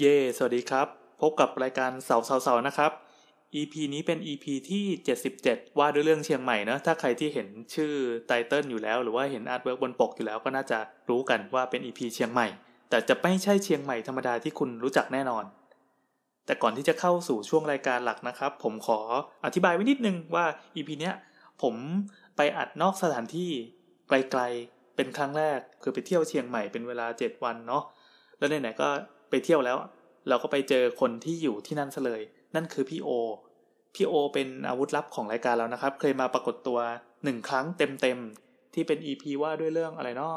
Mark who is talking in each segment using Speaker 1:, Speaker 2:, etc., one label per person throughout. Speaker 1: เย่ สวัสดีครับ พบกับรายการเสาเสาเสานะครับ EP นี้เป็น EP ที่ 77 ว่าด้วยเรื่องเชียงใหม่เนอะถ้าใครที่เห็นชื่อไตเติลอยู่แล้ว หรือว่าเห็นอาร์ตเวิร์กบนปกอยู่แล้วก็น่าจะรู้กันว่าเป็น EP เชียงใหม่ แต่จะไม่ใช่เชียงใหม่ธรรมดาที่คุณรู้จักแน่นอน แต่ก่อนที่จะเข้าสู่ช่วงรายการหลักนะครับ ผมขออธิบายไว้นิดนึงว่า EP เนี้ยผมไปอัดนอกสถานที่ไกลๆ เป็นครั้งแรกคือไปเที่ยวเชียงใหม่เป็นเวลา 7 วันเนาะ แล้วไหนๆก็ไปเที่ยวแล้ว เราก็ไปเจอคนที่อยู่ที่นั่นซะเลย นั่นคือพี่โอ พี่โอเป็นอาวุธลับของรายการแล้วนะครับ เคยมาปรากฏตัวหนึ่งครั้งเต็มๆ ที่เป็น EP ว่าด้วยเรื่องอะไรเนาะ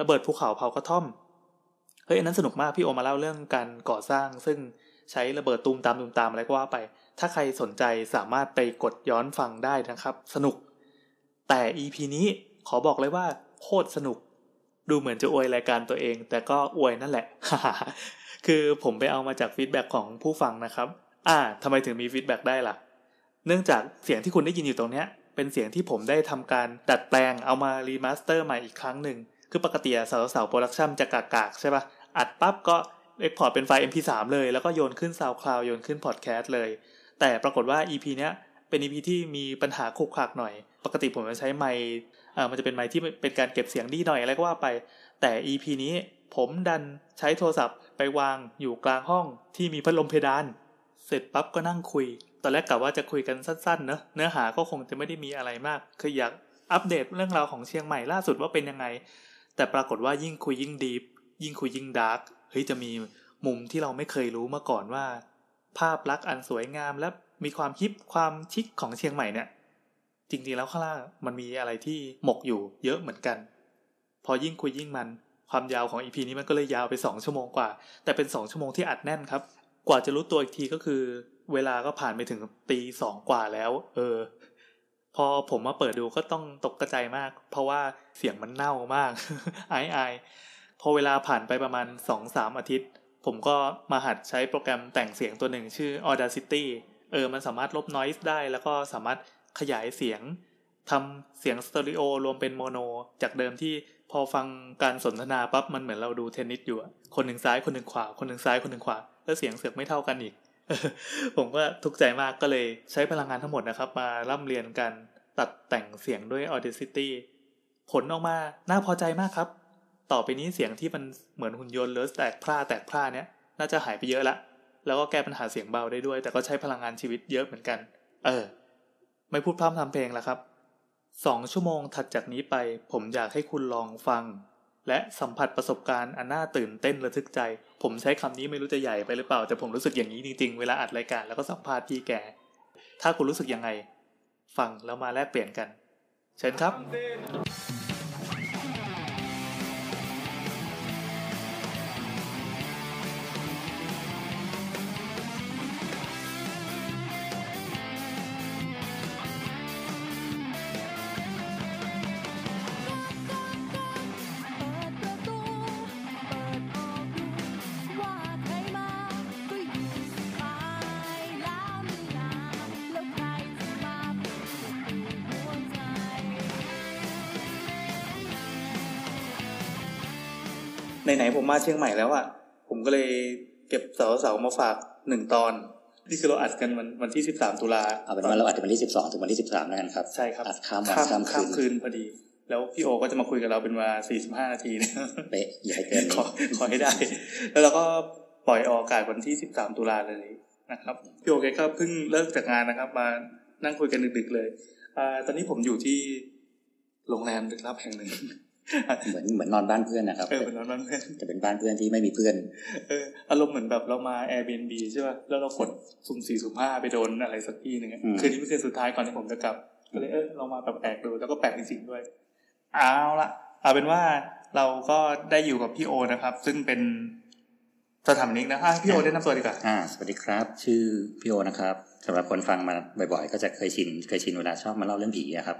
Speaker 1: ระเบิดภูเขาเผากระท่อม เฮ้ยอันนั้นสนุกมากพี่โอมาเล่าเรื่องการก่อสร้าง ซึ่งใช้ระเบิดตูมตามตูมตามอะไรก็ว่าไป ถ้าใครสนใจสามารถไปกดย้อนฟังได้นะครับ สนุก แต่ EP นี้ขอบอกเลยว่าโคตรสนุก ดูเหมือนจะอวยรายการตัวเอง แต่ก็อวยนั่นแหละ คือผมไปเอามาจากฟีดแบ็กของผู้ฟังนะครับ อ่าทำไมถึงมีฟีดแบ็กได้ล่ะ เนื่องจากเสียงที่คุณได้ยินอยู่ตรงเนี้ย เป็นเสียงที่ผมได้ทำการดัดแปลงเอามารีมาสเตอร์ใหม่อีกครั้งหนึ่ง คือปกติอะสาวสาวโปรดักชันจะกากากๆใช่ปะอัดปั๊บก็เอ็กพอร์ตเป็นไฟล์ MP3 เลย แล้วก็โยนขึ้น SoundCloud โยนขึ้น Podcast เลย แต่ปรากฏว่า EP เนี้ยเป็น EP ที่มีปัญหาขลุกขลักหน่อย ปกติผมจะใช้ไมค์เอ่อมันจะเป็นไมค์ที่เป็นการเก็บเสียงดีหน่อยอะไรก็ว่าไป แต่ EP นี้ผมดันใช้โทรศัพท์ไปวางอยู่กลางห้องที่มีพัดลมเพดาน เสร็จปั๊บก็นั่งคุย ตอนแรกกะว่าจะคุยกันสั้นๆ เนอะเนื้อหาก็คงจะไม่ได้มีอะไรมาก คืออยากอัปเดตเรื่องราวของเชียงใหม่ล่าสุดว่าเป็นยังไง แต่ปรากฏว่ายิ่งคุยยิ่งดีฟยิ่งคุยยิ่งดาร์ก เฮ้ยจะมีมุมที่เราไม่เคยรู้มาก่อนว่า ภาพลักษณ์อันสวยงามและมีความฮิปความชิคของเชียงใหม่เนี่ย จริงๆแล้วข้างล่างมันมีอะไรที่หมกอยู่เยอะเหมือนกัน พอยิ่งคุยยิ่งมัน ความยาวของอีพีนี้มันก็เลยยาวไป 2 ชั่วโมงกว่า แต่เป็น 2 ชั่วโมงที่อัดแน่นครับ กว่าจะรู้ตัวอีกทีก็คือ เวลาก็ผ่านไปถึงตีสองกว่าแล้ว เออ พอผมมาเปิดดูก็ต้องตกกระจายมาก เพราะว่าเสียงมันเน่ามาก อายอายพอเวลาผ่านไปประมาณสองสามอาทิตย์ ผมก็มาหัดใช้โปรแกรมแต่งเสียงตัวหนึ่งชื่อ Audacity เออ มันสามารถลบ noise ได้ แล้วก็สามารถขยายเสียง ทำเสียงสเตอริโอรวมเป็นโมโน จากเดิมที่พอฟังการสนทนาปั๊บมันเหมือนเราดูเทนนิสอยู่อะคนหนึ่งซ้ายคนหนึ่งขวา คนหนึ่งซ้ายคนหนึ่งขวา แล้วเสียงเสือกไม่เท่ากันอีก ผมก็ทุกข์ใจมากก็เลยใช้พลังงานทั้งหมดนะครับ มาร่ำเรียนกันตัดแต่งเสียงด้วย Audacity ผลออกมาน่าพอใจมากครับ ต่อไปนี้เสียงที่มันเหมือนหุ่นยนต์เลิศแตกพร่าแตกพร่าเนี้ยน่าจะหายไปเยอะละ แล้วก็แก้ปัญหาเสียงเบาได้ด้วย แต่ก็ใช้พลังงานชีวิตเยอะเหมือนกัน เออ ไม่พูดพร่ำทำเพลงแล้วครับ สองชั่วโมงถัดจากนี้ไป ผมอยากให้คุณลองฟัง และสัมผัสประสบการณ์อันน่าตื่นเต้นระทึกใจ ผมใช้คำนี้ไม่รู้จะใหญ่ไปหรือเปล่า แต่ผมรู้สึกอย่างนี้จริงๆ เวลาอัดรายการแล้วก็สัมภาษณ์พี่แก ถ้าคุณรู้สึกยังไง ฟังแล้วมาแลกเปลี่ยนกัน เชิญครับ
Speaker 2: เปิดประตู เปิดออกดูว่าใครมา ก็อยู่สบายแล้วไม่นานแล้วใครจะมาเป็นศัตรูหัวใจ
Speaker 1: ไหนๆผมมาเชียงใหม่แล้วอะ่ะ ผมก็เลยเก็บเสาเสาๆมาฝากหนึ่งตอน นี่คือเราอัดกันวันวันที่สิบสามตุลา
Speaker 3: เอาเป็นว่าเราอาจจะวันที่สิบสองถึงวันที่สิบสามแล้วกันครับ
Speaker 1: ใช่ครับ
Speaker 3: อัดข้ามวัน
Speaker 1: ข้าม
Speaker 3: ข้าม
Speaker 1: ข้าม
Speaker 3: คื
Speaker 1: คื
Speaker 3: น
Speaker 1: นพอดี แล้วพี่โอก็จะมาคุยกับเราเป็นเวลาสี่สิบห้านาทีนะ
Speaker 3: เป๊ะอย่าให้เกิน
Speaker 1: ขอขอให้ได้ แล้วเราก็ปล่อยออกอากาศวันที่สิบสามตุลาเลยนะครับ พี่โอแกก็เพิ่งเลิกจากงานนะครับ มานั่งคุยกันดึกๆเลยอ่าตอนนี้ผมอยู่ที่โรงแรมลึกลับแห่งหนึ่ง
Speaker 3: เหมือนเหมือนนอนบ้านเพื่อนนะครับ
Speaker 1: เออเป็นร้านนั้นเพื่อน
Speaker 3: แต่เป็นบ้านเพื่อนที่ไม่มีเพื่อน
Speaker 1: เอออารมณ์เหมือนแบบเรามา Airbnb ใช่ป่ะ แล้วเรากดสุ่มสี่สุ่มห้าไปโดนอะไรสักที่หนึ่งอะ
Speaker 3: อืม
Speaker 1: คืนนี้เป็นคืนสุดท้ายก่อนที่ผมจะกลับ ก็เลยเออเรามาแบบแปลกดูแล้วก็แปลกจริงๆด้วย เอาละเอาเป็นว่าเราก็ได้อยู่กับพี่โอนะครับ ซึ่งเป็นสถาปนิกนะอ่ะพี่โอได้นำตัวดีกว่า
Speaker 3: อ่า สวัสดีครับ ชื่อพี่โอนะครับสำหรับคนฟังมาบ่อยๆ ก็จะเคยชินเคยชินเวลาชอบมาเล่าเรื่องผีอะครับ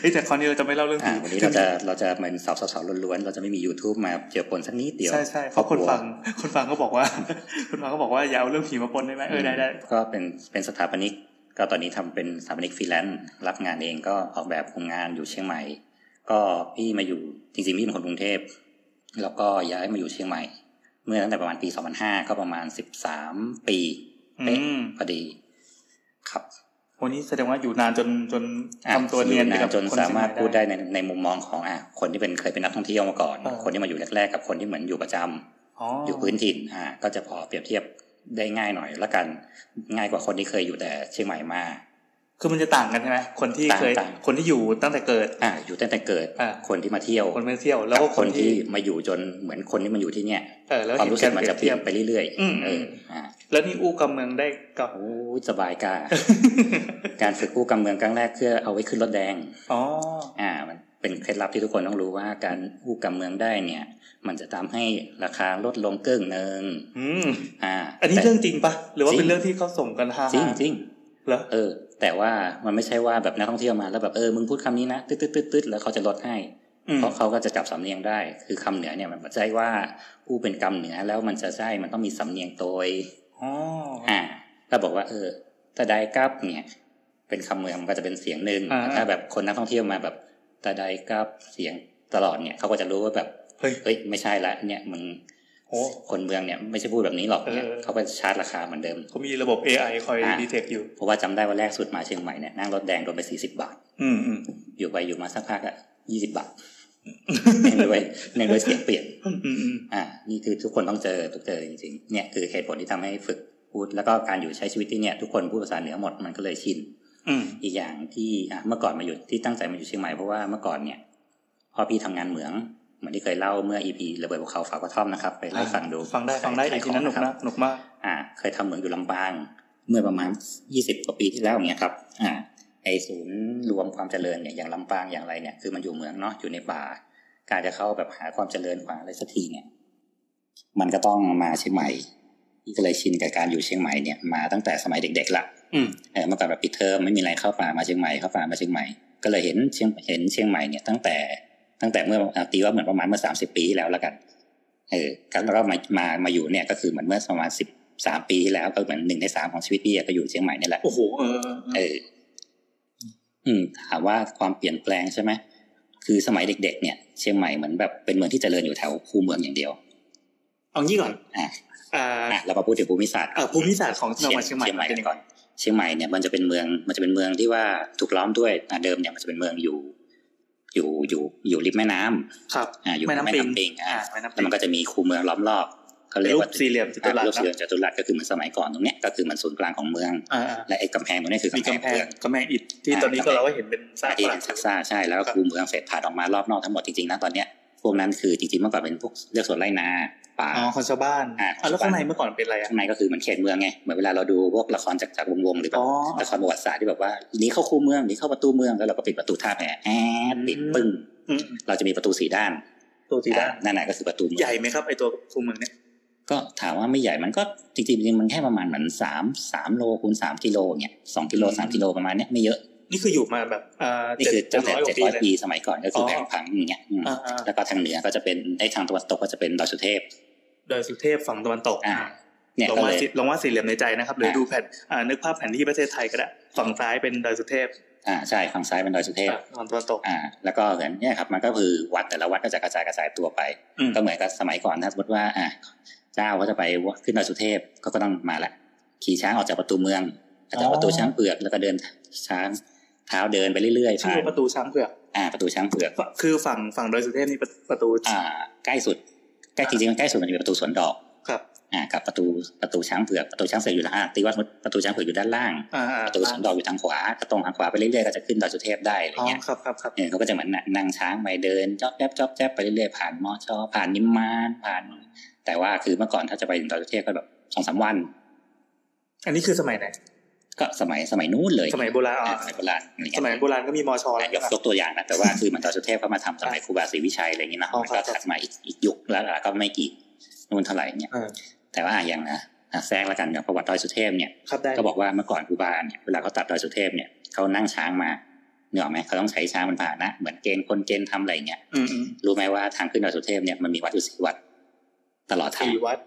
Speaker 1: เอ้ยแต่คราวนี้เราจะไม่เล่าเรื่อง
Speaker 3: อ่า
Speaker 1: ผี
Speaker 3: วันนี้เราจะเราจะเหมือนสาวๆๆล้วนๆเราจะไม่มี YouTube มาเจียวปนสักนิดเดียว
Speaker 1: ใช่ใช่เพราะคนฟัง คนฟังก็บอกว่า คนฟังก็บอกว่าอย่าเอาเรื่องผีมาปนได้ไหมเออได้ได้
Speaker 3: ก็เป็นเป็นสถาปนิก ก็ตอนนี้ทำเป็นสถาปนิกฟรีแลนซ์รับงานเองก็ออกแบบโครงงานอยู่เชียงใหม่ ก็พี่มาอยู่จริงๆพี่เป็นคนกรุงเทพแล้วก็ย้ายมาอยู่เชียงใหม่ เมื่อตั้งแต่ประมาณปี 2005 ก็ประมาณ 13 ปี
Speaker 1: อื
Speaker 3: เป๊ะ
Speaker 1: ม
Speaker 3: พอดี ครับ
Speaker 1: วันนี้แสดงว่าอยู่นานจนจน
Speaker 3: อ่ะ
Speaker 1: ทำตัวเนียนไปกับ
Speaker 3: จน
Speaker 1: ค
Speaker 3: สามารถ
Speaker 1: เชียงให
Speaker 3: พูดได้ในในมุมมองของอ่ะคนที่เป็นเคยเป็นนักท่องเที่ยวมาก่อน
Speaker 1: เออ
Speaker 3: คนที่มาอยู่แรกๆกับคนที่เหมือนอยู่ประจำ
Speaker 1: อ๋ออ
Speaker 3: อยู่พื้นถิ่นอ่าก็จะพอเปรียบเทียบได้ง่ายหน่อยละกัน ง่ายกว่าคนที่เคยอยู่แต่เชียงใหม่มา
Speaker 1: คือมันจะต่างกันใช่ไหมคนที่
Speaker 3: ต่าง
Speaker 1: เคย
Speaker 3: ต่าง
Speaker 1: คนที่อยู่ตั้งแต่เกิด
Speaker 3: อ่าอยู่ตั้งแต่เกิด
Speaker 1: อ่า
Speaker 3: คนที่มาเที่ยว
Speaker 1: คนไม่เที่ยว แล้วก็
Speaker 3: กับ
Speaker 1: ค
Speaker 3: คน น
Speaker 1: ที่
Speaker 3: ที่มาอยู่จนเหมือนคนที่มาอยู่ที่เนี่ย
Speaker 1: เออแล้ว
Speaker 3: ความ
Speaker 1: เห็น
Speaker 3: รู้สึ
Speaker 1: กาก ร
Speaker 3: มัน
Speaker 1: เปรีย
Speaker 3: จะ
Speaker 1: บ
Speaker 3: เป
Speaker 1: เทีย
Speaker 3: ลี่
Speaker 1: บ
Speaker 3: ยนไปเรื่อย
Speaker 1: อืม
Speaker 3: เอออ่า
Speaker 1: แล้วนี่อู้กำเมืองได้กับ
Speaker 3: โอ้สบาย กา การฝึกผู้กำเมืองครั้งแรกเพื่อเอาไว้ขึ้นรถแดง
Speaker 1: อ๋อ
Speaker 3: อ่า มันเป็นเคล็ดลับที่ทุกคนต้องรู้ว่าการผู้กำเมืองได้เนี่ย มันจะทำให้ราคาลดลงเกิ้งหนึ่ง
Speaker 1: อืม
Speaker 3: อ่า
Speaker 1: อันนี้
Speaker 3: แต่
Speaker 1: เรื่องจริงปะหรือว่า
Speaker 3: จริง
Speaker 1: เป็นเรื่องที่เขาส่งกันฮาๆ
Speaker 3: จริงจริง
Speaker 1: เหรอ
Speaker 3: เออแต่ว่ามันไม่ใช่ว่าแบบนักท่องเที่ยวมาแล้วแบบเออมึงพูดคำนี้นะตึ๊ดตึ๊ดตึ๊ดตึ๊ดแล้วเขาจะลดให้
Speaker 1: อืม
Speaker 3: เพราะเขาก็จะจับสำเนียงได้ คือคำเหนือเนี่ยมันไม่ใช่ว่ากูเป็นกรรมเหนือแล้วมันจะใช่มันต้องมีสำเนียงโดย
Speaker 1: อ๋อ
Speaker 3: อ่าถ้าบอกว่าเออตาไดกับเนี่ย เป็นคำเมืองมันก็จะเป็นเสียงหนึ่งถ้าแบบคนนักท่องเที่ยวมาแบบตาไดกับเสียงตลอดเนี่ยเขาก็จะรู้ว่าแบบ
Speaker 1: เฮ้ย
Speaker 3: เฮ้ยไม่ใช่ละเนี่ยมึง
Speaker 1: โอ้
Speaker 3: คนเมืองเนี่ยไม่ใช่พูดแบบนี้หรอกเนี่ย
Speaker 1: เออ
Speaker 3: เขาก็จะชาร์จราคาเหมือนเดิม
Speaker 1: เขามีระบบ AI คอย
Speaker 3: อ่า
Speaker 1: ดีเทคอยู่
Speaker 3: เพราะว่าจำได้ว่าแรกสุดมาเชียงใหม่เนี่ยนั่งรถแดงโดนไปสี่สิบบาท
Speaker 1: อืมอืม
Speaker 3: อยู่ไปอยู่มาสักพักอะยี่สิบบาท เนื่องด้วยเนื่องด้วยเสียงเปลี่ยน
Speaker 1: อืมอืมอืม
Speaker 3: อ่า นี่คือทุกคนต้องเจอต้องเจอจริงๆ เนี่ยคือเหตุผลที่ทำให้ฝึกพูด แล้วก็การอยู่ใช้ชีวิตที่เนี่ยทุกคนพูดภาษาเหนือหมดมันก็เลยชิน
Speaker 1: อืม
Speaker 3: อีกอย่างที่อ่ะเมื่อก่อนมาอยู่ที่ตั้งใจมาอยู่เชียงใหม่เพราะว่าเมื่อก่อนเนี่ยพอพี่ทำงานเหมืองเหมือนที่เคยเล่าเมื่ออีพีระเบิดภูเขาฝากกระท่อมนะครับไปไล่ฟังดู
Speaker 1: ฟังได้ฟังได้
Speaker 3: ใคร
Speaker 1: ไอ้ที่นั้นหนุก
Speaker 3: ข
Speaker 1: นะ
Speaker 3: ง
Speaker 1: หนุกมาก
Speaker 3: อ่า เคยทำเหมืองอยู่ลำปาง เมื่อประมาณยี่สิบกว่าปีที่แล้วเนี่ยครับอ่าไอศูนย์รวมความเจริญเนี่ยอย่างลำปางอย่างไรเนี่ยคือมันอยู่เหมืองเนาะอยู่ในป่า การจะเข้าแบบหาความเจริญหาอะไรสักทีเนี่ย มันก็ต้องมาเชียงใหม่ที่ก็เลยชินกับการอยู่เชียงใหม่เนี่ยมาตั้งแต่สมัยเด็กๆละ
Speaker 1: อืม
Speaker 3: เออเมื่อก่อนแบบปิดเทอมไม่มีอะไรเข้าป่ามาเชียงใหม่เข้าป่ามาเชียงใหม่ ก็เลยเห็นเชียงเห็นเชียงใหม่เนี่ยตั้งแต่ตั้งแต่เมื่ออ่ะตีว่าเหมือนประมาณเมื่อสามสิบปีที่แล้วละกันเออกันแล้วก็มามามาอยู่เนี่ยก็คือเหมือนเมื่อประมาณสิบสามปีที่แล้วก็เหมือนหนึ่งในสามของชีวิตพี่อ่ะก็อยู่เชียงใหม่นี่แหละ
Speaker 1: โอ้โหเออ
Speaker 3: เอออืมถามว่าความเปลี่ยนแปลงใช่ไหมคือสมัยเด็ก ๆ เนี่ยเชียงใหม่เหมือนแบบเป็นเมืองที่เจริญอยู่แถวคูเมืองอย่างเดียว
Speaker 1: เอางี้ก่อน
Speaker 3: อ่ะ
Speaker 1: อ่า
Speaker 3: อ่ะเรามาพูดถึงภูมิศาสตร์
Speaker 1: เอ่อภูมิศาสตร์ของจังหวัดเชียงใหม่เป็นยังไง
Speaker 3: ก่อนเชียงใหม่เนี่ยมันจะเป็นเมืองมันจะเป็นเมืองที่ว่าถูกล้อมด้วยอ่ะเดิมเนี่ยมันจะเป็นเมืองอยู่ อยู่อยู่อยู่ริมแม่น้ำ
Speaker 1: ครับ
Speaker 3: อ่าอยู่
Speaker 1: แม่น้ำปิง
Speaker 3: ปิงอ่า
Speaker 1: อ่าแม่น้ำปิง
Speaker 3: แล้วมันก็จะมีคูเมืองล้อมรอบเขาเรียก
Speaker 1: รูป
Speaker 3: ว่า
Speaker 1: สี่เหลี่ยมจัตุรัส
Speaker 3: อ่ารูปสี่เห
Speaker 1: นะ
Speaker 3: ลี่ยมจัตุรัสก็คือเหมือนสมัยก่อนตรงเนี้ยก็คือมันศูนย์กลางของเมือง
Speaker 1: อ่าอ่า
Speaker 3: และไอ้กำแพงตรงเนี้ยคือกำ
Speaker 1: มี
Speaker 3: แพง
Speaker 1: กำแพ
Speaker 3: เมื
Speaker 1: ง
Speaker 3: อง
Speaker 1: กำแพงอิฐที่
Speaker 3: อ่า
Speaker 1: ตอนนี้ก็
Speaker 3: กำแพง
Speaker 1: เราก็เห็นเป็นซาก
Speaker 3: ที่
Speaker 1: ปรั
Speaker 3: เป็
Speaker 1: ก
Speaker 3: น
Speaker 1: หั
Speaker 3: ซั
Speaker 1: ก
Speaker 3: กซ่าใช่แล้วก็
Speaker 1: ครับ
Speaker 3: คูเมืองเสร็จผ่านออกมารอบนอกทั้งหมดจริงๆนะตอนเนี้ยพวกนั้นคือจริงๆเมื่อก่อนเป็นพวกเรียกสวนไรนาป่า
Speaker 1: อ๋อของชาวบ้าน
Speaker 3: อ่า
Speaker 1: อ่ะแล้ว
Speaker 3: ของชาว
Speaker 1: ข้าง
Speaker 3: บ้าน
Speaker 1: ในเมื่อก่อนเป็นอะไรอ่ะ
Speaker 3: ข้างในก็คือเหมือนเขตเมืองไงเหมือนเวลาเราดูพวกละครจากจากวงๆหรือแบ
Speaker 1: อ๋
Speaker 3: บ
Speaker 1: อ
Speaker 3: ละครประวัติศาสตร์ที่แบบว่าหนีเข้าคูเมืองหนีเข้าประตูเมืองแล้วเราก็ปิดประตูท่าแพแอดปิดปึ้ง
Speaker 1: อืม
Speaker 3: เราจะมีประตูสีด้าน
Speaker 1: ตัวสีด้าน
Speaker 3: อ่ะนั่นแหละก็คือประตูเมือง
Speaker 1: ใหญ่ไหมครับไอตัวคูเมืองเนี่ย
Speaker 3: ก็ถามว่าไม่ใหญ่มันก็จริงๆจริงๆมันแค่ประมาณเหมือนสามสามโลคูณสามกิโลเนี่ยสองกิโลสามกิโลประมาณเนี้ยไม่เยอะ
Speaker 1: นี่คืออยู่มาแบบอ่า
Speaker 3: นี่คือ
Speaker 1: เจ็
Speaker 3: ตั้
Speaker 1: ด
Speaker 3: ง
Speaker 1: ร้
Speaker 3: แต่
Speaker 1: อยก
Speaker 3: เจ็
Speaker 1: ว่าปี
Speaker 3: ดร้อย
Speaker 1: เลย
Speaker 3: ปีสมัยก่อนก็คืออ
Speaker 1: อ
Speaker 3: แบ่งผังอย่างเงี้ยอืม
Speaker 1: อ่าอ่า
Speaker 3: แล้วก็ทางเหนือก็จะเป็นไอ้ทางตะวันตกก็จะเป็นดอยสุเทพ
Speaker 1: ดอยสุเทพฝั่งตะวันตก
Speaker 3: อ่าเนี่ย
Speaker 1: ลอง
Speaker 3: ก็
Speaker 1: วา
Speaker 3: เล
Speaker 1: ด
Speaker 3: ย
Speaker 1: สิลองวาดสี่เหลี่ยมในใจนะครับหรือ
Speaker 3: อ่า
Speaker 1: ดูแผนอ่านึกภาพแผนที่ประเทศไทยก็ได้ฝั่งซ้ายเป็นดอยสุเทพ
Speaker 3: อ่าใช่ฝั่งซ้ายเป็นดอยสุเทพ
Speaker 1: อ่ะฝั่งตะวันตก
Speaker 3: อ่าแล้วก็เหมือนเนี่ยครับมันก็คือวัดแต่ละวัดก็จะกระจายกระจายตัวไป
Speaker 1: อืม
Speaker 3: ก็เหมือนกับสมัยก่อนนะสมมติว่าอ่าเจ้าก็จะไปขึ้นดอยสุเทพก็ก็ต้องมาละขี่ช้างออกจากประตูเมืองออกจากประตูช้างเผือกแล้วก็เดินช้างเท้าเดินไปเรื่อยๆ
Speaker 1: ชื่
Speaker 3: ผ่า
Speaker 1: อน ประตูช้างเผือก
Speaker 3: อ่าประตูช้างเผือก
Speaker 1: ฝั่งคือฝั่งฝั่งดอยสุเทพนี่ประประตู
Speaker 3: อ่าใกล้สุดใกล้จริงๆมันใกล้สุดมันจะมีประตูสวนดอก
Speaker 1: ครับ
Speaker 3: อ่ากับประตูประตูช้างเผือกประตูช้างเผือกอยู่ละอ่าตีว่าประตูช้างเผือกอยู่ด้านล่าง
Speaker 1: อ่าอ่า
Speaker 3: ประตูสวนดอกอยู่ทางขวาก็ตรงทางขวาไปเรื่อยๆก็จะขึ้นดอยสุเทพได้อะไร
Speaker 1: อ๋อ
Speaker 3: เงี้ย
Speaker 1: ครับครับครับ
Speaker 3: เออเขาก็จะเหมือนน่ะนั่งช้างไปเดินจอบแจ๊บจอบแจ๊บไปเรื่อยๆผ่านมอชอผ่านนิมมานผ่าน แต่ว่าคือเมื่อก่อนถ้าจะไปถึงดอยสุเทพก็แบบสองสามวัน
Speaker 1: อันนี้คือสมัยไหน
Speaker 3: ก็สมัยสมัยนู้นเลย
Speaker 1: สมัยโบราณอ๋อ
Speaker 3: อ่าสมัยโบราณอะไรเงี้
Speaker 1: ส
Speaker 3: ย
Speaker 1: มัยโบราณก็มีมชแล้ว
Speaker 3: ย
Speaker 1: ใช่
Speaker 3: ก
Speaker 1: ปะ
Speaker 3: ยกตัวอย่างนะแต่ว่าคือเหมันดอยสุเทพเขามาทำสมัยครูบาศรีวิชัยอะไรเงี้ยนะ
Speaker 1: อ๋อ
Speaker 3: มัน
Speaker 1: ครั
Speaker 3: ก็
Speaker 1: บ
Speaker 3: ถัดมาอีกอีกยุคแล้วก็ไม่กี่นู่นเท่าไหร่เนี่ย
Speaker 1: เออ
Speaker 3: แต่ว่าอย่างนะอ่ะแทรกแล้วกันกับประวัติดอยสุเทพเนี่ย
Speaker 1: ครับได้
Speaker 3: ก็บอกว่าเมื่อก่อนครูบาเนี่ยเวลาเขาตัดดอยสุเทพเนี่ยเขานั่งช้างมาเนกออกไหมเขาต้องใช้ช้างเป็นพาหนะเหมือนเกณฑ์คนเกณฑ์ทำอะไรเงี้ย
Speaker 1: อืมอืม
Speaker 3: รู้ไหมว่าทางขึ้นดอยสุเทพเนี่ยมันมีวัดอยู่สี่วัด ตลอดทาง
Speaker 1: สี่วัด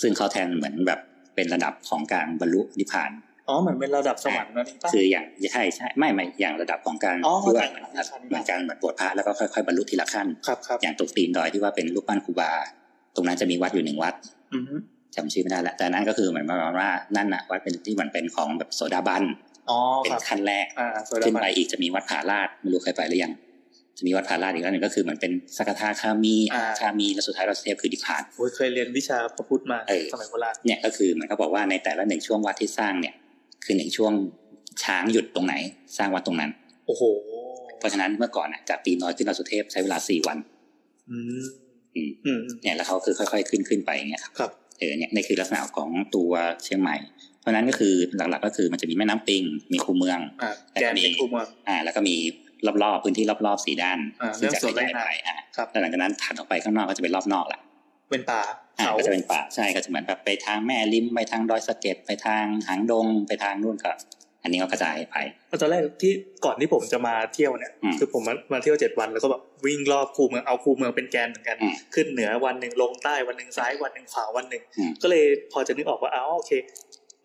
Speaker 3: ซึ่งเขาแทนเหมือนแบบเป็นระดับของการบรรลุนิพพาน
Speaker 1: อ๋อเหมือนเป็นระดับสวรรค์นะนี่ป่ะ
Speaker 3: คืออย่างใช่ใช่ไม่ไม่อย่างระดับของการ
Speaker 1: อ๋อ
Speaker 3: ที่ว่า
Speaker 1: ระดับนิพพาน
Speaker 3: เหมือนการเหมือนบวชพระแล้วก็ค่อยๆบรรลุทีละขั้น
Speaker 1: ครับครับ
Speaker 3: อย่างตกตีนดอยที่ว่าเป็นรูปปั้นครูบา ตรงนั้นจะมีวัดอยู่หนึ่งวัด
Speaker 1: อือฮึ
Speaker 3: จำชื่อไม่ได้ละแต่นั้นก็คือเหมือนประมาณว่านั่นน่ะวัดเป็นที่เหมือนเป็นของแบบโสดาบัน
Speaker 1: อ๋อ
Speaker 3: เป็
Speaker 1: คน รับ
Speaker 3: ขั้นแรก
Speaker 1: อ่าโซดา
Speaker 3: ขึ้น
Speaker 1: บั
Speaker 3: ไป
Speaker 1: น
Speaker 3: อีกจะมีวัดผาลาดไม่รู้เคยไปหรือยัง จะมีวัดผาลาดอีกแล้วหนึ่งก็คือเหมือนเป็นสกทาคามีอนาคามีและสุดท้ายเราเทพคือดิพพาน
Speaker 1: โอ้ยเคยเรียนวิชาพระพุทธมา
Speaker 3: เออ
Speaker 1: สมัยโบราณ
Speaker 3: เนี่ยก็คือเหมันก็บอกว่าในแต่ละหนึ่งช่วงวัดที่สร้างเนี่ย คือหนึ่งช่วงช้างหยุดตรงไหน สร้างวัดตรงนั้น
Speaker 1: โอ้โห
Speaker 3: เพราะฉะนั้นเมื่อก่อนน่ะจากตีน้อยขึ้นเราสุเทพใช้เวลาสี่วัน
Speaker 1: อืม
Speaker 3: อืม
Speaker 1: อืม
Speaker 3: เนี่ยแล้วเขาคือค่อยๆขึ้นขึ้นไปอย่างเงี้ยครับ
Speaker 1: ครับ
Speaker 3: เออเนี่ยนี่คือลักษณะของตัวเชียงใหม่ เพราะฉะนั้นก็คือหลักๆ ก็คือมันจะมีแม่น้ำปิง มีคูเมือง
Speaker 1: อ่า
Speaker 3: แต่
Speaker 1: แก
Speaker 3: ก็
Speaker 1: น
Speaker 3: มี
Speaker 1: เป็นครูเมือง
Speaker 3: อ่าแล้วก็มีรอบๆพื้นที่รอบๆสี่ด้าน
Speaker 1: อ่า
Speaker 3: ซึ่งจะ
Speaker 1: เริ่มสวนไร่
Speaker 3: ขยาย
Speaker 1: นา
Speaker 3: ไปอ่า
Speaker 1: ครับ
Speaker 3: แล้วหลังจากนั้นถัดออกไปข้างนอกก็จะเป็นรอบนอกละ
Speaker 1: เป็นป่า
Speaker 3: อ่า
Speaker 1: เขา
Speaker 3: ก็จะเป็นป่าใช่ก็จะเหมือนแบบไปทางแม่ริมไปทางดอยสะเก็ดไปทางหางดงไปทางนู่นก็อันนี้ก็กระจายไป
Speaker 1: ตอนแรกที่ก่อนที่ผมจะมาเที่ยวเนี่ย
Speaker 3: อืม
Speaker 1: คือผมมามาเที่ยวเจ็ดวันแล้วก็แบบวิ่งรอบคูเมืองเอาคูเมืองเป็นแกนเหมือนกัน
Speaker 3: อืม
Speaker 1: ขึ้นเหนือวันหนึ่งลงใต้วันหนึ่งซ้ายวันหนึ่งขวาวันหนึ่ง
Speaker 3: อืม
Speaker 1: ก็เลยพอจะนึกออกว่าอ้าวโอเค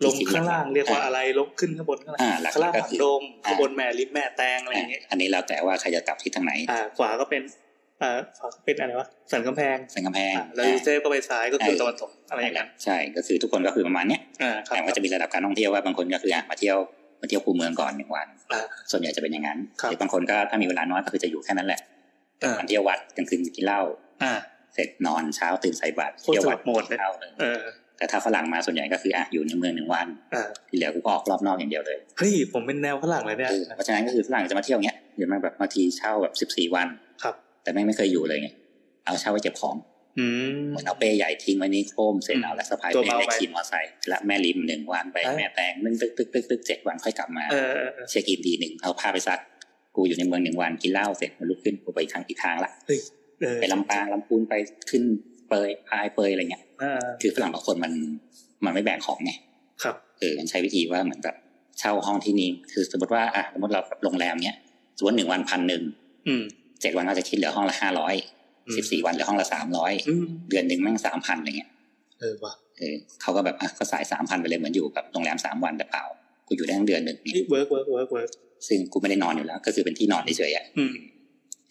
Speaker 1: ลงข้างล่างเรียกว่า
Speaker 3: อ่า
Speaker 1: อะไรลงขึ้นข้างบนข้างล่าง
Speaker 3: อ่าหลักๆ
Speaker 1: ข้างล่าง
Speaker 3: ก็
Speaker 1: หาง
Speaker 3: คือ
Speaker 1: ดง
Speaker 3: อ่า
Speaker 1: ข้างบนแม่ริมแม่แตงอะไรอย่างเงี้ย
Speaker 3: อันนี้แล้วแต่ว่าใครจะกลับที่ทางไหน
Speaker 1: อ่าขวาก็เป็นอ่าขวาก็เป็นอะไรวะสันกำแพง
Speaker 3: สันกำแพง
Speaker 1: อ่าแล้วยูเซฟก็ไปซ้ายก็คือตะวันตกอะไรอย่างเงี้ย
Speaker 3: ใช่ก็คือทุกคนก็คือประมาณเนี้ย
Speaker 1: อ่าครับ
Speaker 3: แต่ว่าจะมีระดับการท่องเที่ยวว่าบางคนก็คืออ่ะมาเที่ยวมาเที่ยวคูเมืองก่อนหนึ่งวัน
Speaker 1: อ่า
Speaker 3: ส่วนใหญ่จะเป็นอย่างนั้น
Speaker 1: ครับ
Speaker 3: หรือบางคนก็ถ้ามีเวลาน้อยก็คือจะอยู่แค่นั้นแหละ
Speaker 1: อ่า
Speaker 3: มาเที่ยววัดกลางคืนกินเหล้า
Speaker 1: อ่า
Speaker 3: เสร็จนอนเช้าตื่นใส่บาตร
Speaker 1: โคตร
Speaker 3: เที่ยววัด
Speaker 1: สลับโหมดเลย
Speaker 3: เช้าเลย
Speaker 1: เออ
Speaker 3: แต่ถ้าฝรั่งมาส่วนใหญ่ก็คืออ่ะอยู่ในเมืองหนึ่งวัน
Speaker 1: อ่า
Speaker 3: ที่เหลือกูก็ออกรอบนอกอย่างเดียวเลย
Speaker 1: เฮ้ยผมเป็นแนวฝรั่งเลยเนี่ย
Speaker 3: เออเพราะฉะนั้นก็คือฝรั่งจะมาเที่ยวเงี้ยเดี๋ยวมาแบบบางทีเช่าแบบสิบสี่วัน
Speaker 1: ครับ
Speaker 3: แต่ไม่งไม่เคยอยู่เลยไงเอาเช่าไว้เก็บของ
Speaker 1: อืม
Speaker 3: เหมือนเอาเป้ใหญ่ทิ้งไว้นี่โครมเสร็จ
Speaker 1: อืม
Speaker 3: เอาและสะพาย
Speaker 1: ตัว
Speaker 3: เป้
Speaker 1: เบา
Speaker 3: เล็ก
Speaker 1: ไป
Speaker 3: ขี่มอเตอร์ไซค์และแม่ริมหนึ่งวันไป
Speaker 1: เอ้ย
Speaker 3: แม่แตงนึ่งตึกตึกตึกตึกเจ็ดวันค่อยกลับมา
Speaker 1: เออเออเออ
Speaker 3: เช็คอินทีหนึ่งเอาผ้าไปซักกูอยู่ในเมืองหนึ่งวันกินเหล้าเสร็จมันลุกขึ้นกูไปอีกทางอีกทางละ
Speaker 1: เออ
Speaker 3: ไปลำปางลำพูนไปขึ้นเปยพายเปยอะไรเงี้ย
Speaker 1: อ่า
Speaker 3: คือฝรั่งบางคนมันมันไม่แบ่งของไง
Speaker 1: ครับ
Speaker 3: เออมันใช้วิธีว่าเหมือนแบบเช่าห้องที่นี่คือสมมติว่าอ่ะสมมติเราแบบโรงแรมเนี้ยสมมติหนึ่งวันพันหนึ่ง
Speaker 1: อืม
Speaker 3: เจ็ดวันก็จะคิดเหลือห้องละห้าร้อย
Speaker 1: อืม
Speaker 3: สิบสี่วันเหลือห้องละสามร้อย
Speaker 1: อืม
Speaker 3: เดือนหนึ่งแม่งสามพันอะไรเงี้ย
Speaker 1: เออว่ะ
Speaker 3: เออเขาก็แบบอ่ะก็สายสามพันไปเลยเหมือนอยู่กับโรงแรมสามวันแต่เปล่ากูอยู่ได้ทั้งเดือนหนึ่งเนี่ย
Speaker 1: เวิร์กเวิร์กเวิร์กเวิร์ก
Speaker 3: ซึ่งกูไม่ได้นอนอยู่แล้ว ก็คือเป็นที่นอนเฉยๆอะ
Speaker 1: อืม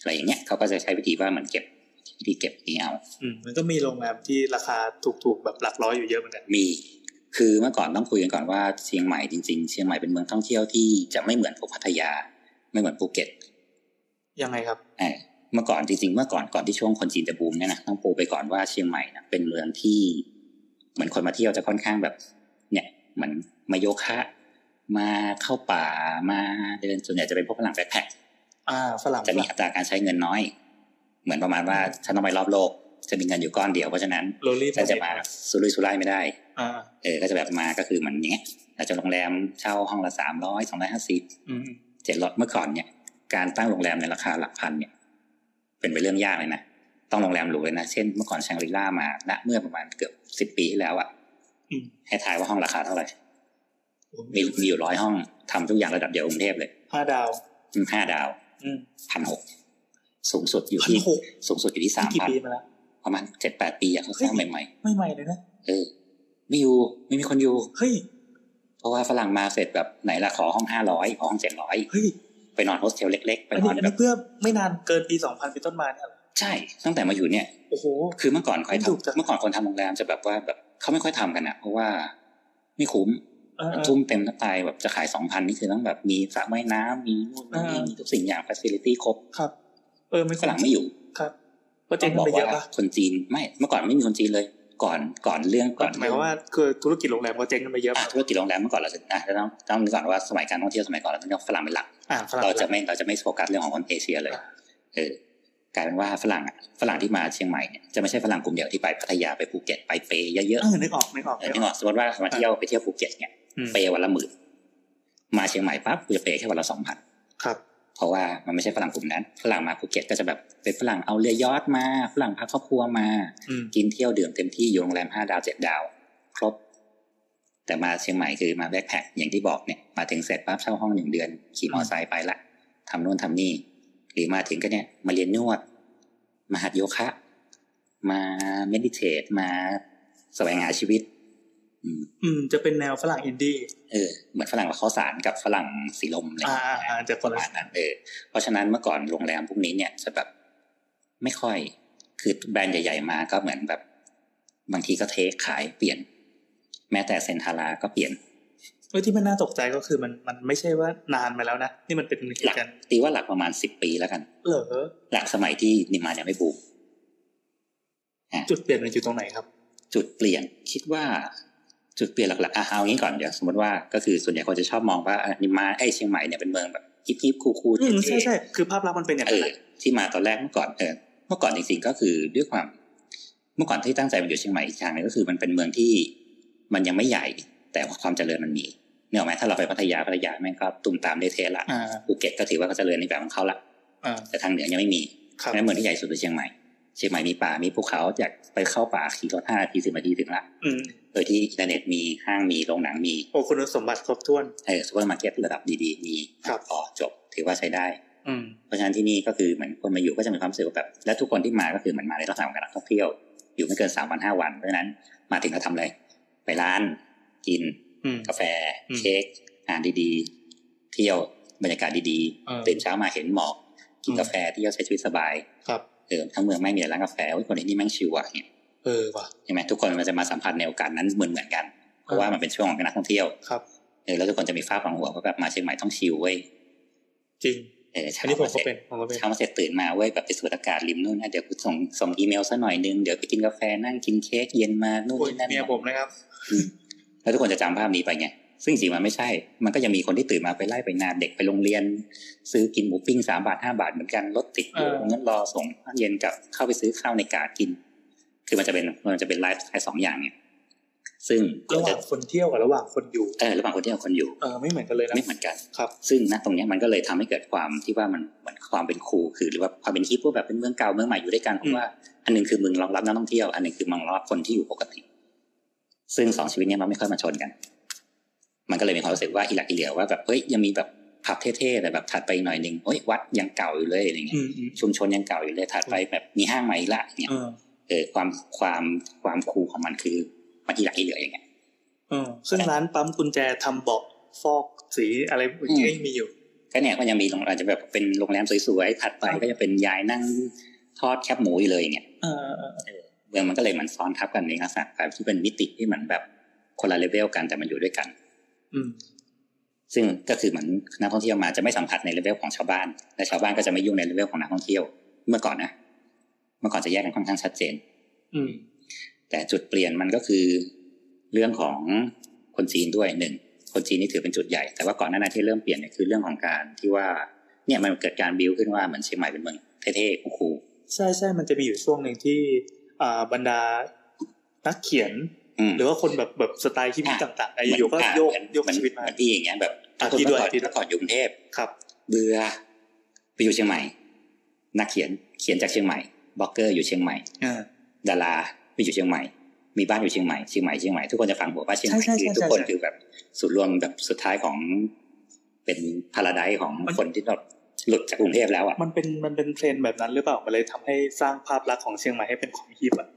Speaker 3: อะไรอย่างเงี้ยเขาก็จะใช้วิธีว่าเหมือนเก็บวิธีเก็บนี่เอา
Speaker 1: อืมมันก็มีโรงแรมที่ราคาถูกๆแบบหลักร้อยอยู่เยอะเหมือนกัน
Speaker 3: มี คือเมื่อก่อนต้องคุยกันก่อนว่าเชียงใหม่จริงๆ เชียงใหม่เป็นเมืองท่องเที่ยวที่จะไม่เหมือนพวกพัทยาไม่เหมือนภูเก็ต
Speaker 1: ยังไงครับ
Speaker 3: เอ่อเมื่อก่อนจริงๆ เมื่อก่อนก่อนที่ช่วงคนจีนจะบูมเนี่ยนะต้องปูไปก่อนว่าเชียงใหม่นะเป็นเมืองที่เหมือนคนมาเที่ยวจะค่อนข้างแบบ เนี่ยเหมือนมาโยคะ มาเข้าป่ามาเดินส่วนใหญ่จะเป็นพวกฝรั่งแบ็คแพค
Speaker 1: อ่าฝรั่ง
Speaker 3: จะมีอัตราการใช้เงินน้อย เหมือนประมาณว่าฉันต้องไปรอบโลก จะมีเงินอยู่ก้อนเดียวเพราะฉะนั้น
Speaker 1: โรลี่
Speaker 3: ฉันจะมาสุรุ่ยสุร่ายไม่ได้
Speaker 1: อ่า
Speaker 3: เออก็จะแบบมาก็คือเหมือนอย่างเงี้ยอาจจะโรงแรมเช่าห้องละสามร้อยสองร้อยห้าสิบ
Speaker 1: อืม
Speaker 3: เจ็ดร้อยเมื่อก่อนเนี่ยการตั้งโรงแรมในราคาหลักพันเนี่ย เป็นไปเรื่องยากเลยนะต้องโรงแรมหรูเลยนะเช่นเมื่อก่อนแชงริล่ามาณเมื่อประมาณเกือบสิบปีที่แล้วอะให้ทายว่าห้องราคาเท่าไหร่
Speaker 1: ผม
Speaker 3: มีมีอยู่ร้อยห้องทำทุกอย่างระดับเดียวกรุงเทพเลย
Speaker 1: ห้าดาว
Speaker 3: ห้าดาว
Speaker 1: อืม
Speaker 3: พันหกสูงสุดอยู่
Speaker 1: พัน
Speaker 3: ที่
Speaker 1: หก
Speaker 3: สูงสุดอยู่ที่สาม
Speaker 1: กี่
Speaker 3: พัน
Speaker 1: ปีมาแล้ว
Speaker 3: ประมาณเจ็ดแปดปีอะเขาสร้างใหม่
Speaker 1: ไม่ใหม่เลยนะ
Speaker 3: ๆเออไม่อยู่ไม่มีคนอยู่
Speaker 1: เฮ้ย
Speaker 3: เพราะว่าฝรั่งมาเสร็จแบบไหนละขอห้องห้าร้อยขอห้องเจ็ดร้อย
Speaker 1: เฮ้ย
Speaker 3: ไปนอนโฮสเทลเล็กๆ ไป
Speaker 1: อัน
Speaker 3: น
Speaker 1: นี้
Speaker 3: อน
Speaker 1: อัน
Speaker 3: แบ
Speaker 1: นี้
Speaker 3: บ
Speaker 1: เพื่อไม่นานเกินปีสองพันเป็นต้นมาเนี่ยเหรอ
Speaker 3: ใช่ ตั้งแต่มาอยู่เนี่ย
Speaker 1: โอ้โห
Speaker 3: คือเมื่อก่อนคอย
Speaker 1: ถูกจัง
Speaker 3: ทำเมื่อก่อนคนทำโรงแรมจะแบบว่าแบบเขาไม่ค่อยทำกันนะเพราะว่าไม่คุ้ม
Speaker 1: เออเออ
Speaker 3: ทุ่มเต็มทั้งตายแบบจะขายสองพันนี่คือต้องแบบมีสระว่ายน้ำมีนู่นมีนี่
Speaker 1: อ่ามี
Speaker 3: มีทุกสิ่งอย่างฟ a ซิลิตี้ครบ
Speaker 1: ครับ เออไม่
Speaker 3: ฝรั่งไม่อยู่
Speaker 1: ครับ ก็เจ๊
Speaker 3: ต้อง ง
Speaker 1: กับไปเย
Speaker 3: อน กว่า
Speaker 1: อะปะ
Speaker 3: คนจีนไม่เมื่อก่อนไม่มีคนจีนเลย ก่อนก่อนเรื่อง
Speaker 1: ก็
Speaker 3: ก่อน
Speaker 1: หมายความว่าคือธุรกิจโรงแรมก็เจ๊งกันไปเยอะมา
Speaker 3: อ่ะ
Speaker 1: ก
Speaker 3: ธุรกิจโรงแรมเมื่อก่อนเราจะอ่ะเราต้องต้องนึกก่อนว่าสมัยการท่องเที่ยวสมัยก่อนเราต้องเอาฝรั่งเป็นหลัก
Speaker 1: อ่าฝรั่ง
Speaker 3: เราจะไม่เราจะไม่โฟกัสเรื่องของคนเอเชียเลยเออกลายเป็นว่าฝรั่งอ่ะฝรั่งที่มาเชียงใหม่เนี่ยจะไม่ใช่ฝรั่งกลุ่มเดียวที่ไปพัทยาไปภูเก็ตไปเปย์เยอะๆ
Speaker 1: เออนึกออกนึกออก
Speaker 3: เออ
Speaker 1: นึ
Speaker 3: นึ
Speaker 1: ก
Speaker 3: ก
Speaker 1: อ
Speaker 3: อ
Speaker 1: อก
Speaker 3: อกสมมติว่ามาเที่ยวไปเที่ยวภูเก็ตเนี่ย
Speaker 1: อืม
Speaker 3: เปย์วันละหมื่นมาเชียงใหม่ปั๊บกูจะเปย์แค่วันละสองพัน
Speaker 1: ครับ
Speaker 3: เพราะว่ามันไม่ใช่ฝรั่งกลุ่มนั้นฝรั่งมาภูเก็ตก็จะแบบเป็นฝรั่งเอาเรือยอทมาฝรั่งพาครอบครัวมา
Speaker 1: อืม
Speaker 3: กินเที่ยวดื่มเต็มที่อยู่โรงแรมห้าดาวเจ็ดดาว ครบ แต่มาเชียงใหม่คือมาแบ็คแพคอย่างที่บอกเนี่ยมาถึงเสร็จปั๊บเช่าห้องหนึ่งเดือน ขี่มอเตอร์ไซค์ไปละทำนู่นทำนี่ หรือมาถึงก็เนี่ยมาเรียนนวด มาหัดโยคะ มาเมดิเทตมาแสวงหาชีวิต อืม
Speaker 1: อืมจะเป็นแนวฝรั่งอินดี้
Speaker 3: เออเหมือนฝรั่งข้าวสารกับฝรั่งสีลมอะไร
Speaker 1: อ่า
Speaker 3: เงี้ย
Speaker 1: อ่าอ่าจะค
Speaker 3: ป
Speaker 1: น
Speaker 3: ระ
Speaker 1: ละ
Speaker 3: มาณนั้นเออเพราะฉะนั้นเมื่อก่อนโรงแรมพวกนี้เนี่ยจะแบบไม่ค่อย คือแบรนด์ใหญ่ ๆ มาก็เหมือนแบบ บางทีก็เทคขายเปลี่ยน แม้แต่เซนทาราก็เปลี่ยน
Speaker 1: เอ้ยที่มันน่าตกใจก็คือมันมันไม่ใช่ว่านานมาแล้วนะ นี่มันเป็นเห
Speaker 3: หลั
Speaker 1: ตุ
Speaker 3: ก
Speaker 1: การณ์
Speaker 3: ตีว่าหลักประมาณสิบปีแล้วกัน
Speaker 1: เหรอ
Speaker 3: หลักสมัยที่นิมมานยังไม่บูม
Speaker 1: จุดเปลี่ยนมันอยู่ตรงไหนครับ
Speaker 3: จุดเปลี่ยนคิดว่าจุดเปลี่ยนหลักๆอ่ะเอางี้ก่อนเดี๋ยวสมมติว่าก็คือส่วนใหญ่คนจะชอบมองว่าอ่ะนิมมานไอยเชียงใหม่เนี่ยเป็นเมืองแบบฮิปฮิปคูลคูล
Speaker 1: อืมใช่
Speaker 3: เท่ๆ
Speaker 1: ใช่คือภาพลักษณ์มันเป็นอย่าง
Speaker 3: เอ
Speaker 1: นั้น
Speaker 3: อ
Speaker 1: นะ
Speaker 3: ที่มาตอนแรกเมื่อก่อนเออเมื่อก่อนจริงๆก็คือด้วยความ เมื่อก่อนที่ตั้งใจมาอยู่เชียงใหม่อีกทางหนึงก็คือมันเป็นเมืองที่มันยังไม่ใหญ่ แต่ว่าความเจริญมันมีเนี่ยไหมถ้าเราไปพัทยาพัทยาแม่งก็ตุ่มตามได้เทสละ
Speaker 1: อ่า
Speaker 3: ภูเก็ตก็ถือว่าเขาเจริญในแบบของเขาละ
Speaker 1: อ่า
Speaker 3: แต่ทางเหนือยังไม่มี
Speaker 1: ครับ
Speaker 3: งั้นเมืองที่ใหญ่สุดคือเชียงใหม่เชียงใหม่มีป่ามีภูเขาอยากไปเข้าป่าขี่รถห้าทีสิบนาทีถึงละ
Speaker 1: อืม
Speaker 3: โดยที่อินเทอร์เน็ตมีห้างมีโรงหนังมี
Speaker 1: โอ้คุณสมบัติครบถ้วน
Speaker 3: เออซูเปอร์มาร์เก็ตระดับดีๆ มี
Speaker 1: ครับ
Speaker 3: อ๋อจบ ถือว่าใช้ได้
Speaker 1: อืม
Speaker 3: เพราะฉะนั้นที่นี่ก็คือเหมือนคนมาอยู่ก็จะมีความรู้สึกว่าแบบและทุกคนที่มาก็คือเหมือนมาในลักษณะของการท่องเที่ยว อยู่ไม่เกินสามวันห้าวันเพราะฉะนั้นมาถึงก็ทำอะไรไปร้านกิน
Speaker 1: อืม
Speaker 3: กาแฟ
Speaker 1: อืม
Speaker 3: เค้กอาหารดีๆ เที่ยวบรรยากาศดี
Speaker 1: เออ
Speaker 3: ตื่นเช้ามาเห็นหมอกกิน
Speaker 1: อืม
Speaker 3: กาแฟเที่ยวใช้ชีวิตสบาย
Speaker 1: ครับ
Speaker 3: เออทั้งเมืองไม่งมีแต่ร้านกาแฟโอ้ยคนที่นี่แม่งชิวอ่ะเนี่ย
Speaker 1: เออว่ะ
Speaker 3: ใช่ไหมทุกคนมันจะมาสัมผัสในโอกาสนั้นเหมือนเหมือนๆกันเพราะว่ามันเป็นช่วงของการนักท่องเที่ยว
Speaker 1: ครับ
Speaker 3: เออแล้วทุกคนจะมีฟ้าฝังหัวว่าแบบมาเชียงใหม่ต้องชิวเว้ย
Speaker 1: จริง
Speaker 3: เออเช้า
Speaker 1: อันนี้ผม
Speaker 3: มา
Speaker 1: ก็
Speaker 3: เสร็จ
Speaker 1: เป็นผมก็เป็น
Speaker 3: เช้ามาเสร็จตื่นมาเว้ยแบบไปสูดอากาศริมนู่นนะเดี๋ยวกูส่งส่งอีเมลซะหน่อยนึง เดี๋ยวไปกินกาแฟนั่งกินเค้กเย็นมานู่น
Speaker 1: โอ้ย
Speaker 3: นี่นั่น
Speaker 1: เมียผมนะครับ
Speaker 3: แล้วทุกคนจะจำภาพนี้ไปไง ซึ่งจริงๆมันไม่ใช่ มันก็ยังมีคนที่ตื่นมาไปไล่ไปนาเด็กไปโรงเรียน ซื้อกินหมูปิ้งสามบาทห้าบาทเหมือนกันรถติดอยู่
Speaker 1: เออ
Speaker 3: งั้นรอส่งเย็นกลับเข้าไปซื้อข้าวในกาดกิน คือมันจะเป็นมันจะเป็นไลฟ์สไตล์สองอย่างเนี่ยซึ่งก็
Speaker 1: ระห
Speaker 3: จะ
Speaker 1: ว่างคนเที่ยวกับระหว่างคนอยู่
Speaker 3: เออระหว่างคนที่กับคนอยู่
Speaker 1: เออไม่เหมือนกันเลยนะ
Speaker 3: ไม่เหมือนกัน
Speaker 1: ครับ
Speaker 3: ซึ่งนะตรงเนี้ยมันก็เลยทำให้เกิดความที่ว่ามันเหมือนความเป็นครูคือหรือว่าความเป็นที่พวกแบบเป็นเมืองเก่าเมืองใหม่อยู่ด้วยกันเพราะว่าอันหนึงคือเมืองรองรับนักท่องเที่ยวอันหนึงคือเมืองรองรับคนที่อยู่ปกติ ซึ่งสองชีวิตเนี้ยมันไม่ค่อยมาชนกัน มันก็เลยมีความรู้สึกว่าอิหลักอิเหลียวว่าแบบเฮ้ยยังมีแบบผับเท่ๆแต่แบบถัดไปหน่อยหนึงเฮ้ยวัดยังเก่าอยู่เลยอะไรเงี้
Speaker 1: อื
Speaker 3: ย
Speaker 1: มอืม
Speaker 3: ชุมชนยังเก่าอยู่เลยถัดไปแบบมีห้างใหม่อีกละเนี่ย
Speaker 1: เออ
Speaker 3: เออความความความคูลของมันคือมันอิหลักอิเหลียวอย่างเงี้ย
Speaker 1: เออซึ่งร้านปั๊มกุญแจทำเบาะฟอกสีอะไรที่ยังมีอยู่
Speaker 3: ก็เนี่ยก็ยังมีโรงอาจจะแบบเป็นโรงแรมสวยๆถัดไปก็จะเป็นยายนั่งทอดแคบหมูอยู่เลยอย่างเงี้ย
Speaker 1: เออเออเออ
Speaker 3: เมืองมันก็เลยเหมือนซ้อนทับกันในลักษณะแบบที่เป็นมิติที่เหมือนแบบคนละเลเวลกันแต่มันอยู่ด้วยกัน
Speaker 1: อืม
Speaker 3: ซึ่งก็คือเหมือนนักท่องเที่ยวมาจะไม่สัมผัสในเลเวลของชาวบ้าน และชาวบ้านก็จะไม่ยุ่งในเลเวลของนักท่องเที่ยว เมื่อก่อนนะ เมื่อก่อนจะแยกกันค่อนข้างชัดเจน
Speaker 1: อืม
Speaker 3: แต่จุดเปลี่ยนมันก็คือเรื่องของคนจีนด้วยหนึ่งคนจีนนี่ถือเป็นจุดใหญ่ แต่ว่าก่อนหน้านั้นที่เริ่มเปลี่ยนเนี่ยคือเรื่องของการที่ว่าเนี่ยมันเกิดการบิวขึ้นว่าเหมือนเชียงใหม่เป็นเมืองเท่ๆคูล
Speaker 1: ใช่ใช่มันจะมีอยู่ช่วงหนึ่งที่อ่าบรรดานักเขียน
Speaker 3: ๆอืม
Speaker 1: หรือว่าคนแบบแบบสไตล์คิมิ
Speaker 3: อ่ะ
Speaker 1: ต่างๆไอ้อยู่ก็
Speaker 3: เหมืน
Speaker 1: โยก
Speaker 3: เหมือน
Speaker 1: โยกชีวิตมา
Speaker 3: เหมือนพี่อย่างเงี้ยแบบ
Speaker 1: อ่ะ
Speaker 3: คน
Speaker 1: พี่ด้วย
Speaker 3: เมื่อก่อน
Speaker 1: พี่ด้วย
Speaker 3: เมื่อก่อนอยู่กรุงเทพ
Speaker 1: ครับ
Speaker 3: เบื่อไปอยู่เชียงใหม่ นักเขียนเขียนจากเชียงใหม่บล็อกเกอร์อยู่เชียงใหม่
Speaker 1: อ่า
Speaker 3: ดาราไปอยู่เชียงใหม่ มีบ้านอยู่เชียงใหม่ เชียงใหม่ เชียงใหม่ ทุกคนจะฟังหัวว่าเชียงใหม่
Speaker 1: ใช่ใช่
Speaker 3: คือ
Speaker 1: ใช่
Speaker 3: ทุกคน
Speaker 1: ใช่
Speaker 3: คือแบบสุดรวมแบบสุดท้ายของเป็นพาราไดของ
Speaker 1: มัน
Speaker 3: คนที่แบบหลุดจากกรุงเทพแล้วอ่ะ
Speaker 1: มันเป็นมันเป็นเทรนด์แบบนั้นหรือเปล่า มันเลยทำให้สร้างภาพลักษณ์ของเชียงใหม่ให้เป็นของฮิปอ่ะ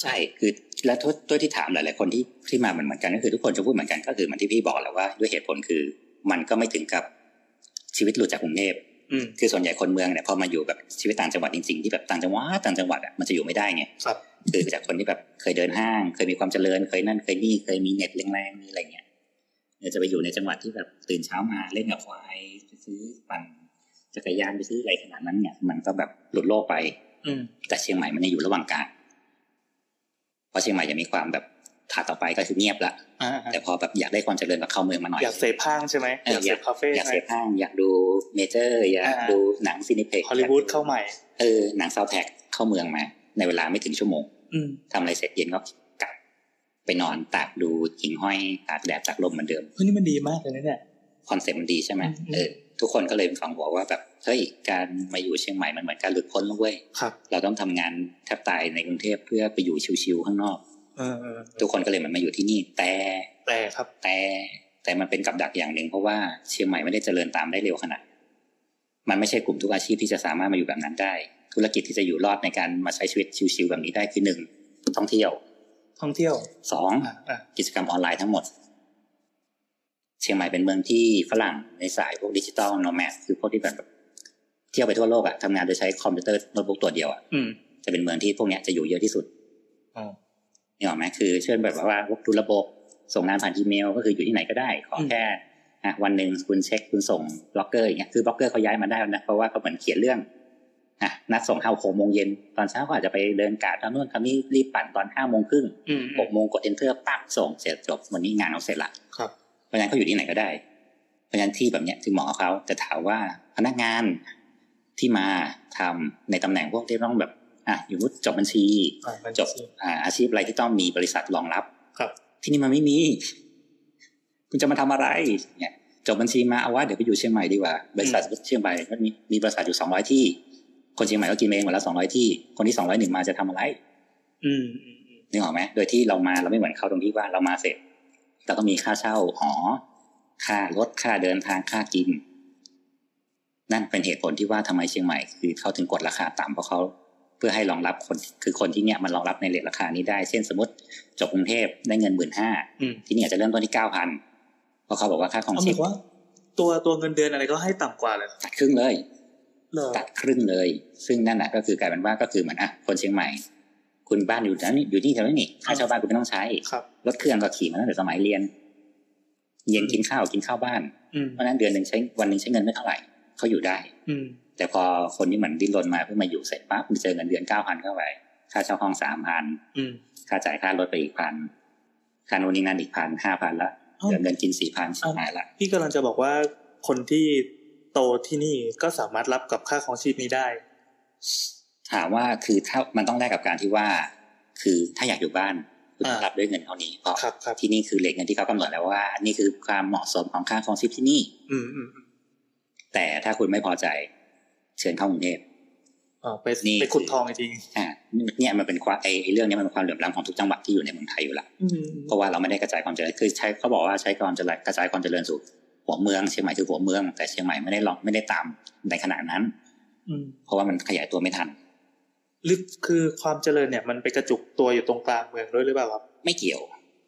Speaker 3: ใช่ คือ และทุกตัวที่ถามหลาย ๆ คนที่ที่มาเหมือนเหมือนกันก็คือทุกคนจะพูดเหมือนกันก็คือเหมือนที่พี่บอกแหละว่าด้วยเหตุผลคือ มันก็ไม่ถึงกับชีวิตหลุดจากกรุงเทพ
Speaker 1: อืม
Speaker 3: คือส่วนใหญ่คนเมืองเนี่ยพอมาอยู่แบบชีวิตต่างจังหวัดจริง ๆ ที่แบบต่างจังหวัดต่างจังหวัดอ่ะมันจะอยู่ไม่ได้ไง
Speaker 1: ครับ
Speaker 3: คือจากคนที่แบบเคยเดินห้าง เคยมีความเจริญ เคยนั่นเคยนี่เคยมีเน็ตแรงๆมีอะไรเงี้ยเดี๋ยวจะไปอยู่ในจังหวัดที่แบบตื่นเช้ามาเล่นกับควายไปซื้อปั่นจักรยานไปซื้ออะไรขนาดนั้นเนี่ยมันก็แบบหลุดโลกไป
Speaker 1: อืม
Speaker 3: แต่เชียงใหม่มันยังอยู่ระหว่างกลางเพราะเชียงใหม่ยังมีความแบบถาดต่อไปก็คือเงียบละ
Speaker 1: อ่า
Speaker 3: แต่พอแบบอยากได้ความเจริญกับเข้าเมืองมาหน่อย
Speaker 1: อยากเสพห้างใช่ไหม
Speaker 3: เออ
Speaker 1: อ
Speaker 3: อ
Speaker 1: ยากเสพคาเฟ่
Speaker 3: อยาก
Speaker 1: ใช่
Speaker 3: เส
Speaker 1: ไหม
Speaker 3: พห้างอยากดูเมเจอร์ อยาก
Speaker 1: อ่า
Speaker 3: ดูหนังซีนิเพ็ก
Speaker 1: ฮอลลีวูดเข้าใหม่
Speaker 3: เออหนังซาวแท็กเข้าเมืองมา ในเวลาไม่ถึงชั่วโมง
Speaker 1: อืม
Speaker 3: ทำอะไรเสร็จเย็นก็กลับไปนอนตากดูหิ่งห้อยตากแดดตากลมเหมือนเดิม
Speaker 1: เฮ้ยนี่มันดีมากเลยนะเนี่ย
Speaker 3: คอนเซ็ปต์มันดีใช่ไหม
Speaker 1: อืม
Speaker 3: เออทุกคนก็เลยฝังหัวว่าแบบเฮ้ยการมาอยู่เชียงใหม่มันเหมือนการหลุดพ้นแล้วเว้ย
Speaker 1: ครับ
Speaker 3: เราต้องทำงานแทบตายในกรุงเทพเพื่อไปอยู่ชิวๆข้างนอก
Speaker 1: เออเออ
Speaker 3: ทุกคนก็เลยเหมันมาอยู่ที่นี่ แต่
Speaker 1: แต่ครับ
Speaker 3: แต่แต่มันเป็นกับดักอย่างหนึ่งเพราะว่าเชียงใหม่ไม่ได้เจริญตามได้เร็วขนาดนั้นมันไม่ใช่กลุ่มทุกอาชีพที่จะสามารถมาอยู่แบบนั้นได้ ธุรกิจที่จะอยู่รอดในการมาใช้ชีวิตชิวๆแบบนี้ได้คือหนึ่งท่องเที่ยว
Speaker 1: ท่องเที่ยว
Speaker 3: สอง
Speaker 1: อ่าอ่า
Speaker 3: กิจกรรมออนไลน์ทั้งหมด เชียงใหม่เป็นเมืองที่ฝรั่งในสายพวกดิจิตอลโนแมดคือพวกที่แบบ เที่ยวไปทั่วโลกอะทำงานโดยใช้คอมพิวเตอร์โน้ตบุ๊กตัวเดียวอะ
Speaker 1: อืม
Speaker 3: จะเป็นเมืองที่พวกเนี้ยจะอยู่เยอะที่สุด
Speaker 1: อ๋อ
Speaker 3: นี่ออกไหมคือเช่นแบบว่าดูระบบส่งงานผ่านอีเมล ก็คืออยู่ที่ไหนก็ได้ ขอแค่อ่ะวันหนึ่งคุณเช็คคุณส่งบล็อกเกอร์อย่างเงี้ยคือบล็อกเกอร์เขาย้ายมาได้แล้วนะเพราะว่าเขาเหมือนเขียนเรื่องอ่ะนัดส่งห้าโมงเย็นตอนเช้าก็อาจจะไปเดินกาดทำนู่นทำนี่รีบปั่นตอนห้าโมงครึ่ง
Speaker 1: อืม
Speaker 3: หกโมงกด enter ปั๊บส่งเสร็จจบวันนี้งานเราเสร็จละ
Speaker 1: ครับ
Speaker 3: เพราะงั้นเขาอยู่ที่ไหนก็ได้ เพราะงั้นที่แบบเนี้ยถึงเหมาะกับเขาแต่ถามว่าพนักงานที่มาทำในตำแหน่งพวกที่ต้องแบบอ่ะอยู่มุดจบบัญชี
Speaker 1: อ่ามัน
Speaker 3: จ
Speaker 1: จ
Speaker 3: บบ อ่าอาชีพอะไรที่ต้องมีบริษัทรองรับ
Speaker 1: ครับ
Speaker 3: ที่นี่มันไม่มี คุณจะมาทำอะไรเนี่ยจบบัญชีมาเอาว่าเดี๋ยวไปอยู่เชียงใหม่ดีกว่าบริษัทเชียงใหม่ก็มีมีบริษัทอยู่สองร้อยที่ คนเชียงใหม่ก็กินเองหมดละสองร้อยที่ คนที่สองร้อยหนึ่งมาจะทำอะไร
Speaker 1: อืมอืมอืม
Speaker 3: นึกออกไหมโดยที่เรามาเราไม่เหมือนเขาตรงที่ว่าเรามาเสร็จเราต้องมีค่าเช่าหอ ค่ารถค่าเดินทางค่ากิน นั่นเป็นเหตุผลที่ว่าทำไมเชียงใหม่ คือเขาถึงกดราคาต่ำเพราะเขาเพื่อให้รองรับคนคือคนที่เนี่ยมันรองรับในเลทราคานี้ได้ เช่นสมมติจบกรุงเทพได้เงินหมื่นห้า
Speaker 1: อืม
Speaker 3: ที่เนี่ยจะเริ่มต้นที่เก้าพันเพราะเขาบอกว่าค่าของ
Speaker 1: เอาห
Speaker 3: ชี
Speaker 1: มาย
Speaker 3: พ
Speaker 1: ความว่า ตัวตัวเงินเดือนอะไรก็ให้ต่ำกว่าเลย
Speaker 3: ตัดครึ่งเลย
Speaker 1: เหรอ
Speaker 3: ตัดครึ่งเลย ซึ่งนั่นแหละก็คือกลายเป็นว่าก็คือเหมือนอ่ะคนเชียงใหม่ คุณบ้านอยู่นั้นอยู่นี่แถวนี้นี่ค่าเช่าบ้านคุณไม่ต้องใช้
Speaker 1: ครับ
Speaker 3: รถเครื่องก็ขี่มาตั้งแต่สมัยเรียน เย็นกินข้าวกินข้าวบ้าน
Speaker 1: อืม
Speaker 3: เพราะฉะนั้นเดือนหนึ่งใช้วันหนึ่งใช้เงินไม่เท่าไหร่เขาอยู่ได้
Speaker 1: อืม
Speaker 3: แต่พอคนที่เหมือนดิ้นรนมาเพื่อมาอยู่เสร็จปั๊บมันเจอเงินเดือนเก้าพันเข้าไปค่าเช่าห้องสามพัน
Speaker 1: อืม
Speaker 3: ค่าจ่ายค่ารถไปอีกพันค่าโน่นนี่นั่นอีกพันห้าพันละ
Speaker 1: เอ้า
Speaker 3: เหลือเงินกินสี่พันหายละ
Speaker 1: พี่กำลังจะบอกว่าคนที่โตที่นี่ก็สามารถรับกับค่าของชีพนี้ได้
Speaker 3: ถามว่าคือถ้ามันต้องได้กับการที่ว่า คือถ้าอยากอยู่บ้านคุณต้อง
Speaker 1: อ่า
Speaker 3: รับด้วยเงินเท่านี้เพราะ
Speaker 1: ครับครับ
Speaker 3: ที่นี่คือเลทเงินที่เขากำหนดแล้วว่า นี่คือความเหมาะสมของค่าครองชีพที่นี่
Speaker 1: อืมอืมอืม
Speaker 3: แต่ถ้าคุณไม่พอใจ เชิญเข้ากรุงเทพ
Speaker 1: อ๋อไป
Speaker 3: นี่
Speaker 1: ไปขุดทองจริง
Speaker 3: อ่าเนี่ยมันเป็นความไอ้ไอ้เรื่องเนี้ยมันเป็นความเหลื่อมล้ำของทุกจังหวัดที่อยู่ในเมืองไทยอยู่ละ
Speaker 1: อืม
Speaker 3: เพราะว่าเราไม่ได้กระจายความเจริญคือใช้เขาบอกว่าใช้ความเจริญกระจายความเจริญสู่หัวเมืองเชียงใหม่คือหัวเมือง แต่เชียงใหม่ไม่ได้ลองไม่ได้ตามในขนาดนั้น
Speaker 1: อืม
Speaker 3: เพราะว่ามันขยายตัวไม่ทัน
Speaker 1: หรือคือความเจริญเนี่ย มันไปกระจุกตัวอยู่ตรงกลางเมืองด้วยหรือเปล่าครับ
Speaker 3: ไม่เกี่ยว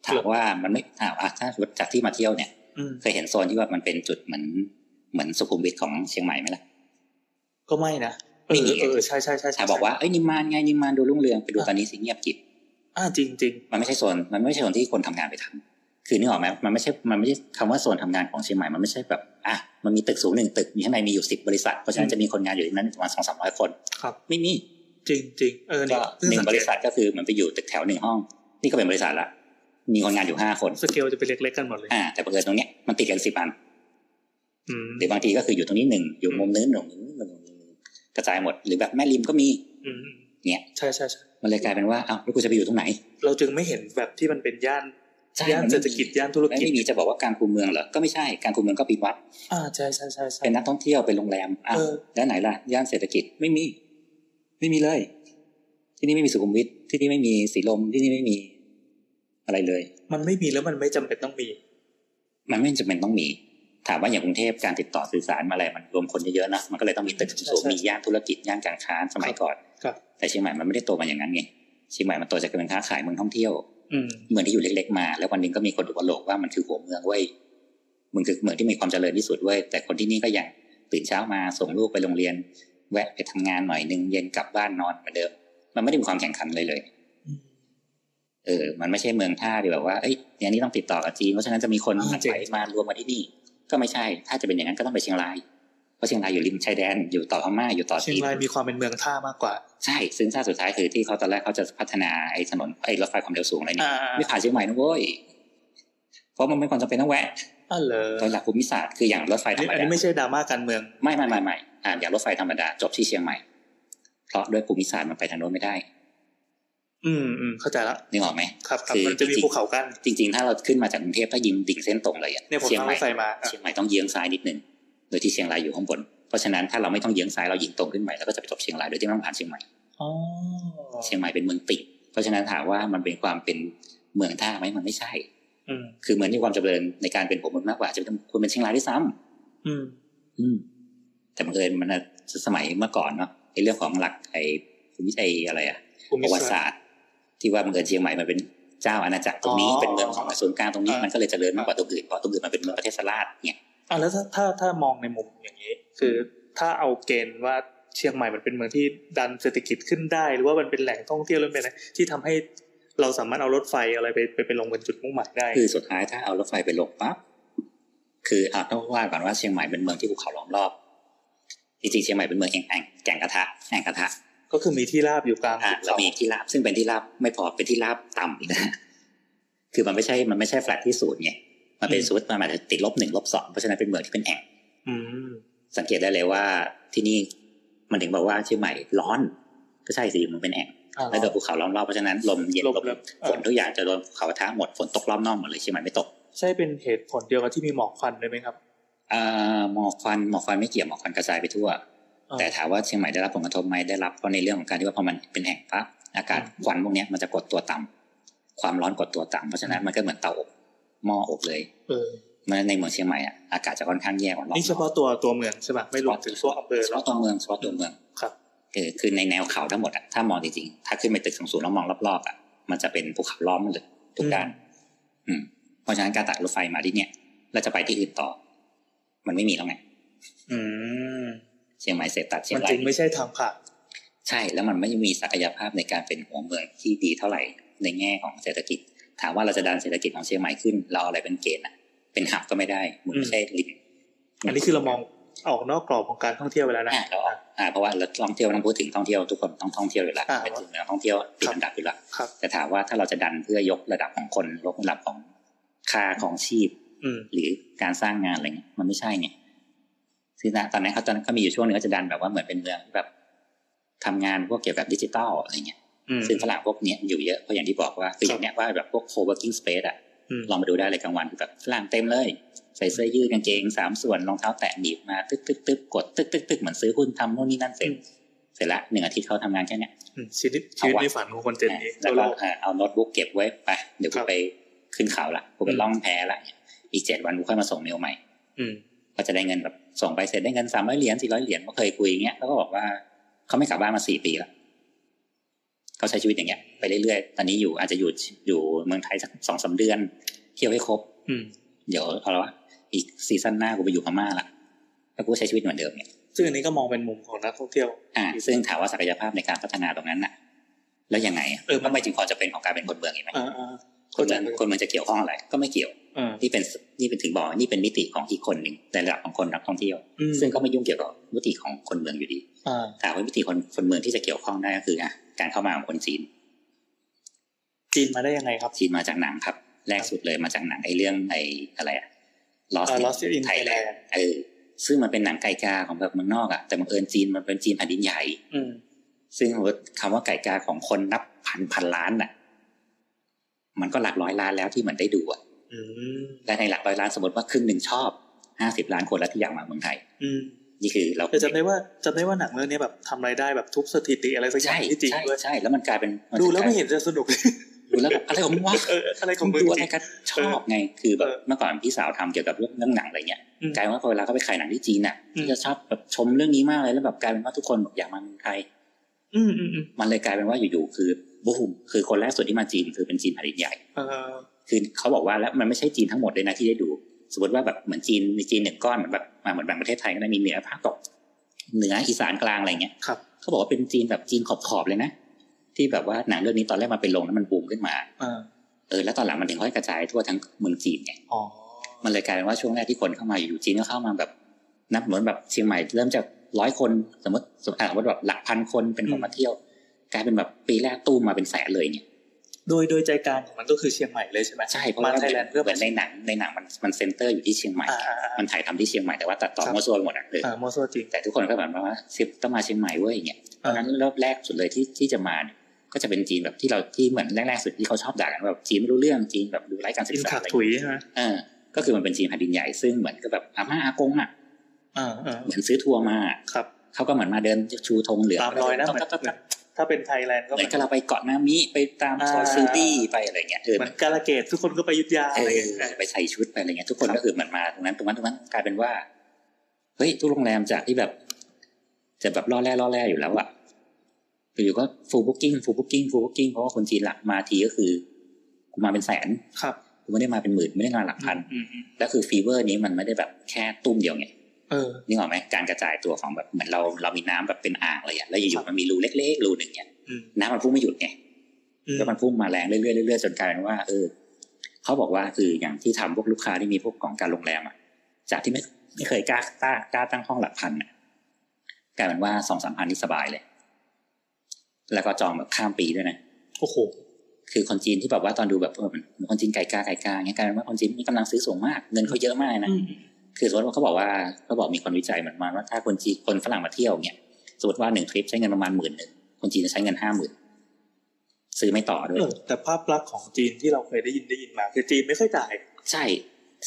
Speaker 3: ถา
Speaker 1: เหร
Speaker 3: ม
Speaker 1: อ
Speaker 3: ว่ามันไม่ถามอ่ะถ้าสมมติจากที่มาเที่ยวเนี่ย
Speaker 1: อืม
Speaker 3: เคยเห็นโซนที่ว่ามันเป็นจุดเหมือนเหมือนสุขุมวิทของเชียงใหม่ไหมล่ะ
Speaker 1: ก็ไม่นะเอ
Speaker 3: ไม่
Speaker 1: อ
Speaker 3: มี
Speaker 1: เออใช่ใช่ใช่ใช่
Speaker 3: ถ้าบอกว่าเอ้ยนิมมานไงนิมมานดูรุ่งเรืองไปดูตอนนี้สิเงียบกริบ
Speaker 1: อ่าจริงจริง
Speaker 3: มันไม่ใช่โซนมันไม่ใช่โซนที่คนทำงานไปทำคือนึกออกไหมมันไม่ใช่ มันไม่ใช่คำว่าโซนทำงานของเชียงใหม่ มันไม่ใช่แบบ อ่ะ มันมีตึกสูงหนึ่งตึก มีข้างในมีอยู่สิบบริษัท เพราะฉะนั้นจะมีคนงานอยู่ในนั้นประมาณสองสามร้อยคน
Speaker 1: ครับ
Speaker 3: ไม่มี
Speaker 1: จริงจริงเออ
Speaker 3: ก็
Speaker 1: เนี่ย
Speaker 3: หนึ่ง
Speaker 1: เพิ่สัเกต
Speaker 3: บริษัทก็คือเหมันไปอยู่ตึกแถวหนึ่งห้อง นี่ก็เป็นบริษัทละ มีคนงานอยู่ห้าคน
Speaker 1: สเกลจะเป็นเล็กๆกันหมดเลย
Speaker 3: อ่า แต่บังเอิญตรงเนี้ยมันติดกันสิบอัน
Speaker 1: อืม
Speaker 3: หรือบางทีก็คืออยู่ตรงนี้หนึ่งอยู่มุมนึงหนึ่งมุมนึงหนึ่งมุมนึงกระจายหมด หรือแบบแม่ริมก็มี
Speaker 1: อืม
Speaker 3: เนี่ย
Speaker 1: ใช่ใช่ใช่
Speaker 3: มันเลยกลายเป็นว่า อ้าวแล้วกูจะไปอยู่ตรงไหน
Speaker 1: เราจึงไม่เห็นแบบที่มันเป็นย่าน
Speaker 3: ใช่
Speaker 1: ย่าน
Speaker 3: มันไม่มี
Speaker 1: เศรษฐกิจย่านธุรกิจ
Speaker 3: ไม่มีจะบอกว่าการคูเมืองเหรอ ก็ไม่ใช่ การคูเมืองก็ปีวัด
Speaker 1: อ่าใช่ใช่ใช่ใช่
Speaker 3: เป็นนักท่องเที่ยวเป็นโรงแรมอ้าว
Speaker 1: เออ
Speaker 3: แล้วไหนล่ะ ย่านเศรษฐกิจไม่มี ไม่มีเลย ที่นี่ไม่มีสุขุมวิทที่นี่ไม่มีสีลมที่นี่ไม่มี อะไรเลย
Speaker 1: มันไม่มีแล้วมันไม่จำเป็นต้องมี
Speaker 3: มันไม่จำเป็นต้องมี ถามว่าอย่างกรุงเทพการติดต่อสื่อสารมาอะไรมันรวมคนเยอะๆนะมันก็เลยต้องมีตึกสู
Speaker 1: ใช่
Speaker 3: ง
Speaker 1: ใช่
Speaker 3: ๆมีย่านธุรกิจย่านการค้าสมัยก่อน
Speaker 1: ครับ
Speaker 3: แต่เชียงใหม่มันไม่ได้โตมาอย่างนั้นไงเชียงใหม่มันโตจากการค้าขายเมืองท่องเที่ยว
Speaker 1: อืม
Speaker 3: เมืองที่อยู่เล็กๆมา แล้ววันหนึงก็มีคนอุปโลกว่ามันคือหัวเมืองเว้ยมันคือเมืองที่มีความเจริญที่สุดเว้ยแต่คนที่นี่ก็ยังตื่นเช้ามาส่งลูกไปโรงเรียน แวะไปทำงานหน่อยนึงเย็นกลับบ้านนอนเหมือนเดิม มันไม่ได้มีความแข่งขันเลยเลย
Speaker 1: อืม
Speaker 3: เออ มันไม่ใช่เมืองท่าที่แบบว่าเอ้ยอย่างนี้ต้องติดต่อกับจีนเพราะฉะนั้นจะมีคน
Speaker 1: อ่า
Speaker 3: อา
Speaker 1: จริง
Speaker 3: ศัยมารวมมาที่นี่ ก็ไม่ใช่ ถ้าจะเป็นอย่างนั้นก็ต้องไปเชียงรายเพราะเชียงรายอยู่ริมชายแดนอยู่ต่อพม่าอยู่ต่อ
Speaker 1: เชียง
Speaker 3: จีน
Speaker 1: รายมีความเป็นเมืองท่ามากกว่า
Speaker 3: ใช่ ซึ่งชาติสุดท้ายคือที่เขาตอนแรกเขาจะพัฒนาไอ้ถนนไอ้รถไฟความเร็วสูงอะไรเนี่ย
Speaker 1: อ่า
Speaker 3: ไม่ผ่านเชียงใหม่นะเว้ย เพราะมันไม่ควรจำเป็นต้องแวะ
Speaker 1: อ๋อเหรอ
Speaker 3: โดยหลักภูมิศาสตร์คืออย่างรถไฟ
Speaker 1: อัน
Speaker 3: ธร
Speaker 1: นี้
Speaker 3: รม
Speaker 1: อัน
Speaker 3: ดา
Speaker 1: นี้ไม่ใช่ดราม่าการเมือง
Speaker 3: ไม่ไม่ไม่ไม่อ่าอย่างรถไฟธรรมดาจบที่เชียงใหม่ เพราะด้วยภูมิศาสตร์มันไปทางโน้นไม่ได้
Speaker 1: อืมอืมเข้าใจละ
Speaker 3: นึกออกไหม
Speaker 1: ครับครับ
Speaker 3: คือ
Speaker 1: มันจะมี
Speaker 3: จริงๆ
Speaker 1: ภูเขากั้น
Speaker 3: จริง ๆ ถ้าเราขึ้นมาจากกรุงเทพถ้ายิงดิ่งเส้นตรงเลยอะ
Speaker 1: เนี่ยผม
Speaker 3: เชียง
Speaker 1: นั่ง
Speaker 3: ให
Speaker 1: รถ
Speaker 3: ม่
Speaker 1: ไฟมาอ่ะ
Speaker 3: เชียงใหม่ต้องเยื้องซ้ายนิดนึงโดยที่เชียงรายอยู่ข้างบน เพราะฉะนั้นถ้าเราไม่ต้องเยื้องซ้ายเรายิงตรงขึ้นไปแล้วก็จะไปจบเชียงรายโดยที่ไม่ต้องผ่านเชียงใหม่
Speaker 1: อ๋อ
Speaker 3: เชียงใหม่เป็นเมืองติด เพราะฉะนั้นถามว่ามันเป็นความเป็นเมืองท่าไหมมันไม่ใช่
Speaker 1: อืม
Speaker 3: คือเหมือนมีความจำเริญในการเป็นผมมันมากกว่าจะเป็นควรเป็นเชียงรายด้วยซ้ำ
Speaker 1: อืม
Speaker 3: แต่บังเอิญมันน่ะสมัยเมื่อก่อนเนาะไอ้เรื่องของหลักไอ้ภูมิไอ้อะไรอะ
Speaker 1: ภู
Speaker 3: ป
Speaker 1: มิ
Speaker 3: ระวัติ
Speaker 1: ศาสตร์
Speaker 3: ศาสตร์ ที่ว่าบังเอิญเชียงใหม่มันเป็นเจ้าอาณาจักรตรงนี้
Speaker 1: อ๋อ
Speaker 3: เป็นเมืองของศูนย์กลางตรงนี้
Speaker 1: อ่ามั
Speaker 3: มันก็เลยเจริญมากกว่าตรงอื่นเพราะตรงอื่นมันเป็นเมืองประเทศสลาดเนี่ย
Speaker 1: อ่ะแล้วถ้าถ้าถ้ามองในมุมอย่างนี้ คือถ้าเอาเกณฑ์ว่าเชียงใหม่มันเป็นเมืองที่ดันเศรษฐกิจขึ้นได้ หรือว่ามันเป็นแหล่งท่องเที่ยวแล้วเป็นอะไรที่ทำให้ เราสามารถเอารถไฟอะไรไปไปไปลงบนจุดมุ่งหมายได้
Speaker 3: คือสุดท้ายถ้าเอารถไฟไปลงปั๊บคืออาต้องว่าก่อนว่าเชียงใหม่เป็นเมืองที่ภูเขาล้อมรอบจริงๆเชียงใหม่เป็นเมืองแอ่งแอ่งแก่งกระทะแอ่งกระทะ
Speaker 1: ก็คือมีที่ราบอยู่กลาง
Speaker 3: อ่ะ
Speaker 1: หุบ
Speaker 3: เรา
Speaker 1: เขา
Speaker 3: มีที่ราบซึ่งเป็นที่ราบไม่พอเป็นที่ราบต่ำอีกนะคือมันไม่ใช่มันไม่ใช่แฟลตที่ศูนย์ไงมันเป็นศูนย์มันอาจจะติดลบหนึ่งลบสองเพราะฉะนั้นเป็นเมืองที่เป็นแอ่ง
Speaker 1: อืม
Speaker 3: สังเกตได้เลยว่าที่นี่มันถึงบอกว่าเชียงใหม่ร้อน ก็ใช่สิมันเป็นแอ่ง
Speaker 1: อ่า
Speaker 3: แล้วโดนภูเขาล้อมรอบเพราะฉะนั้นลมเย็น
Speaker 1: ล
Speaker 3: ล
Speaker 1: บ
Speaker 3: ม
Speaker 1: แล้ว
Speaker 3: ฝนทุกอย่างจะโดนภูเขาท้าหมดฝนตกรอบนอกหมดเลยเชียงใหม่ไม่ตก
Speaker 1: ใช่เป็นเหตุผลเดียวกับที่มีหมอกควันเลยไหมครับ
Speaker 3: อ่าหมอกควันหมอกควันไม่เกี่ยวหมอกควันกระจายไปทั่ว
Speaker 1: อ่า
Speaker 3: แต่ถามว่าเชียงใหม่ได้รับผลกระทบไหมได้รับเพราะในเรื่องของการที่ว่าพอมันเป็นแห่งปั๊บอากาศควันพวกเนี้ยมันจะกดตัวต่ำความร้อนกดตัวต่ำเพราะฉะนั้นมันก็เหมือนเตาอบหม้ออบเลย
Speaker 1: เออ
Speaker 3: เพราะฉะนั้นในเมืองเชียงใหม่อ่ะอากาศจะค่อนข้างแย่กว่าร้อน
Speaker 1: นี่เฉพาะตัวตัวเมืองใช่ป่ะไม่รวมถึงพวกอำเภอ
Speaker 3: เฉ
Speaker 1: แล้ว
Speaker 3: พาะตัวเมืองเฉพาะตัวเมือง
Speaker 1: ครับ
Speaker 3: คือคือในแนวเขาทั้งหมดอ่ะถ้ามองจริงๆถ้าขึ้นไปตึกสูงๆแล้วมองรอบๆอ่ะมันจะเป็นภูเขาล้อมหมดเลยทุกด้าน อืมเพราะฉะนั้นการตัดรถไฟมาที่เนี่ยแล้วจะไปที่อื่นต่อ มันไม่มีแล้วไง
Speaker 1: อืม
Speaker 3: เชียงใหม่เสร็จตัดเชีย
Speaker 1: มั
Speaker 3: ง
Speaker 1: น
Speaker 3: รา
Speaker 1: จึ
Speaker 3: ย
Speaker 1: งไม่ใช่ทางผ่าน
Speaker 3: ใช่แล้วมันไม่มีศักยภาพในการเป็นหัวเมืองที่ดีเท่าไหร่ในแง่ของเศรษฐกิจ ถามว่าเราจะดันเศรษฐกิจของเชียงใหม่ขึ้น เราเอาอะไรเป็นเกณฑ์นะเป็นหับก็ไม่ได้มันไม่ใช่ลิง
Speaker 1: อันนี้คือเรามองออกนอกกรอบของการท่องเที่ยวไปแล้วนะ
Speaker 3: อ่าเราเอาอ่าเพราะว่าเราท่องเที่ยวต้องพูดถึงท่องเที่ยวทุกคนต้องท่องเที่ยวอยู่แล้ว
Speaker 1: อ่า
Speaker 3: เป็นถึงท่องเที่ยวติดอันดับอยู่แล้ว
Speaker 1: ครับ
Speaker 3: แต่ถามว่าถ้าเราจะดันเพื่อยกระดับของคนยกระดับของค่าของชีพ
Speaker 1: อืม
Speaker 3: หรือการสร้างงานอะไรเงี้ยมันไม่ใช่ไงคือณตอนนั้นเขาตอนนั้นก็มีอยู่ช่วงหนึ่งเขาจะดันแบบว่าเหมือนเป็นเมืองที่แบบทำงานพวกเกี่ยวกับดิจิตอลอะไรเงี้ย
Speaker 1: อืม
Speaker 3: ซึ่งฝรั่งพวกเนี้ยอยู่เยอะเพราะอย่างที่บอกว่าคืออย่างเนี้ยว่าแบบพวก co-working space อ่ะ
Speaker 1: อืม
Speaker 3: ลองไปดูได้เลยกลางวันคือแบบฝรั่งเต็มเลย ใส่เสื้อยืดกางเกงสามส่วนรองเท้าแตะหนีบมาตึ๊กตึ๊กตึ๊กกดตึ๊กตึ๊กตึ๊กเหมือนซื้อหุ้นทำโน่นนี่นั่นเสร็จเสร็จละหนึ่งอาทิตย์เขาทำงานแค่เนี้ย
Speaker 1: อืมชีวิตชีวิต
Speaker 3: เอาวะ
Speaker 1: ในฝันของคนเจนนี้
Speaker 3: แล้ว
Speaker 1: ทั่ว
Speaker 3: ก็
Speaker 1: โลก
Speaker 3: เอ่อเอาโน้ตบุ๊กเก็บไว้ไปเดี๋ยว
Speaker 1: ค
Speaker 3: กู
Speaker 1: รับ
Speaker 3: ไปขึ้นเขาละกูไปล่องแพละอีกเจ็ดวันกูค่อยมาส่งเมลใหม่
Speaker 1: อืม
Speaker 3: ก็จะได้เงินแบบส่งไปเสร็จได้เงินสามร้อยเหรียญสี่ร้อยเหรียญก็เคยคุยอย่างเงี้ยแล้วก็บอกว่าเขาไม่กลับบ้านมาสี่ปีแล้วเขาใช้ชีวิตอย่างเงี้ยไปเรื่อยๆตอนนี้อยู่อาจจะอยู่อยู่เมืองไทยสักสองสามเดือน เที่ยวให้ครบ
Speaker 1: อืม
Speaker 3: เดี๋ยวเอาละวะอีกซีซั่นหน้ากูไปอยู่พม่าละแล้วกูใช้ชีวิตเหมือนเดิมเนี่ย
Speaker 1: ซึ่งอันนี้ก็มองเป็นมุมของนักท่องเที่ยว
Speaker 3: อ่าซึ่งถามว่าศักยภาพในการพัฒนาตรงนั้นน่ะ แล้วยังไงะ
Speaker 1: เออมัน
Speaker 3: ก็ไม่จึงพอจะเป็นของการเป็นคนเมืองเห็นไหม
Speaker 1: อ่าอ่า
Speaker 3: คนเมืองคนเมืองจะเกี่ยวข้องอะไร ก็ไม่เกี่ยว
Speaker 1: อ่า
Speaker 3: นี่เป็นนี่เป็นถึงบอกว่านี่เป็นมิติของอีกคนหนึ่งในระดับของคนนักท่องเที่ยว
Speaker 1: อืม
Speaker 3: ซึ่งก็ไม่ยุ่งเกี่ยวกับมิติของคนเมืองอยู่ดี
Speaker 1: อ่า
Speaker 3: ถามว่ามิติคนคนเมืองที่จะเกี่ยวข้องได้ก็คืออ่ะการเข้ามาของคนจีน
Speaker 1: จีนมาได้ยังไงครับ
Speaker 3: จีนมาจากหนังครับ แรกสุดเลยมาจากหนังไอ้เรื่องไอ้อะไรอะ Lost
Speaker 1: อ่า Lost in
Speaker 3: ไทยแลน
Speaker 1: Thailand
Speaker 3: ด์เออซึ่งมันเป็นหนังไก่กาของแบบเมืองนอกอะแต่บังเอิญจีนมันเป็นจีนแผ่นดินใหญ่
Speaker 1: อืม
Speaker 3: ซึ่งคำว่าไก่กาของคนนับพันพันล้านน่ะ มันก็หลักร้อยล้านแล้วที่เหมือนได้ดูอะ
Speaker 1: อืม
Speaker 3: และในหลักร้อยล้านสมมติว่าครึ่งหนึ่งชอบห้าสิบล้านคนแล้วที่อยากมาเมืองไทย
Speaker 1: อืม
Speaker 3: นี่คือเรา
Speaker 1: แต่จำได้ว่าจำได้ว่าหนังเรื่องนี้แบบทำรายได้แบบทุบสถิติอะไรสักอย่า
Speaker 3: ใช่
Speaker 1: งที่จีน
Speaker 3: ใช่
Speaker 1: ด้วย
Speaker 3: ใช่แล้วมันกลายเป็นน
Speaker 1: ดู
Speaker 3: จะ
Speaker 1: แล้ว
Speaker 3: กาย
Speaker 1: ไม่เห็นจะสนุกเลย
Speaker 3: ดูแล้วแบบอะไรของมึงวะ
Speaker 1: เอออะไรข
Speaker 3: ผ
Speaker 1: อง
Speaker 3: ม
Speaker 1: มึง
Speaker 3: ดู
Speaker 1: จ
Speaker 3: อะไร
Speaker 1: ริง
Speaker 3: กันชอบไงคือแบบ
Speaker 1: เออ
Speaker 3: เมื่อก่อนพี่สาวทำเกี่ยวกับเรื่องเรื่องหนังอะไรเงี้ย
Speaker 1: อืม
Speaker 3: กลายว่าพอเวลาเขาไปขายหนังที่จีนน่ะ
Speaker 1: อืม
Speaker 3: จะชอบแบบชมเรื่องนี้มากเลยแล้วแบบกลายเป็นว่าทุกคนแบบอยากมาเมืองไทย
Speaker 1: อืมอืมอืม
Speaker 3: มันเลยกลายเป็นว่าอยู่ๆคือบูมคือคนแรกสุดที่มาจีนคือเป็นจีนแผ่นดินใหญ่
Speaker 1: เออ
Speaker 3: คือเขาบอกว่าแล้วมันไม่ใช่จีนทั้งหมดเลยนะที่ได้ดู สมมติว่าแบบเหมือนจีนมีจีนหนึ่งก้อนเหมือนแบบมาเหมือนแบ่งประเทศไทยก็ได้มีเหนือภาคตกเหนืออีสานกลางอะไรเงี้ย
Speaker 1: ครับ
Speaker 3: เขาบอกว่าเป็นจีนแบบจีนขอบๆเลยนะที่แบบว่าหนังเรื่องนี้ตอนแรกมันไปลงแล้วมันบูมขึ้นมา
Speaker 1: อ่า
Speaker 3: เออแล้วตอนหลังมันถึงค่อยกระจายทั่วทั้งเมืองจีนไง
Speaker 1: อ๋อ
Speaker 3: มันเลยกลายเป็นว่าช่วงแรกที่คนเข้ามาอยู่จีนก็เข้ามาแบบ นับเหมือนแบบเชียงใหม่เริ่มจากร้อยคนสมมติสมมติอ่ะสมมติแบบหลักพันคนเป็นคนมาเที่ยว กลายเป็นแบบปีแรกตู้มมาเป็นแสนเลยเนี่ย
Speaker 1: โดยโดยใจกลางของมันก็คือเชียงใหม่เลยใช่ไหม
Speaker 3: ใช่เพราะว่า
Speaker 1: มาไทยแลนด์เพื่อ
Speaker 3: เหมือนในหนังในหนังมันมันเซ็นเตอร์อยู่ที่เชียงใหม่
Speaker 1: อ่าอ่าอ่า
Speaker 3: มันถ่ายทำที่เชียงใหม่แต่ว่าตัดต่อ
Speaker 1: ครับ
Speaker 3: มั่วซั่วไปหมดอ่ะเออ
Speaker 1: อ่าโมโซจริง
Speaker 3: แต่ทุกคนก็แบบว่าสิบต้องมาเชียงใหม่เว้ยอย่างเงี้ยเพ
Speaker 1: อ่า
Speaker 3: ราะฉะนั้นรอบแรกสุดเลยที่ที่จะมาเนี่ยก็จะเป็นจีนแบบที่เราที่เหมือนแรกๆสุดที่เขาชอบด่ากันว่าแบบจีนไม่รู้เรื่องจีนแบบดูไร้การศึ
Speaker 1: อิ
Speaker 3: ก
Speaker 1: น
Speaker 3: ษา
Speaker 1: ขา
Speaker 3: อะ
Speaker 1: ด
Speaker 3: ไร
Speaker 1: ถุยใช่ไหม
Speaker 3: เออก็คือมันเป็นจีนแผ่นดินใหญ่ซึ่งเหมือนกับแบบอาม่าอากงอ่ะ
Speaker 1: อ่าอ่า
Speaker 3: เหมือนซื้อทัวร์มา
Speaker 1: ครับ
Speaker 3: เขาก็เหมือนมาเดินชูธงเหลือง
Speaker 1: ตามรอยนะ
Speaker 3: เห
Speaker 1: เหมือนเหมือนถ้าเป็นไทยแลนด์ก็เห
Speaker 3: มื
Speaker 1: มือ
Speaker 3: อ
Speaker 1: น น
Speaker 3: กับเราไปเกาะนามิไปตามซอย
Speaker 1: อ่า
Speaker 3: ซิตี้ไปอะไรเงี้ยเออ
Speaker 1: เหมือนกาลเกตทุกคนก็ไปอยุทธยา
Speaker 3: เอ
Speaker 1: อะไร
Speaker 3: อ
Speaker 1: อย่างเงี้ย
Speaker 3: ไปใส่ชุดไปอะไรเงี้ยทุกคนก็คือเหมือนมาตรงนั้นตรงนั้นตรงนั้นกลายเป็นว่าเฮ้ยทุกโรงแรมจากที่แบบ จะแบบล่อแร่ล่อแร่อยู่แล้วอะอยู่ๆก็ฟูลบุ๊กิ้งฟูลบุ๊กิ้งฟูลบุ๊กิ้งเพราะว่าคนจีนหลักมาทีก็คือกูมาเป็นแสน
Speaker 1: ครับ
Speaker 3: กูไม่ได้มาเป็นหมื่นไม่ได้มาหลักพัน
Speaker 1: อืมอืม
Speaker 3: แล้วคือฟีเวอร์นี้มันไม่ได้แบบแค่ตุ้มเดียวไง
Speaker 1: เออ
Speaker 3: นึกออกไหมการกระจายตัวของแบบเหมือนเราเรามีน้ำแบบเป็นอ่างเลยอะแล้วอ
Speaker 1: ครั
Speaker 3: ยู่
Speaker 1: บ
Speaker 3: ๆมันมีรูเล็กๆรูหนึ่งเนี่ย
Speaker 1: อืม
Speaker 3: น้ำมันพุ่งไม่หยุดไง
Speaker 1: อืม
Speaker 3: แล้วมันพุ่งมาแรงเรื่อยๆเรื่อยๆจนกลายเป็นว่าเออเขาบอกว่าคืออย่างที่ทำพวกลูกค้าที่มีพวกกล่องการโรงแรมอ่ะจากที่ไม่ไม่เคยกล้ากล้ากล้าตั้งห้องหลักพันอะกลายเป็นว่าสองสามพันนี่สบายเลย แล้วก็จองแบบข้ามปีด้วยนะ
Speaker 1: โอ้โห
Speaker 3: คือคนจีนที่แบบว่าตอนดูแบบเออมันคนจีนไก่กาไก่กาเงี้ยกลายเป็นว่าคนจีนมีกำลังซื้อสูงมากเงินเขาเยอะมากนะ
Speaker 1: อืม
Speaker 3: คือสมมติว่าเขาบอกว่าเขาบอกมีคนวิจัยเหมือนมาว่าถ้าคนจีนคนฝรั่งมาเที่ยวเงี้ยสมมติว่าหนึ่งทริปใช้เงินประมาณหมื่นหนึ่งคนจีนจะใช้เงินห้าหมื่นซื้อไม่ต่อด้วย
Speaker 1: เออแต่ภาพลักษณ์ของจีนที่เราเคยได้ยินได้ยินมา คือจีนไม่ค่อยจ่าย
Speaker 3: ใช่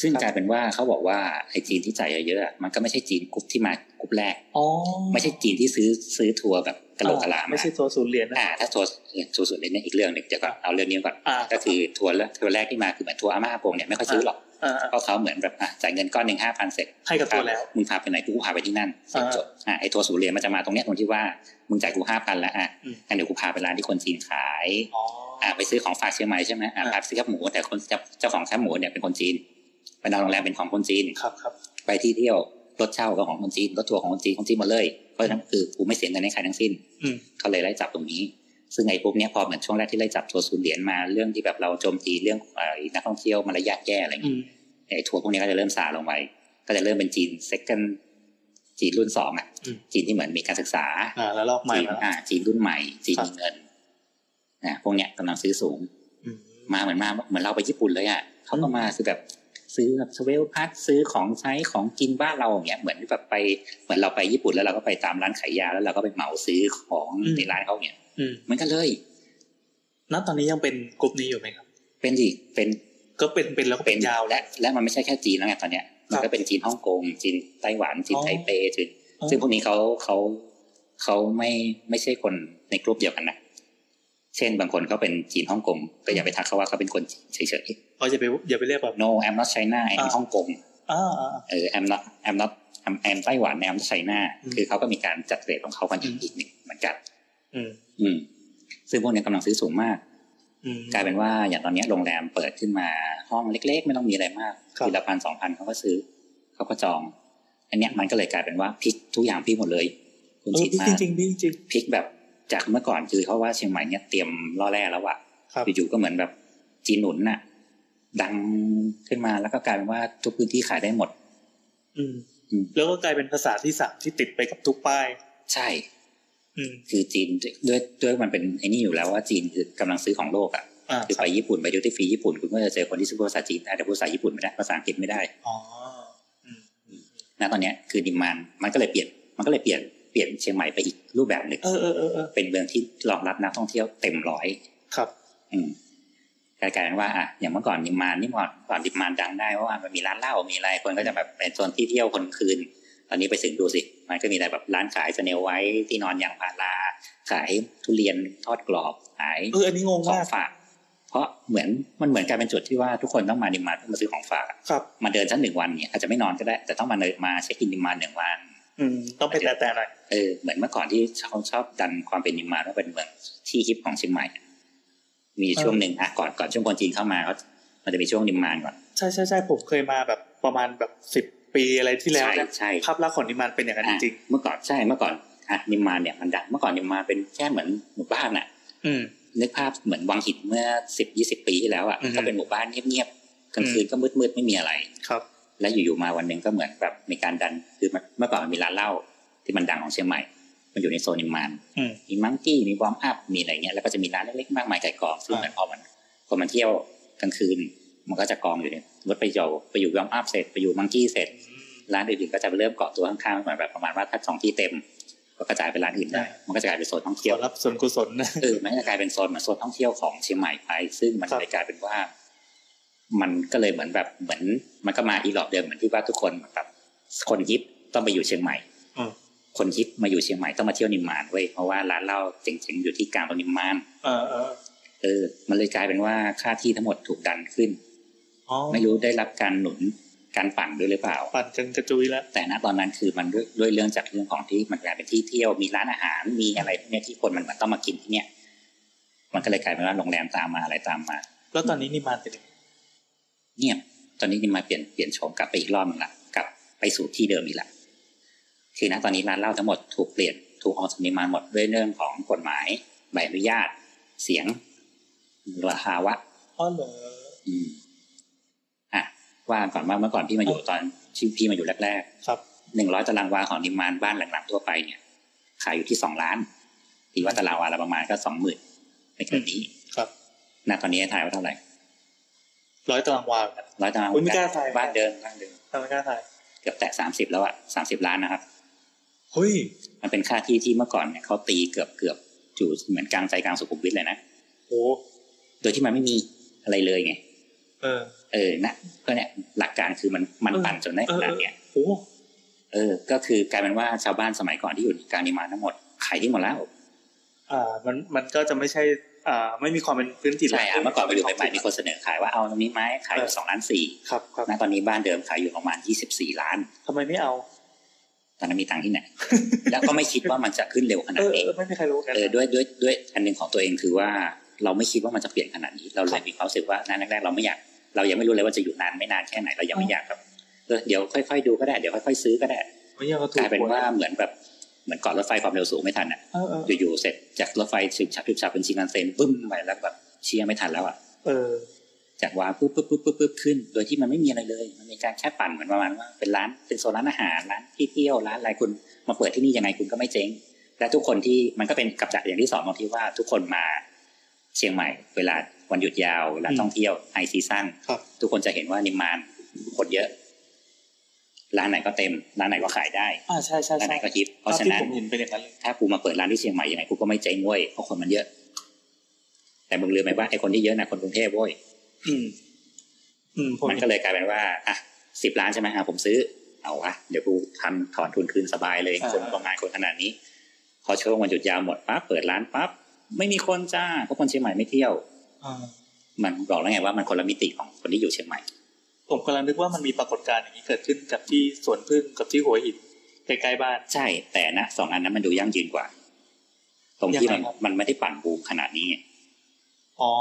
Speaker 3: ซึ่ง
Speaker 1: ครับ
Speaker 3: กลายเป็นว่าเขาบอกว่าไอ้จีนที่จ่ายเยอะๆอะมันก็ไม่ใช่จีนกรุ๊ปที่มากรุ๊ปแรก
Speaker 1: อ๋อ
Speaker 3: ไม่ใช่จีนที่ซื้อซื้อทัวร์แบบกะโหลกกะลา
Speaker 1: ไม่
Speaker 3: มา
Speaker 1: ใช่ตัวศูนย์เหรียญนะ
Speaker 3: อ่าถ้าทัวร์ทัวร์ส่วนเล็กเนี่ยอีกเรื่องหนึ่งเดี๋ยวก่อนเอาเรื่องนี้ก่อน
Speaker 1: อ่า
Speaker 3: ก็คือทัวร์ละทัวร์แรกที่มาคือเหมือนทัวร์อาม่าโปงเนี่ยไม่ค่อยซื้อหรอก
Speaker 1: อ่า
Speaker 3: เพราะเขาเหมือนแบบอ่ะจ่ายเงินก้อนหนึ่งห้าพันเสร็จ
Speaker 1: ให้กับตัวแล้ว
Speaker 3: มึงพาไปไหนกูก็พาไปที่นั่นเสร็จ
Speaker 1: อ่า
Speaker 3: จบอ่ะไอตัวสูนย์เหรียญมันจะมาตรงเนี้ยตรงที่ว่ามึงจ่ายกูห้าพันแล้วอ่ะ
Speaker 1: อืม
Speaker 3: งั้นเดี๋ยวกูพาไปร้านที่คนจีนขาย
Speaker 1: อ๋ออ่า
Speaker 3: อ่ะไปซื้อของฝากเชียงใหม่ใช่ไหมอ่ะ
Speaker 1: อ่า
Speaker 3: พาไปซื้อแคบหมูแต่คนเจ้าเจ้าของแคบหมูเนี่ยเป็นคนจีนบรรดาโรงแรมเป็นของคนจีน
Speaker 1: ครับครับ
Speaker 3: ไปที่เที่ยวรถเช่าก็ของคนจีนรถทัวร์ของคนจีนคนจีนหมดเลยเพราะฉะนั้นคือกูไม่เสียเงินให้ใครทั้งสิ้น
Speaker 1: อืม
Speaker 3: เขาเลยไล่จับตรงนี้ ซึ่งไอ้พวกเนี้ยพอเหมือนช่วงแรกที่ไล่จับทัวร์ศูนย์เหรียญมาเรื่องที่แบบเราโจมตีเรื่องเอ่อนักท่องเที่ยวมารยาทแย่อะไรเงี้ย
Speaker 1: อืม
Speaker 3: ไอ้ทัวร์พวกนี้ก็จะเริ่มซาลงไป ก็จะเริ่มเป็นจีนเซกันจีนรุ่นสองอ่ะ
Speaker 1: อืม
Speaker 3: จีนที่เหมือนมีการศึกษา
Speaker 1: อ่าแล้วรอบใหม่
Speaker 3: จีน
Speaker 1: มาแล้ว
Speaker 3: อ่าจีนรุ่นใหม่ จีน
Speaker 1: ครับ
Speaker 3: มีเงินนะพวกเนี้ยกำลังซื้อสูง
Speaker 1: อืม
Speaker 3: มาเหมือนมาเหมือนเราไปญี่ปุ่นเลยอ่ะเขาก็มาซื้อแบบซื้อแบบสเวลพัทซื้อของใช้ของกินบ้านเราอย่างเงี้ยเหมือนแบบไปเหมือนเราไปญี่ปุ่นแล้วเราก็ไปตามร้านขายยาแล้วเราก็ไปเหมาซื้อของ
Speaker 1: อืม
Speaker 3: ในร้านเขาเนี่ย
Speaker 1: อืม
Speaker 3: เหมือนกันเลย
Speaker 1: ณตอนนี้ยังเป็นกลุ่มนี้อยู่ไหมครับ
Speaker 3: เป็นดิเป็น
Speaker 1: ก็เป็นเป็นแล้วก็เป็นยาวแห
Speaker 3: และ
Speaker 1: ละ
Speaker 3: และมันไม่ใช่แค่จีนแล้วไงตอนเนี้ยมันก็เป็นจีนฮ่องกงจีนไต้หวันจีน
Speaker 1: อ๋อ
Speaker 3: ไทเปจีน
Speaker 1: อ๋อ
Speaker 3: ซึ่งพวกนี้เขาเขาเขาไม่ไม่ใช่คนในกลุ่มเดียวกันนะเช่นบางคนเขาเป็นจีนฮ่องกงก็อย่าไปทักเขาว่าเขาเป็นคนจีนเฉย
Speaker 1: เราจะไปอย่าไปเรียกแบบ
Speaker 3: ๆ no I'm not China I'm
Speaker 1: อ่า
Speaker 3: ฮ่องกง
Speaker 1: อ่าอ่า
Speaker 3: เออ I'm not I'm not I'm I'm ไต้หวัน I'm not China
Speaker 1: อืม
Speaker 3: คือเขาก็มีการจัดเกรดของเขากันอีก
Speaker 1: อืม
Speaker 3: อีกหนึ่งเหมือนกัน
Speaker 1: อืม
Speaker 3: อืม ซึ่งพวกเนี้ยกำลังซื้อสูงมาก
Speaker 1: อืม
Speaker 3: กลายเป็นว่าอย่างตอนเนี้ยโรงแรมเปิดขึ้นมาห้องเล็ก ๆ ไม่ต้องมีอะไรมาก
Speaker 1: ครับ
Speaker 3: ทีละพันสองพันเขาก็ซื้อเขาก็จอง อันเนี้ยมันก็เลยกลายเป็นว่าพลิกทุกอย่างพลิกหมดเลยคุณ
Speaker 1: เออ
Speaker 3: ชิดมา
Speaker 1: จริงจริงจริงจริง
Speaker 3: พลิกแบบจากเมื่อก่อนคือเขาว่าเชียงใหม่เนี่ยเตรียมล่อแร่แล้วอะ
Speaker 1: ครับ
Speaker 3: อยู่ๆก็เหมือนแบบจีนหนุนน่ะ ดังขึ้นมาแล้วก็กลายเป็นว่าทุกพื้นที่ขายได้หมด
Speaker 1: อืม
Speaker 3: อืม
Speaker 1: แล้วก็กลายเป็นภาษาที่สามที่ติดไปกับทุกป้าย
Speaker 3: ใช่
Speaker 1: อืม
Speaker 3: คือจีนด้วยด้วยมันเป็นไอ้นี่อยู่แล้วว่าจีนคือกำลังซื้อของโลกอะ
Speaker 1: อ่า
Speaker 3: คือ
Speaker 1: ครั
Speaker 3: ไป
Speaker 1: บ
Speaker 3: ญี่ปุ่นไปดิวตี้ฟรีญี่ปุ่นคุณก็จะเจอคนที่พูดภาษาจีนได้แต่พูดภาษาญี่ปุ่นไม่ได้ภาษาอังกฤษไม่ได้
Speaker 1: อ๋ออืม
Speaker 3: ณตอนเนี้ยคือดิมานมันก็เลยเปลี่ยนมันก็เลยเปลี่ยนเปลี่ยนเชียงใหม่ไปอีกรูปแบบหนึ่ง
Speaker 1: เออเออเออเออ
Speaker 3: เป็นเมืองที่รองรับนักท่องเที่ยวเต็มร้อย
Speaker 1: ครับ
Speaker 3: อืมกลายเป็นว่าอ่ะอย่างเมื่อก่อนดิมานนี่ก่อนก่อนดิมานดังได้เพราะว่ามันมีร้านเหล้ามีอะไรคนก็จะแบบเป็นโซนที่เที่ยวคนคืน ตอนนี้ไปถึงดูสิมันก็มีแต่แบบร้านขายสเนลไว้ที่นอนยางพาราขายทุเรียนทอดกรอบขาย
Speaker 1: เอออันนี้งง
Speaker 3: ของ
Speaker 1: มาก
Speaker 3: ฝาก เพราะเหมือนมันเหมือนกลายเป็นจุดที่ว่าทุกคนต้องมาดิมานเพื่อมาซื้อของฝาก
Speaker 1: ครับ
Speaker 3: มาเดินชั้นหนึ่งวันเนี่ยอาจจะไม่นอนก็ได้ แต่ต้องมาเดินมาเช็คอินดิมานหนึ่งวัน
Speaker 1: อืม ต้องไปแต่แต่ๆหน่อย
Speaker 3: เออเหมือนเมื่อก่อนที่เขาชอบดันความเป็นนิมมานว่าเป็นเมืองที่ฮิปของเชียงใหม่ มีอยู่
Speaker 1: เออ
Speaker 3: ช่วงหนึ่งอ่ะก่อนก่อนช่วงคนจีนเข้ามาเขามันจะมีช่วงนิมมานก่อน
Speaker 1: ใช่ใช่ใช่ผมเคยมาแบบประมาณแบบสิบ10 ปีอะไรที่แล้ว
Speaker 3: ใช่
Speaker 1: เนี่ย
Speaker 3: ใช่
Speaker 1: ภาพลักษณ์ของนิมานเป็นอย่างนั้นจ
Speaker 3: อ่ะ
Speaker 1: ริง
Speaker 3: เมื่อก่อนใช่เมื่อก่อนอ่ะนิมมานเนี่ยมันดังเมื่อก่อนนิมมานเป็นแค่เหมือนหมู่บ้านอ่ะ
Speaker 1: ๆอืม
Speaker 3: นึกภาพเหมือนวังหินเมื่อสิบยี่สิบปีที่แล้วอ่ะ
Speaker 1: อือฮึ
Speaker 3: ก็เป็นหมู่บ้านเงียบๆกลางคืน
Speaker 1: อืม
Speaker 3: ก็มืดๆไม่มีอะไร
Speaker 1: ครับ
Speaker 3: แล้วอยู่ๆมาวันหนึ่งก็เหมือนแบบมีการดันคือมันเมื่อก่อนมันมีร้านเหล้าที่มันดังของเชียงใหม่ มันอยู่ในโซนนิมมาน
Speaker 1: อืม
Speaker 3: มีมังกี้มีวอร์มอัพมีอะไรเงี้ยแล้วก็จะมีร้านเล็กๆมากมายไก่กองซึ่ง
Speaker 1: อ่า
Speaker 3: เหมือนพอมันคนมันเที่ยวกลางคืน มันก็จะกองอยู่เนี่ยรถไปโยไปอยู่วอร์มอัพเสร็จไปอยู่มังกี้เสร็จ ร้านอื่นๆก็จะเริ่มเกาะตัวข้างๆเหมือนแบบประมาณว่าถ้าสองที่เต็ม ก็กระจายไปร้านอื่นได้ มันก็จะกลายเป็นโซนท่อง
Speaker 1: ข
Speaker 3: เที่ยว
Speaker 1: อรับส่วนกุศล นะ
Speaker 3: เออมันจะกลายเป็นโซนเหมือนโซนท่องเที่ยวของเชียงใหม่ไป ซึ่งมัน
Speaker 1: ครับ
Speaker 3: เลยกลายเป็นว่า มันก็เลยเหมือนแบบเหมือนมันก็มาอีหลอบเดิมเหมือนที่ว่าทุกคนแบบคนยิปต้องไปอยู่เชียงใหม่
Speaker 1: อืม
Speaker 3: คนฮิปมาอยู่เชียงใหม่ต้องมาเที่ยวนิมมานเว้ยเพราะว่าร้านเหล้าเจ๋งๆอยู่ที่กลางตรงนิมมาน
Speaker 1: เออเออ
Speaker 3: เออ มันเลยกลายเป็นว่าค่าที่ทั้งหมดถูกดันขึ้น
Speaker 1: อ๋อ
Speaker 3: ไม่รู้ได้รับการหนุนการปั่นด้วยหรือเปล่า
Speaker 1: ปั่นกันกระจุยแล้ว
Speaker 3: แต่ณตอนนั้นคือมันด้วยด้วยเรื่องจากเรื่องของที่มันกลายเป็นที่เที่ยวมีร้านอาหารมีอะไรพวกเนี้ยที่คนมันมันต้องมากินที่เนี้ยมันก็เลยกลายเป็นว่าโรงแรมตามมาอะไรตามมา
Speaker 1: แล้วตอนนี้นิมานเป็นยังไง
Speaker 3: เงียบตอนนี้นิมมานเปลี่ยนเปลี่ยนโฉมกลับไปอีกรอบหนึงละกลับไปสู่ที่เดิมอีกละคือณตอนนี้ร้านเหล้าทั้งหมดถูกเปลี่ยนถูกออกจากนิมมานหมดด้วยเรื่องของกฎหมายใบอนุญาต เสียง ราคาวะ
Speaker 1: อ๋อเหรอ
Speaker 3: อืมอ่ะว่าก่อนว่าเมื่อก่อนพี่มาอยู่ตอนที่พี่มาอยู่แรก
Speaker 1: ครับ
Speaker 3: ๆหนึ่งร้อยตารางวาของดิมานบ้านหลังๆทั่วไปเนี่ยขายอยู่ที่สองล้านตีว่าตารางวาละประมาณก็สองหมื่นในเกินนี้
Speaker 1: ครับ
Speaker 3: ณตอนนี้ทายว่าเท่าไหร่
Speaker 1: ร้อยตารางวาเหมือนกัน
Speaker 3: ร้อยตาราง
Speaker 1: อุ๊ยไม่กล้าทาย
Speaker 3: บ้านเดิมบ้านเดิม
Speaker 1: ทำไมกล้าถ่าย
Speaker 3: เกือบแตะสามสิบแล้วอะสามสิบล้านนะครับ
Speaker 1: เฮ้ย
Speaker 3: มันเป็นค่าที่ที่เมื่อก่อนเนี่ยเขาตีเกือบเกือบอยู่เหมือนกลางใจกลางสุขุมวิทเลยนะ
Speaker 1: โอ้
Speaker 3: โดยที่มันไม่มีอะไรเลยไง
Speaker 1: เออ
Speaker 3: เออนะก็เนี่ยหลักการคือมันมันปั่นจนได้ขนาดเนี่ย
Speaker 1: โอ้
Speaker 3: เออ ก็คือกลายเป็นว่าชาวบ้านสมัยก่อนที่อยู่ในการนิมานทั้งหมดขายที่หมดแล้ว
Speaker 1: อ่า มันมันก็จะไม่ใช่ อ่า ไม่มีความเป็นพื้นที่น
Speaker 3: ใช่อ่ะเมื่อก่อนไปดูใหม่ๆมีคนเสนอขายว่าเอาตรงนี้ไหมขายอยู่สองล้านสี่
Speaker 1: ครับครับ
Speaker 3: ณตอนนี้บ้านเดิมขายอยู่ประมาณยี่สิบสี่ล้าน
Speaker 1: ทำไมไม่เอา
Speaker 3: ตอนนั้นมีตังค์ ที่ไหน แล้วก็ไม่คิดว่ามันจะขึ้นเร็วขนา
Speaker 1: เออ
Speaker 3: ด
Speaker 1: เอ
Speaker 3: นี้
Speaker 1: อไม่มีใครรู้กัน
Speaker 3: เออด้วยด้วยด้วยอันหนึ่งของตัวเองคือว่าเราไม่คิดว่ามันจะเปลี่ยนขนาดนี้ เราเลยมีความรู้สึกว่านั้านแรกๆเราไม่อยาก เรายังไม่รู้เลยว่าจะอยู่นานไม่นานแค่ไหนเรายังไม่อยากแบบเออเดี๋ยวค่อยๆดูก็ได้เดี๋ยวค่อยๆซื้อก็ได้
Speaker 1: ไม่ยังก็ถู
Speaker 3: ก
Speaker 1: ก
Speaker 3: ลายเป็นว่าเหมือนแบบเหมือนก่อนรถไฟความเร็วสูงไม่ทันอะ
Speaker 1: เออเออ
Speaker 3: อยู่ๆเสร็จจากรถไฟฉึบฉับฉึบฉับเป็นชินคันเซ็นปึ้มไปแล้วแบบเชียร์ไม่ทันแล้วอ่ะ
Speaker 1: เออ
Speaker 3: จากวาปุ๊บปุ๊บปุ๊บปุ๊บปุ๊บขึ้น โดยที่มันไม่มีอะไรเลย มันมีการแค่ปั่นเหมือนประมาณว่าเป็นร้านเป็นโซนร้านอาหารร้านที่เที่ยวร้านอะไรคุณมาเปิดที่นี่ยังไงคุณก็ไม่เจ๊งและทุกคนที่มันก็เป็นกับจักอย่างที่สองตรงที่ว่าทุกคนมาเชียงใหม่ เวลาวันหยุดยาวเวลา
Speaker 1: อืม
Speaker 3: ท่องเที่ยวไฮซีซั่น
Speaker 1: ครับ
Speaker 3: ทุกคนจะเห็นว่านิมมานคนเยอะ ร้านไหนก็เต็ม ร้านไหนก็ขายได้
Speaker 1: อ่าใช่ใช่
Speaker 3: ร้านไหน
Speaker 1: ใช่
Speaker 3: ก็ฮิต
Speaker 1: ภาพ
Speaker 3: เพราะฉะ
Speaker 1: ที่
Speaker 3: นั้น
Speaker 1: ผมเห็นเป็นอย่างนั้นเลย
Speaker 3: ถ้ากูมาเปิดร้านที่เชียงใหม่ยังไงกูก็ไม่เจ๊งเว้ยเพราะคนมันเยอะ แต่มึงลืมไปว่าไอ้คนที่เยอะนะคนกรุงเทพเว้ย
Speaker 1: อืม อืมผม
Speaker 3: มันก็เลยกลายเป็นว่าอ่ะสิบล้านใช่ไหมอ่ะผมซื้อ เอาวะเดี๋ยวกูทำถอนทุนคืนสบายเลย
Speaker 1: อ่า
Speaker 3: คนประมาณคนขนาดนี้ พอช่วงวันหยุดยาวหมดปั๊บเปิดร้านปั๊บไม่มีคนจ้าเพราะคนเชียงใหม่ไม่เที่ยว
Speaker 1: อ่า
Speaker 3: มันบอกแล้วไงว่ามันคนละมิติของคนที่อยู่เชียงใหม่
Speaker 1: ผมกำลังนึกว่ามันมีปรากฏการณ์อย่างนี้เกิดขึ้นกับที่สวนพึ่งกับที่หัวหินใกล้ๆบ้าน
Speaker 3: ใช่แต่นะสองอันนั้นมันดูยั่งยืนกว่า ตรงที่มัน
Speaker 1: ยังไงครับ
Speaker 3: มันไม่ได้ปั่นบูมขนาดนี้ไง
Speaker 1: อ๋อ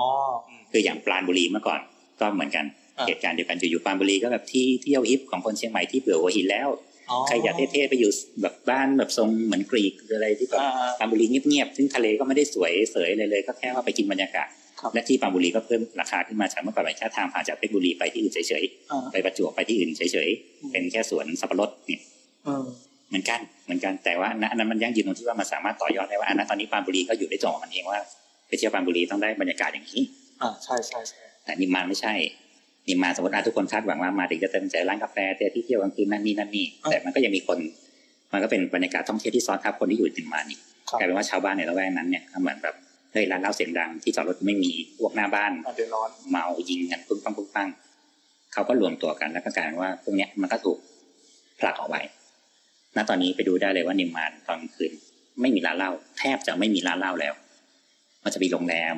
Speaker 1: อืม
Speaker 3: คืออย่างปราณบุรีเมื่อก่อนก็เหมือนกัน
Speaker 1: อ่า
Speaker 3: เหตุการณ์เดียวกันอยู่ๆปราณบุรีก็แบบที่เที่ยวฮิปของคนเชียงใหม่ที่เบื่อหัวหินแล้ว
Speaker 1: อ๋อ
Speaker 3: ใครอยากเท่ๆไปอยู่แบบบ้านแบบทรงเหมือนกรีกหรืออะไรที่แบบ
Speaker 1: อ่า
Speaker 3: ปราณบุรีเงียบๆซึ่งทะเลก็ไม่ได้สวยเสยเลยเลย ก็แค่ว่าไปกินบรรยากาศ
Speaker 1: ครับ
Speaker 3: และที่ปราณบุรีก็เพิ่มราคาขึ้นมาจากเมื่อก่อนเป็นแค่ทางผ่านจากเพชรบุรีไปที่อื่นเฉย
Speaker 1: อ่า
Speaker 3: ๆไปประจวบไปที่อื่นเฉยๆเป็นแค่สวนสับปะรดเนี่ย
Speaker 1: เออ
Speaker 3: เหมือนกันเหมือนกันแต่ว่าณอันนั้นมันยั่งยืนตรงที่ว่ามันสามารถต่อยอดได้ว่าอันนั้นตอนนี้ปราณบุรีก็อยู่ได้จบของมันเองว่าไปเที่ยวปราณบุรีต้องได้บรรยากาศอย่างนี้
Speaker 1: อ่าใช่ใช่ใช่
Speaker 3: แต่นิมมานไม่ใช่ นิมมานสมมติอ่ะทุกคนคาดหวังว่ามาถึงจะเต็มใจร้านกาแฟเที่ยวที่เที่ยวกลางคืนนั่นนี่นั่นนี่
Speaker 1: อ่ะ
Speaker 3: แต่มันก็ยังมีคน มันก็เป็นบรรยากาศท่องเที่ยวที่ซ้อนทับคนที่อยู่นิมมานอีก
Speaker 1: ครับ
Speaker 3: กลายเป็นว่าชาวบ้านในละแวกนั้นเนี่ยก็เหมือนแบบเฮ้ยร้านเหล้าเสียงดังที่จอดรถไม่มีพวกหน้าบ้าน
Speaker 1: อ่ะเดือดร้อน
Speaker 3: เมายิงกันปุ้งปังปุ้งปังเขาก็รวมตัวกันแล้วก็กลายเป็นว่าพวกเนี้ยมันก็ถูกผลักออกไปณตอนนี้ไปดูได้เลยว่านิมมานตอนกลางคืน ไม่มีร้านเหล้าแทบจะไม่มีร้านเหล้าแล้ว มันจะมีโรงแรม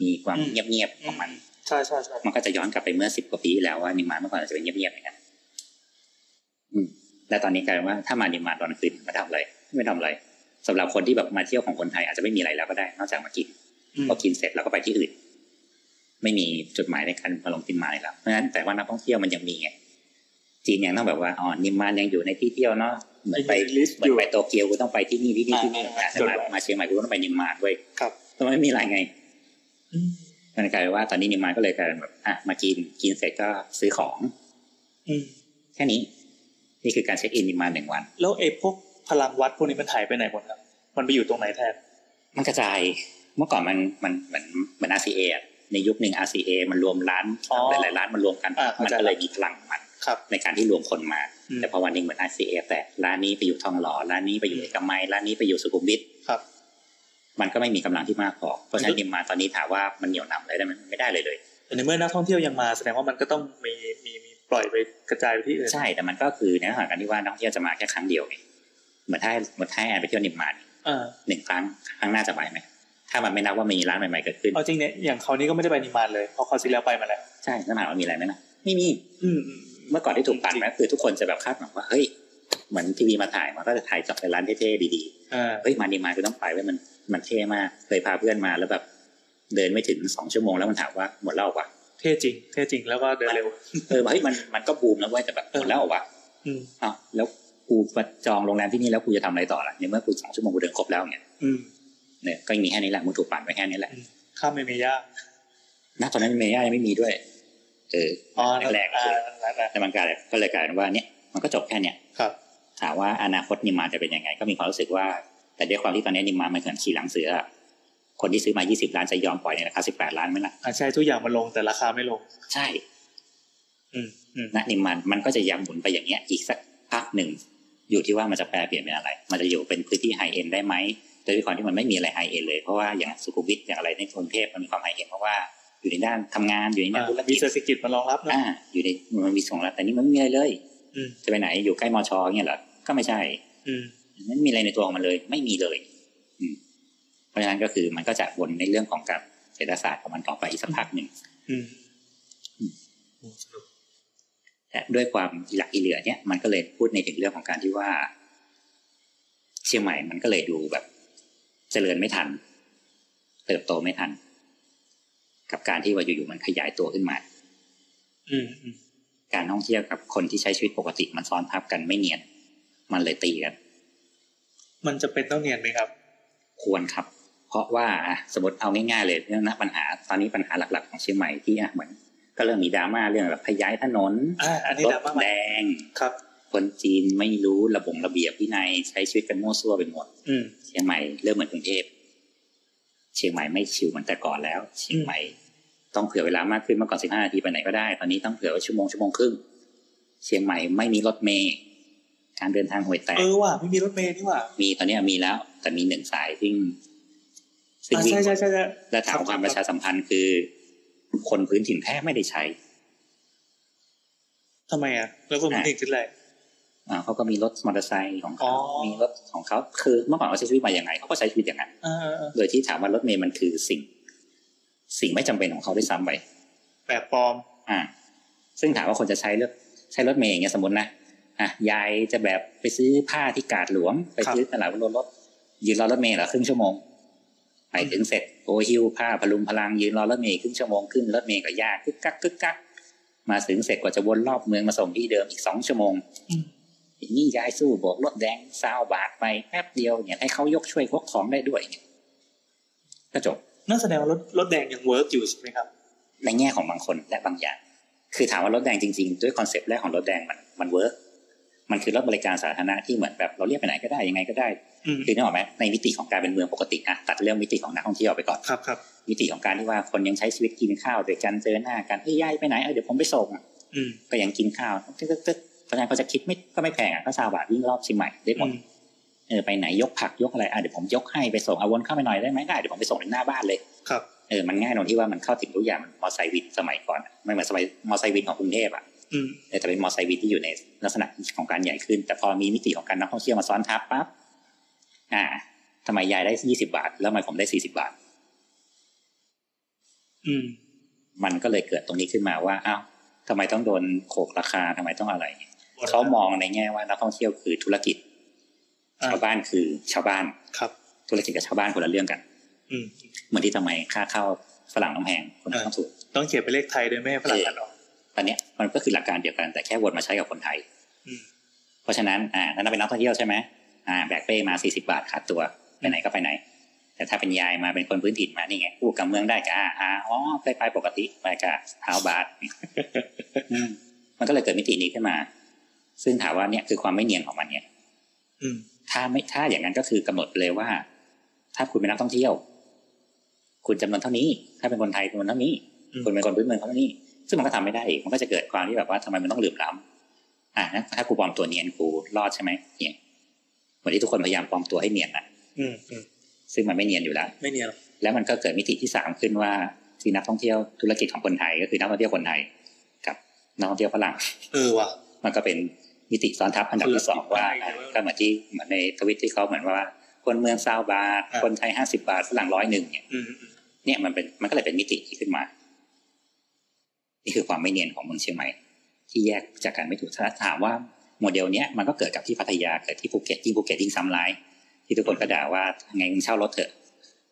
Speaker 3: มีความ
Speaker 1: อืม
Speaker 3: เงียบๆของมัน
Speaker 1: ใช่ใช่ใช่
Speaker 3: มันก็จะย้อนกลับไปเมื่อสิบกว่าปีที่แล้วว่านิมมานเมื่อก่อนอาจจะเป็นเงียบๆนะครับอืมและตอนนี้กลายเป็นว่าถ้ามานิมมานตอนกลางคืนมาทำอะไร ไม่ทำอะไรสำหรับคนที่แบบมาเที่ยวของคนไทยอาจจะไม่มีอะไรแล้วก็ได้ นอกจากมากิน
Speaker 1: อืม
Speaker 3: พอกินเสร็จเราก็ไปที่อื่น ไม่มีจุดหมายในการมาลงติมมานเลยแล้วเพราะฉะนั้นแต่ว่านักท่องเที่ยวมันยังมีไงจีนยังต้องแบบว่าอ๋อนิมมานยังอยู่ในที่เที่ยวเนาะเหมือนไป
Speaker 1: ลิสต์อ
Speaker 3: เหมือน
Speaker 1: ยู่
Speaker 3: ไปโตเกียวกูต้องไปที่นี่ที่นี่ที่นี่
Speaker 1: อ่าอ่า
Speaker 3: แต่มามาเชียงใหม่กูต้องไปนิมมานเว้ย
Speaker 1: ครับ
Speaker 3: แต่มันไม่มีอะไรไง
Speaker 1: อืม
Speaker 3: มันกลายเป็นว่าตอนนี้นิมมานก็เลยกลายเป็นแบบอ่ะมากินกินเสร็จก็ซื้อของ
Speaker 1: อืม
Speaker 3: แค่นี้ นี่คือการเช็คอินนิมมานหนึ่งวัน
Speaker 1: แล้วไอ้พวกพลังวัดพวกนี้มันหายไปไหนหมดครับ มันไปอยู่ตรงไหนแทน
Speaker 3: มันกระจายเมื่อก่อนมันมันเหมือนเหมือน RCA อะในยุคหนึ่ง RCA มันรวมร้าน
Speaker 1: อ๋อ
Speaker 3: หลายๆร้านมันรวมกัน
Speaker 1: อ่าเข้า
Speaker 3: มัน
Speaker 1: ใจ
Speaker 3: ก็เลยมีพลังของมัน
Speaker 1: ครับ
Speaker 3: ในการที่รวมคนมา
Speaker 1: อืม
Speaker 3: แต่พอวันหนึงเหมือน RCA แต่ร้านนี้ไปอยู่ทองหล่อร้านนี้ไปอยู่เอกมัยร้านนี้ไปอยู่สุขุมวิท
Speaker 1: ครับ
Speaker 3: มันก็ไม่มีกำลังที่มากพอเพราะฉะนั้นนิมมานตอนนี้ถามว่ามันเหนี่ยวนำอะไรได้ไหมมันไม่ได้เลยเลย
Speaker 1: แต่ในเมื่อนักท่องเที่ยวยังมาแสดงว่ามันก็ต้องมีมีมีปล่อยไปกระจายไปที่อื่น
Speaker 3: ใช่แต่มันก็คือในลักษณะการที่ว่านักท่องเที่ยวจะมาแค่ครั้งเดียวไงเหมือนถ้าเหมือนถ้าแอนไปเที่ยวนิมมาน
Speaker 1: อ่า
Speaker 3: หนึ่งครั้งครั้งหน้าจะไปไหมถ้ามันไม่นับว่ามีร้านใหม่ๆเกิดขึ้น
Speaker 1: เอาจริงเนี่ยอย่างเขาวนี่ก็ไม่ได้ไปนิมมานเลยเพราะเขาวที่แล้วไปมาแล้ว
Speaker 3: ใช่แล้วถามว่ามีอะไรไหมนะไม่มี
Speaker 1: อืมอืมอืม
Speaker 3: เมื่อก่อนที่ถูกปั่น
Speaker 1: จริง
Speaker 3: นะคือทุกคนจะแบบคาดหวังว่าเฮ้ยเหมือนทีวีมาถ่ายมันก็จะถ่ายจับไปร้านเท่ๆดี
Speaker 1: อ่า
Speaker 3: ๆเฮ้ยมาดีมาคือต้องไปเว้ยมันมันเท่มากเคยพาเพื่อนมาแล้วแบบเดินไม่ถึงสองชั่วโมงแล้วมันถามว่าหมดแล้วเหรอวะ
Speaker 1: เท่จริง เท่จริงแล้วก็เดินเร็ว
Speaker 3: เออเฮ้ยมันมันก็บูมแล้วเว้ยแต่แบบหมดแล้วเหรอวะ
Speaker 1: อืม
Speaker 3: อ้าวแล้วกูมาจองโรงแรมที่นี่แล้วกูจะทำอะไรต่อล่ะในเมื่อกูสองชั่วโมงกูเดินครบแล้วเนี่ย
Speaker 1: อืม
Speaker 3: เนี่ยก็มีแค่นี้แหละมึงถูกปั่นไปแค่นี้แหละ
Speaker 1: ข้ามเมเมย่า
Speaker 3: ณตอนนั้นเมย่ายังไม่มีด้วยเออ
Speaker 1: อ๋อ
Speaker 3: แรกๆก็
Speaker 1: อ่า
Speaker 3: คือ
Speaker 1: แรก
Speaker 3: แต่มันกลายก็เลยกลายเป็นว่าเนี่ยมันก็จบแค่เนี่ย
Speaker 1: ๆครับ
Speaker 3: ถามว่าอนาคตนิมมานจะเป็นยังไง ก็มีความรู้สึกว่า แต่ด้วยความที่ตอนนี้นิมมานมันเหมือนขี่หลังเสืออะคนที่ซื้อมา 20 ล้านจะยอมปล่อยในราคา 18 ล้านไหมล่ะ
Speaker 1: อ่าใช่ทุกอย่างมันลงแต่ราคาไม่ลง
Speaker 3: ใช่
Speaker 1: อืมอืม
Speaker 3: ณนิมมานมันก็จะยังหมุนไปอย่างเงี้ยอีกสักพักหนึ่ง อยู่ที่ว่ามันจะแปลเปลี่ยนเป็นอะไร มันจะอยู่เป็นพื้นที่ไฮเอ็นได้ไหมโดยด้วยความที่มันไม่มีอะไรไฮเอ็นเลย เพราะว่าอย่างสุขุมวิทอย่างอะไรในกรุงเทพมันมีความไฮเอ็นเพราะว่าอยู่ในด้านทำงานอยู่ในด้า
Speaker 1: อ่าน
Speaker 3: ธุร
Speaker 1: มี
Speaker 3: กิจ
Speaker 1: เศรษฐกิจมารองรับนะ
Speaker 3: อ่าอยู่ในมันมีสองรัฐแต่นี่มันไม่มีอะไรเลย
Speaker 1: อืม
Speaker 3: จะไปไหนอยู่ใกล้มอชอเงี้ยเหรอก็ไม่ใช่
Speaker 1: อืม
Speaker 3: ไม่มีอะไรในตัวของมันเลย ไม่มีเลย อืมเพราะฉะนั้นก็คือมันก็จะวนในเรื่องของการเศรษฐศาสตร์ของมันต่อไปอีกสักพักหนึ่ง
Speaker 1: อืม
Speaker 3: และด้วยความหลักอีเหลือเนี่ยมันก็เลยพูดในถึงเรื่องของการที่ว่า เชียงใหม่มันก็เลยดูแบบ เจริญไม่ทัน เติบโตไม่ทัน กับการที่ว่าอยู่ๆมันขยายตัวขึ้นมา
Speaker 1: อืมอืม
Speaker 3: การท่องเที่ยวกับคนที่ใช้ชีวิตปกติมันซ้อนทับกันไม่เนียน มันเลยตีกัน
Speaker 1: มันจะเป็นต้องเนียนไหมครับ
Speaker 3: ควรครับ เพราะว่าอ่ะสมมติเอาง่ายๆเลยเรื่องนะปัญหาตอนนี้ปัญหาหลักๆของเชียงใหม่ที่อ่ะเหมือน ก็เริ่มมีดราม่าเรื่องแบบพย้ายถนน
Speaker 1: อ่า อันนี้
Speaker 3: ร
Speaker 1: ดรา
Speaker 3: ถ
Speaker 1: ม่าไหม
Speaker 3: แดง
Speaker 1: ครับ
Speaker 3: คนจีนไม่รู้ระบงระเบียบวินัยใช้ชีวิตกันมั่วซั่วไปหมด
Speaker 1: อืม
Speaker 3: เชียงใหม่เริ่มเหมือนกรุงเทพเชียงใหม่ไม่ชิวเหมือนแต่ก่อนแล้ว เชียงใหม่ ต้องเผื่อเวลามากขึ้นเมื่อก่อนสิบห้านาทีไปไหนก็ได้ ตอนนี้ต้องเผื่อไว้ชั่วโมงชั่วโมงครึ่งเชียงใหม่ไม่มีรถเมล์การเดินทางห่วยแตก
Speaker 1: เออว่ะไม่มีรถเมล์นี่ว่ะ
Speaker 3: มีตอนเนี้ยมีแล้วแต่มีหนึ่งสายวิ่งซึ่ง
Speaker 1: อ่า
Speaker 3: วิ่ง
Speaker 1: ใช่ใช่ใช่ใช่
Speaker 3: และถามความประชาสัมพันธ์คือ คนพื้นถิ่นแทบไม่ได้ใช้
Speaker 1: ทำไมอ่ะ แล้วก็มันถึงคิดอะไร
Speaker 3: อ่าเขาก็มีรถมอเตอร์ไซค์ของ
Speaker 1: อ๋
Speaker 3: เขา
Speaker 1: อ
Speaker 3: มีรถของเขาคือเมื่อก่อนเขาใช้ชีวิตมาอย่างไงเขาก็ใช้ชีวิตอย่างนั้น
Speaker 1: เออเออ
Speaker 3: โดยที่ถามว่ารถเมล์มันคือสิ่ง สิ่งไม่จำเป็นของเขาด้วยซ้ำไป
Speaker 1: แบบปลอม
Speaker 3: อ่า ซึ่งถามว่าคนจะใช้เลือกใช้รถเมล์อย่างเงี้ยสมมตินะอ่ะยายจะแบบไปซื้อผ้าที่กาดหลวง ไปซื้อตลาดรถรถยืนรอรถเมล์เหรอครึ่งชั่วโมง ไปถึงเสร็จโอหิวผ้าพลุงพลังยืนรอรถเมล์ครึ่งชั่วโมงขึ้นรถเมล์ก็ยากกึกกักกึกกักมาถึงเสร็จกว่าจะวนรอบเมืองมาส่งที่เดิมอีกสองชั่วโมง
Speaker 1: อืม
Speaker 3: อย่างนี้ยายสู้บวกรถแดงซาวบาทไปแป๊บเดียวเนี่ยให้เขายกช่วยพกของได้ด้วยเนี่ยก็จบ
Speaker 1: น่าแสดงว่ารถรถแดงยังเวิร์กอยู่ใช่ไหมครับ
Speaker 3: ในแง่ของบางคนและบางอย่าง คือถามว่ารถแดงจริงๆ ด้วยคอนเซปต์แรกของรถแดงมันมันเวิร์กมันคือรถบริการสาธารณะที่เหมือนแบบเราเรียกไปไหนก็ได้ยังไงก็ได้
Speaker 1: อืม
Speaker 3: คือนึกออกไหมในมิติของการเป็นเมืองปกติอะตัดเรื่องมิติของนักท่องเที่ยวไปก่อน
Speaker 1: ครับครับ
Speaker 3: มิติของการที่ว่าคนยังใช้ชีวิตกินข้าวโดวยกันเจอหน้ากันเอ้ยยายไปไหนเอ้ยเดี๋ยวผมไปส่งอะ
Speaker 1: อืม
Speaker 3: ก็ยังกินข้าวตึ๊ดตึ๊ดตึ๊ดเพราะฉะนั้นเขาจะคิดไม่ก็ไม่แพงอะก็ซาวบาทวิ่งรอบเชียงใหม่ได้หม
Speaker 1: อื
Speaker 3: ด
Speaker 1: ม
Speaker 3: เออไปไหนยกผักยกอะไรอ่ะเดี๋ยวผมยกให้ไปส่งเอาวนเข้าไปหน่อยได้ไหมได้เดี๋ยวผมไปส่งถึงหน้าบ้านเลย
Speaker 1: ครับ
Speaker 3: เออ มันง่ายตรงที่ว่ามันเข้าถึงทุกอย่างมันมอไซค์วินสมัยก่อนอะไม่เหมือนสมัยมอไซค์วินของกรุงเทพอ่ะ
Speaker 1: อืม
Speaker 3: เออแต่เป็นมอไซค์วินที่อยู่ในลักษณะของการใหญ่ขึ้น แต่พอมีมิติของการนักท่องเที่ยวมาซ้อนทับปั๊บ อ่าทำไมยายได้ยี่สิบาท แล้วทำไมผมได้สี่สิบาท
Speaker 1: อืม
Speaker 3: มันก็เลยเกิดตรงนี้ขึ้นมาว่า อ้าวทำไมต้องโดนโขกราคาทำไมต้องอะไร
Speaker 1: หมดแล้ว
Speaker 3: เขามองในแง่ว่านักท่องเที่ยวคือธุรกิจ
Speaker 1: อ่า
Speaker 3: ชาวบ้านคือชาวบ้าน
Speaker 1: ครับ
Speaker 3: ธุรกิจกับชาวบ้านคนละเรื่องกัน
Speaker 1: อืม
Speaker 3: เหมือนที่ทำไมค่าเข้าฝรั่งต้องแพงคนไทยต้องถูก
Speaker 1: ต้องเขียนเป็นเลขไทยด้วยไม่ให้ฝรั่งอ่านออก
Speaker 3: ตอนเนี้ยมันก็คือหลักการเดียวกันแต่แค่วนมาใช้กับคนไทย
Speaker 1: อืม
Speaker 3: เพราะฉะนั้นอ่านั่นเป็นนักท่องเที่ยวใช่ไหมอ่าแบกเป้มาสี่สิบาทขาดตัวไปไหนก็ไปไหน แต่ถ้าเป็นยายมาเป็นคนพื้นถิ่นมานี่ไงพูดกับเมืองได้ก็อ่าอ่าอ๋อไปไปปกติไปกับเท้าบาทอืมมันก็เลยเกิดมิตินี้ขึ้นมา ซึ่งถามว่าเนี่ยคือความไม่เนียนของมันเนี่ย
Speaker 1: อืม
Speaker 3: ถ้าไม่ถ้าอย่างนั้นก็คือกำหนดเลยว่า ถ้าคุณเป็นนักท่องเที่ยว คุณจำนวนเท่านี้ ถ้าเป็นคนไทยจำนวนเท่านี้
Speaker 1: อืม
Speaker 3: คุณเป็นคนพื้นเมืองเท่านี้ ซึ่งมันก็ทำไม่ได้อีกมันก็จะเกิดความที่แบบว่าทำไมมันต้องลืมล้ำอ่ะนะถ้ากูปลอมตัวเนียนกูรอดใช่ไหมเนี่ยเหมือนที่ทุกคนพยายามปลอมตัวให้เนียนนะ
Speaker 1: อืมอืม
Speaker 3: ซึ่งมันไม่เนียนอยู่แล้ว
Speaker 1: ไม่เนียนหรอก
Speaker 3: แล้วมันก็เกิดมิติที่สามขึ้นว่า ที่นักท่องเที่ยวธุรกิจของคนไทยก็คือนักท่องเที่ยวคนไทยกับนักท่องเที่ยวฝรั่ง
Speaker 1: เออว่ะ
Speaker 3: มันก็เป็นมิติซ้อนทับอันดับที่สอง
Speaker 1: คนละ
Speaker 3: ว่า
Speaker 1: คนละ
Speaker 3: ก็เหมือนที่เหมือนในทวิตที่เขาเหมือนว่า คนเมืองซาวบาท
Speaker 1: อ่า
Speaker 3: คนไทยห้าสิบาทฝรั่งร้อยหนึ่งเนี่ย
Speaker 1: อืมอืม
Speaker 3: เนี่ยมันเป็นมันก็เลยเป็นมิติที่ขึ้นมา นี่คือความไม่เนียนของเมืองเชียงใหม่ ที่แยกจากการไม่ถูกถ้าถามว่าโมเดลเนี้ยมันก็เกิดกับที่พัทยาเกิดที่ภูเก็ตยิ่งภูเก็ตยิ่งซ้ำร้าย ที่ทุกคนก็ด่าว่าไงมึงเช่ารถเถอะ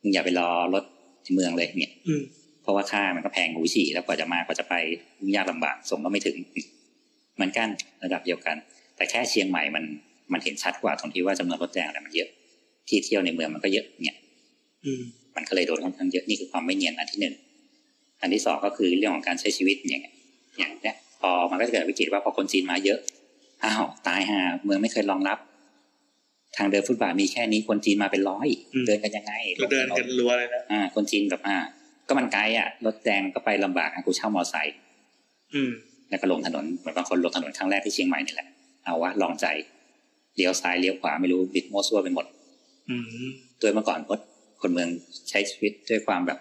Speaker 3: มึงอย่าไปรอรถที่เมืองเลยเนี่ย
Speaker 1: อืม
Speaker 3: เพราะว่าค่ามันก็แพงหูฉี่แล้วกว่าจะมากว่าจะไปยากลำบากส่งก็ไม่ถึงเหมือนกันระดับเดียวกัน แต่แค่เชียงใหม่มันมันเห็นชัดกว่าตรงที่ว่าจำนวนรถแดงอะไรมันเยอะ ที่เที่ยวในเมืองมันก็เยอะเนี่ย
Speaker 1: อืม
Speaker 3: มันก็เลยโดนค่อนข้างเยอะนี่คือความไม่เนียนอันที่หนึ่ง อันที่สองก็คือเรื่องของการใช้ชีวิตอย่างเงี้ยอย่างเนี้ยพอมันก็จะเกิดวิกฤตว่าพอคนจีนมาเยอะอ้าวตายห่าเมืองไม่เคยรองรับ ทางเดินฟุตบาทมีแค่นี้คนจีนมาเป็นร้อย
Speaker 1: อืม
Speaker 3: เดินกันยังไง
Speaker 1: เราเดินกันรัวเลยนะ
Speaker 3: อ่า คนจีนแบบอ่า ก็มันไกลอ่ะรถแดงก็ไปลำบากอ่ะกูเช่ามอไซค์
Speaker 1: อืม
Speaker 3: แล้วก็ลงถนนเหมือนบางคนลงถนนครั้งแรกที่เชียงใหม่นี่แหละ เอาวะลองใจเลี้ยวซ้ายเลี้ยวขวาไม่รู้บิดโม้วซั่วไปหมด
Speaker 1: อืม
Speaker 3: โดยเมื่อก่อนคนคนเมืองใช้ชีวิตด้วยความแบบ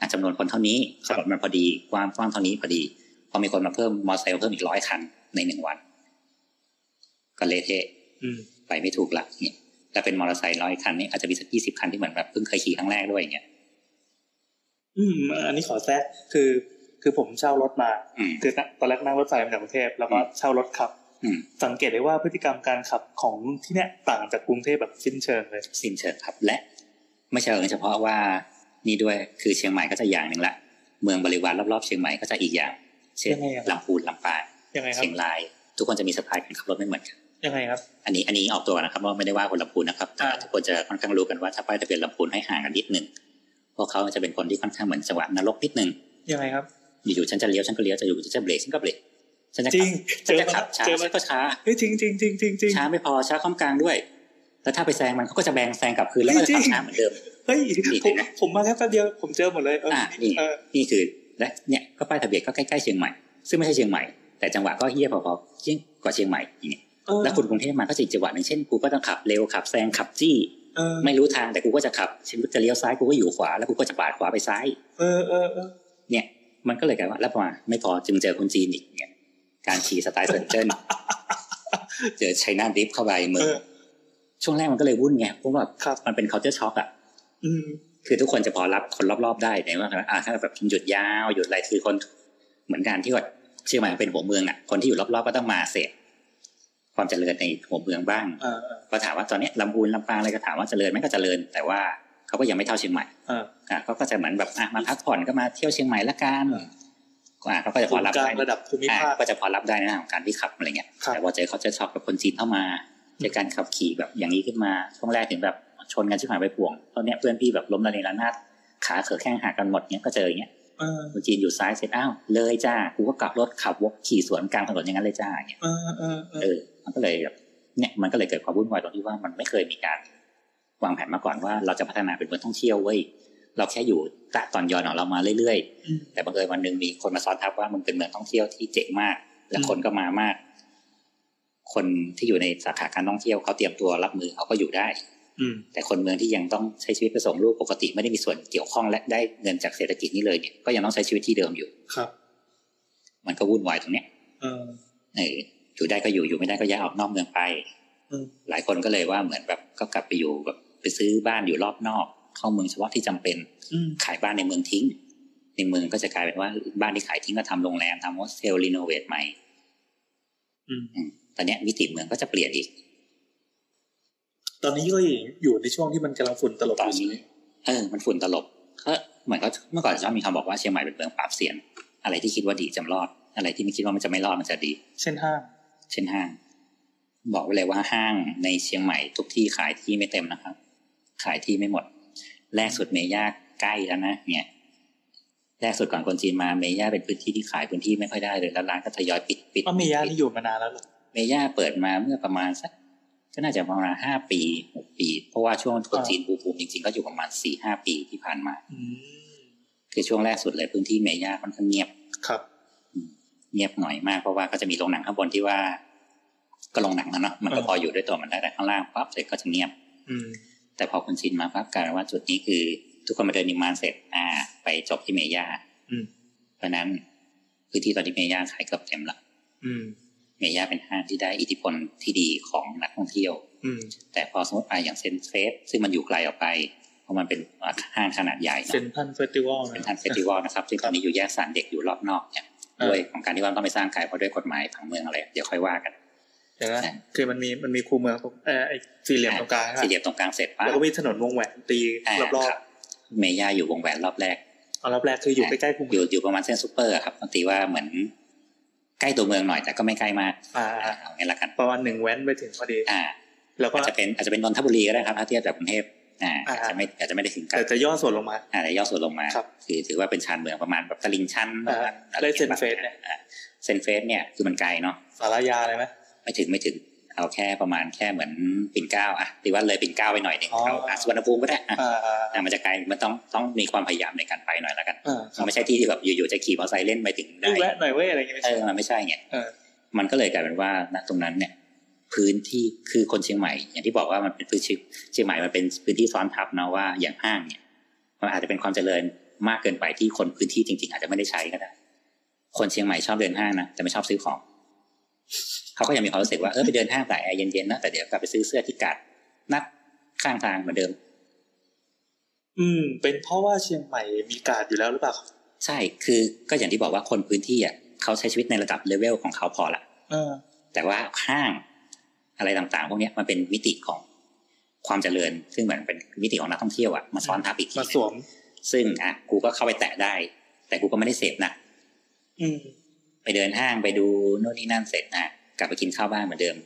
Speaker 3: อ่ะจำนวนคนเท่านี้
Speaker 1: ค
Speaker 3: ถ
Speaker 1: รับ
Speaker 3: นนมันพอดีความกว้างเท่านี้พอดี พอมีคนมาเพิ่มมอเตอร์ไซค์เพิ่มอีกร้อยคันในหนึ่งวัน ก็เละเทะ
Speaker 1: อืม
Speaker 3: ไปไม่ถูกหลักเนี่ยแต่เป็นมอเตอร์ไซค์ร้อยคันนี่อาจจะมีสักยี่สิบคันที่เหมือนแบบเพิ่งเคยขี่ครั้งแรกด้วยอย่างเงี้ย
Speaker 1: อืมอันนี้ขอแทรกคือ คือผมเช่ารถมา
Speaker 3: อืม
Speaker 1: คือตอนแรกนั่งรถไฟมาจากกรุงเทพแล้วก็
Speaker 3: อืม
Speaker 1: เช่ารถขับ
Speaker 3: อืม
Speaker 1: สังเกตได้ว่าพฤติกรรมการขับของที่เนี่ยต่างจากกรุงเทพแบบสิ้นเชิงเลย
Speaker 3: สิ้นเชิงครับ และไม่เชิงเฉพาะว่านี่ด้วยคือเชียงใหม่ก็จะอย่างหนึ่งละ เมืองบริวารรอบๆเชียงใหม่ก็จะอีกอย่าง เช่น
Speaker 1: ยังไงอะ
Speaker 3: ลำพูนลำปาง
Speaker 1: ยังไงครับ
Speaker 3: เชียงราย ทุกคนจะมีสไตล์การขับรถไม่เหมือนกัน
Speaker 1: ยังไงครับ
Speaker 3: อันนี้อันนี้ออกตัวก่อนนะครับว่าไม่ได้ว่าคนลำพูนนะครับแต่
Speaker 1: อ่า
Speaker 3: ทุกคนจะค่อนข้างรู้กันว่าถ้าป้ายทะเบียนลำพูนให้ห่างกันนิดหนึ่งเพราะเขาจะเป็นคนที่ค่อนข้างเหมือนจังหวะนรกนิดหนึ่ง
Speaker 1: ยังไงครับ
Speaker 3: อยู่ๆฉันจะเลี้ยวฉันก็เลี้ยวจะอยู่จะเบรกฉันก็เบรกฉันจะ
Speaker 1: จริ
Speaker 3: ขั
Speaker 1: ง
Speaker 3: บ
Speaker 1: เจอ
Speaker 3: ฉันจะ
Speaker 1: มา
Speaker 3: ขับช้า
Speaker 1: เจอมา
Speaker 3: ฉันก็ช้า
Speaker 1: เฮ้ยจริงจริงจริงจริงจริง
Speaker 3: ช้าไม่พอช้าข้ามกลางด้วย แล้วถ้าไปแซงมันเขาก็จะแบงแซงกลับคืนแล้วก็จะ
Speaker 1: จริง
Speaker 3: ขับช้าเหมือนเดิม
Speaker 1: เฮ้ย
Speaker 3: นี่
Speaker 1: ผม
Speaker 3: นะ
Speaker 1: ผมมาแค่แป๊บเดียวผมเจอหมดเลยเออ
Speaker 3: อ่ะนี่
Speaker 1: เออ
Speaker 3: นี่คือและเนี่ยก็ป้ายทะเบียนก็ใกล้ๆเชียงใหม่ ซึ่งไม่ใช่เชียงใหม่ แต่จังหวะก็เฮี้ยพอๆเฮี้ยกว่าเชียงใหม่อีกเนี่ย
Speaker 1: เออ
Speaker 3: แล้วคนกรุงเทพมาก็จะอีกจังหวะหนึ่งเช่นกูก็ต้องขับเร็วขับแซงขับจี้
Speaker 1: เออ
Speaker 3: ไม่รู้ทางแต่กูก็จะขับฉันจะเลี้ยวซ้ายกูก็อยู่ขวาแล้วกูก็จะปาดขวาไปซ้าย
Speaker 1: เออเออเออ
Speaker 3: เนี่ยมันก็เลยกลายว่าแล้วพอมาไม่พอจึงเจอคนจีนอีกเนี่ยการขี่สไตล์เซินเจิ้น เจอไชน่าดริฟต์เข้าไปเมือ
Speaker 1: เอง อ
Speaker 3: ช่วงแรกมันก็เลยวุ่นไงเพราะว่า
Speaker 1: ครับ
Speaker 3: มันเป็น culture shock อะ
Speaker 1: อืม
Speaker 3: คือทุกคนจะพอรับคนรอบๆได้ในว่าอ่าถ้าแบบหยุดยาวหยุดอะไรคือคนเหมือนกันที่ว่าเชียงใหม่เป็นหัวเมืองอ่ะคนที่อยู่รอบๆก็ต้องมาเสพความเจริญในหัวเมืองบ้าง
Speaker 1: เออเออ
Speaker 3: ก็ถามว่าตอนเนี้ยลำพูนลำปางอะไรก็ถามว่าเจริญไหมก็เจริญ แต่ว่าเขาก็ยังไม่เท่าเชียงใหม่
Speaker 1: เออ
Speaker 3: อ่าเขาก็จะเหมือนแบบอ่ะมาพักผ่อนก็มาเที่ยวเชียงใหม่ละกันอ่าเขาก็จะพ
Speaker 1: ส่
Speaker 3: อ
Speaker 1: วน
Speaker 3: รับ
Speaker 1: กลา
Speaker 3: ได้
Speaker 1: งระดับภูมิ
Speaker 3: อ่า
Speaker 1: ภาค
Speaker 3: ก็จะพอรับได้ในเรื่องของการที่ขับอะไรเงี้ย
Speaker 1: ครับ
Speaker 3: แต่พอเจอเขาจะชอบกับคนจีนเข้ามาเจอการขับขี่แบบอย่างนี้ขึ้นมาช่วงแรกถึงแบบชนกันชิบหายไปป่วงตอนเนี้ยเพื่อนพี่แบบล้มระเนระนาดขาเขอแข้งหักกันหมดเนี้ยก็เจออย่างเงี้ย
Speaker 1: เออ
Speaker 3: คนจีนอยู่ซ้ายเสร็จอ้าวเลยจ้ากูก็กลับรถขับวกขี่สวนกลางถนนอย่างนั้นเลยจ้าอย่างเงี้ย
Speaker 1: เออเออเออ
Speaker 3: เออมันก็เลยแบบเนี่ยมันก็เลยเกิดความวุ่นวายตรงที่ว่ามันไม่เคยมีการวางแผนมาก่อนว่าเราจะพัฒนาเป็นเมืองท่องเที่ยวเว้ยเราแค่อยู่ตะตอนยอนของเรามาเรื่อย
Speaker 1: อืม
Speaker 3: ๆ แต่บังเอิญวันหนึ่งมีคนมาซ้อนทับว่ามันเป็นเมืองท่องเที่ยวที่เจ๋งมาก และคนก็มามาก คนที่อยู่ในสาขาการท่องเที่ยวเขาเตรียมตัวรับมือเขาก็อยู่ได้
Speaker 1: อืม
Speaker 3: แต่คนเมืองที่ยังต้องใช้ชีวิตไปส่งลูกปกติไม่ได้มีส่วนเกี่ยวข้องและได้เงินจากเศรษฐกิจนี้เลยเนี่ยก็ยังต้องใช้ชีวิตที่เดิมอยู่
Speaker 1: ครับ
Speaker 3: มันก็วุ่นวายตรงเนี้ย
Speaker 1: เออ
Speaker 3: เอออยู่ได้ก็อยู่ อยู่ไม่ได้ก็ย้ายออกนอกเมืองไป
Speaker 1: อืม
Speaker 3: หลายคนก็เลยว่าเหมือนแบบก็กลับไปอยู่แบบไปซื้อบ้านอยู่รอบนอก เข้าเมืองเฉพาะที่จำเป็น
Speaker 1: อืม
Speaker 3: ขายบ้านในเมืองทิ้ง ในเมืองก็จะกลายเป็นว่าบ้านที่ขายทิ้งก็ทำโรงแรมทำโฮสเทลรีโนเวทใหม่
Speaker 1: อืม
Speaker 3: อืมตอนเนี้ยวิถีเมืองก็จะเปลี่ยนอีก
Speaker 1: ตอนนี้ก็อยู่ในช่วงที่มันกำลังฝุ่นตลบ
Speaker 3: ตอน
Speaker 1: ยู่
Speaker 3: นี้
Speaker 1: ใช่ไหม
Speaker 3: เออ มันฝุ่นตลบก็เหมือนก็เมื่อก่อนชอบมีคำบอกว่าเชียงใหม่เป็นเมืองปราบเสียน อะไรที่คิดว่าดีจำรอด อะไรที่ไม่คิดว่ามันจะไม่รอดมันจะดี
Speaker 1: เช่นห้าง
Speaker 3: เช่นห้าง บอกไว้เลยว่าห้างในเชียงใหม่ ทุกที่ขายที่ไม่เต็มนะครับ ขายที่ไม่หมด แรกสุดเมย่าใกล้แล้วนะเนี่ยแรกสุดก่อนคนจีนมาเมย่าเป็นพื้นที่ที่ขายพื้นที่ไม่ค่อยได้เลยแล้วร้านก็ทยอยปิดปิด
Speaker 1: ว่ามีย่าน
Speaker 3: ปิด
Speaker 1: ที่อยู่มานานแล้วเหรอ
Speaker 3: เมย่าเปิดมาเมื่อประมาณสักก็น่าจะประมาณห้าปีหกปี เพราะว่าช่วงคนจีนบูมบูมจริงๆก็อยู่ประมาณสี่ห้าปีที่ผ่านมา
Speaker 1: อืม
Speaker 3: คือช่วงแรกสุดเลยพื้นที่เมย่าค่อนข้างเงียบ
Speaker 1: ครับ
Speaker 3: เงียบหน่อยมากเพราะว่าก็จะมีโรงหนังข้างบนที่ว่า ก็โรงหนังนะเนาะมันก็
Speaker 1: อ่า
Speaker 3: พออยู่ด้วยตัวมันได้แต่ข้างล่างปั๊บเสร็จก็จะเงียบ
Speaker 1: อืม
Speaker 3: แต่พอคนชินมาปั๊บกลายเป็นว่าจุดนี้คือ ทุกคนมาเดินนิมมานเสร็จอ่า ไปจบที่เมย่า
Speaker 1: อืม
Speaker 3: เพราะฉะนั้นพื้นที่ตอนที่เมย่าขายเกือบเต็มละ
Speaker 1: อืม
Speaker 3: เมย่าเป็นห้างที่ได้อิทธิพลที่ดีของนักท่องเที่ยว
Speaker 1: อืม
Speaker 3: แต่พอสมมติไปอย่างเซนเฟสซึ่งมันอยู่ไกลออกไป เพราะมันเป็นห้างขนาดใหญ่เนาะ
Speaker 1: เซนทันเฟสติวัลนะ
Speaker 3: เป็นทันเฟสติวัลนะครับซึ่งตอนนี้อยู่แยกสารเด็กอยู่รอบนอกเนี่ย
Speaker 1: เออ
Speaker 3: ด้วยของการที่ว่าต้องไปสร้างไกลเพราะด้วยกฎหมายผังเมืองอะไร เดี๋ยวค่อยว่ากัน
Speaker 1: เดี๋ยวนะคือมันมีมันมีคูเมืองตรงเออไอ้สี่เหลี่ยมตรงกลางใช่
Speaker 3: สี่
Speaker 1: ไหม
Speaker 3: เหลี่ยมตรงกลางเสร็จปั๊บ
Speaker 1: แล้วก็มีถนนวงแหวนตี
Speaker 3: อ่าร
Speaker 1: อบ
Speaker 3: ครับเมย่าอยู่วงแหวนรอบแรก
Speaker 1: ๆเอารอบแรกคืออยู่
Speaker 3: อ่า
Speaker 1: ใกล้ๆคู
Speaker 3: อ
Speaker 1: เมือง
Speaker 3: ยู่อยู่ประมาณเส้นซูเปอร์อะครับบางทีว่าเหมือนใกล้ตัวเมืองหน่อยแต่ก็ไม่ใกล้มาก
Speaker 1: อ่า
Speaker 3: อ่าเอางี้ละกัน
Speaker 1: ประมาณหนึ่งแว้นไปถึงพอดี
Speaker 3: อ่า
Speaker 1: แล้วก็
Speaker 3: อาจจะเป็นอาจจะเป็นนนทบุรีก็ได้ครับถ้าเทียบจากกรุงเทพ อ่า
Speaker 1: อ่า
Speaker 3: อาจจะไม่อาจจะไม่ได้ถึงกั
Speaker 1: แต่
Speaker 3: น
Speaker 1: จะย่อส่วนลงมา
Speaker 3: อ่าแต่ย่อส่วนลงมา
Speaker 1: ครับ
Speaker 3: คือถือว่าเป็นชานเมืองประมาณแบบตลิงชันประมาณ
Speaker 1: อ่าได้เซนเฟสเนี่ย
Speaker 3: อ่าเซนเฟสเนี่ยคือมันไกลเนาะ
Speaker 1: สารยาอะไรไหม
Speaker 3: ไม่ถึงไม่ถึงเอาแค่ประมาณแค่เหมือนปิ่นเกล้าอ่ะตีว่าเลยปิ่นเกล้าไปหน่อยหนึ่ง
Speaker 1: อ๋อ
Speaker 3: เอาอ่ะสุวรรณภูมิก็ได้อ่ะ
Speaker 1: อ่าอ่า
Speaker 3: อ่ะมันจะไกลมันต้องต้องมีความพยายามในการไปหน่อยแล้วกัน
Speaker 1: อ่าครับ
Speaker 3: ไม่ใช่ที่ที่แบบอยู่ๆจะขี่มอเตอร์ไซค์เล่นไปถึงได้
Speaker 1: ลูกแวะหน่อยเว้ยอะไรอย่างเงี้ยไม่
Speaker 3: เอ
Speaker 1: ใช่
Speaker 3: อมันไม่ใช่ไง
Speaker 1: เออ
Speaker 3: มันก็เลยกลายเป็นว่าณตรงนั้นเนี่ย พื้นที่คือคนเชียงใหม่ อย่างที่บอกว่ามันเป็นพื้นที่เชียงใหม่มันเป็นพื้นที่ซ้อนทับเนาะว่าอย่างห้างเนี่ย มันอาจจะเป็นความเจริญมากเกินไปที่คนพื้นที่จริง ๆ อาจจะไม่ได้ใช้ก็ได้ คนเชียงใหม่ชอบเดินห้างนะแต่ไม่ชอบซื้อของเขาก็ยังมีความรู้สึกว่าเออไปเดินห้างแต่แอร์เย็นๆนะแต่เดี๋ยวกลับไปซื้อเสื้อที่กาดนัดข้างทางเหมือนเดิม
Speaker 1: อืม เป็นเพราะว่าเชียงใหม่มีการดอยู่แล้วหรือเปล่าครับ
Speaker 3: ใช่คือก็อย่างที่บอกว่าคนพื้นที่อ่ะเขาใช้ชีวิตในระดับเลเวลของเขาพอละ
Speaker 1: เออ
Speaker 3: แต่ว่าห้างอะไรต่างๆ พวกเนี้ยมันเป็นมิติของความเจริญ ซึ่งเหมือนเป็นมิติของนักท่องเที่ยวอ่ะมาซ้อนทับอีกที
Speaker 1: มาสวม
Speaker 3: ซึ่งอ่ะกูก็เข้าไปแตะได้ แต่กูก็ไม่ได้เสพนะ
Speaker 1: อืม
Speaker 3: ไปเดินห้างไปดูโน่นนี่นั่นเสร็จอ่ะกลับไปกินข้าวบ้านเหมือนเดิม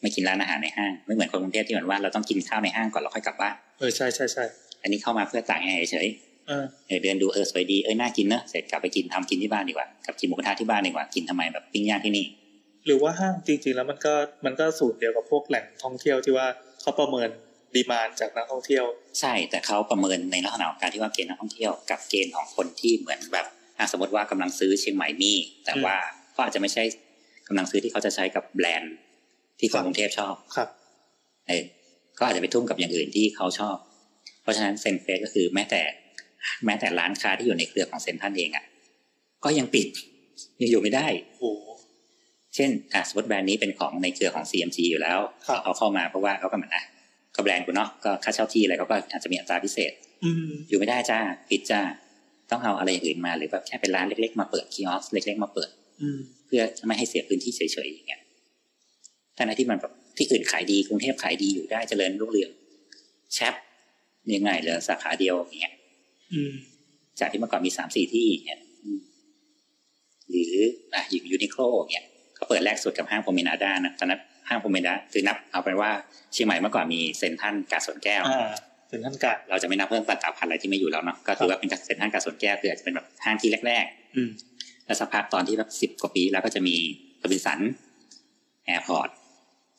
Speaker 3: ไม่กินร้านอาหารในห้างไม่เหมือนคนกรุงเทพที่เหมือนว่าเราต้องกินข้าวในห้างก่อนแล้วค่อยกลับบ้าน
Speaker 1: เออใช่ใช่ใช่
Speaker 3: อันนี้เข้ามาเพื่อต่างแอร์เฉย
Speaker 1: เออ
Speaker 3: เออเดินดูเออสวยดีเอ้ยน่ากินเนอะเสร็จกลับไปกินทำกินที่บ้านดีกว่ากลับกินหมูกระทะที่บ้านดีกว่ากินทำไมแบบปิ้งย่างที่นี่
Speaker 1: หรือว่าห้างจริงๆแล้วมันก็มันก็สูตรเดียวกับพวกแหล่งท่องเที่ยวที่ว่าเขาประเมินดีมานจากนักท่องเที่ยว
Speaker 3: ใช่แต่เขาประเมินในลักษณะของการที่ว่าเกณฑ์นักท่องเที่ยวกับเกณฑ์ของคนที่เหมือนแบบอ่ะสมมติว่ากำลังซื้อเชียงใหม่มีแต่
Speaker 1: อืม
Speaker 3: ว่าก็อาจจะไม่ใช่กำลังซื้อที่เขาจะใช้กับแบรนด์ที่ค
Speaker 1: ครั
Speaker 3: น
Speaker 1: บ
Speaker 3: กรุงเทพชอบ
Speaker 1: ครับ
Speaker 3: เออก็อาจจะไปทุ่มกับอย่างอื่นที่เขาชอบ เพราะฉะนั้นเซนเฟสก็คือแม้แต่ แม้แต่ร้านค้าที่อยู่ในเครือของเซนท่านเองอ่ะก็ยังปิดยังอยู่ไม่ได้
Speaker 1: โอ้โห
Speaker 3: เช่นอ่ะสมมติแบรนด์นี้เป็นของในเครือของ CMG อยู่แล้ว
Speaker 1: ครับ
Speaker 3: เอาเข้ามาเพราะว่าเขาก็เหมือนอ่ะก็แบรนด์กูเนาะก็ค่าเช่าที่อะไรเขาก็อาจจะมีอัตราพิเศษ
Speaker 1: อืม
Speaker 3: อยู่ไม่ได้จ้าปิดจ้า ต้องเอาอะไรอย่างอื่นมาหรือแบบแค่เป็นร้านเล็ก ๆ มาเปิดคีออสเล็ก ๆ มาเปิด
Speaker 1: อืม
Speaker 3: เพื่อไม่ให้เสียพื้นที่เฉยๆอย่างเงี้ยทั้งๆที่มันแบบที่อื่นขายดีกรุงเทพขายดีอยู่ได้เจริญรุ่งเรืองแชปยังไงเหลือสาขาเดียวอย่างเงี้ย
Speaker 1: อืม
Speaker 3: จากที่เมื่อก่อนมีสามสี่ที่อย่างเงี้ยอืมหรืออ่ะอย่างยูนิโคลอย่างเงี้ยเขาเปิดแรกสุดกับห้างโพเมนาด้านะตอนนั้นห้างโพเมนาด้าคือนับเอาเป็นว่าเชียงใหม่เมื่อก่อนมีเซ็นทรัลกาดสวนแก้ว
Speaker 1: อ่าถึงท่านกาด
Speaker 3: เราจะไม่นับเรื่องตัดตาพันธุ์อะไรที่ไม่อยู่แล้วเนาะก็ถือว่าเป็นการเซ็นห้างการสวนแก้วคืออาจจะเป็นแบบห้างที่แรก
Speaker 1: อืม
Speaker 3: ๆ แล้วสักพักตอนที่แบบสิบ10 กว่าปีแล้วก็จะมีโรบินสันแอร์พอร์ต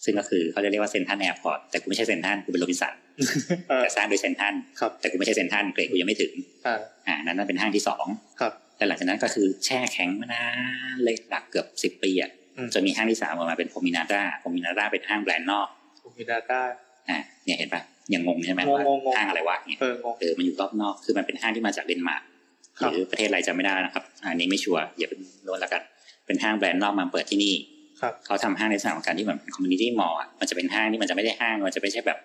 Speaker 3: ซึ่งก็คือเขาจะเรียกว่าเซ็นทรันแอร์พอร์ตแต่กูไม่ใช่เซ็นทรันกูเป็นโรบินสัน
Speaker 1: เออ
Speaker 3: แต่สร้างโดยเซ็นทรัน
Speaker 1: ครับ
Speaker 3: แต่กูไม่ใช่เซ็นทรันเกรดกูยังไม่ถึง
Speaker 1: อ่า
Speaker 3: อ่านั้นนะเป็นห้างที่สอง
Speaker 1: ครับ
Speaker 3: แต่หลังจากนั้นก็คือแช่แข็งมานานเลยหลักเกือบสิบ10 ปีอ่ะ
Speaker 1: อืม
Speaker 3: จนมีห้างที่สามออกมาเป็นโพมินาด้าโพมินาด้าเป็นห้างแบรนด์นอก
Speaker 1: โอเคดาต้า
Speaker 3: อ่าเนี่ยเห็นปะยังงงใช่ไหมว่าง
Speaker 1: งๆๆ
Speaker 3: ห้างอะไรวะเนี่ย
Speaker 1: เอองง
Speaker 3: เออมันอยู่รอบนอก คือมันเป็นห้างที่มาจากเดนมาร์ก
Speaker 1: ครั
Speaker 3: ห
Speaker 1: บ
Speaker 3: รือประเทศอะไรจำไม่ได้นะครับ อันนี้ไม่ชัวร์อย่าเป็นโน้นละกัน เป็นห้างแบรนด์นอกมาเปิดที่นี่
Speaker 1: ครับ
Speaker 3: เขาทำห้างในสนามของการที่เหมือนคอมมูนิตี้มอลล์มันจะเป็นห้างที่มันจะไม่ได้ห้าง มันจะไม่ใช่แบบ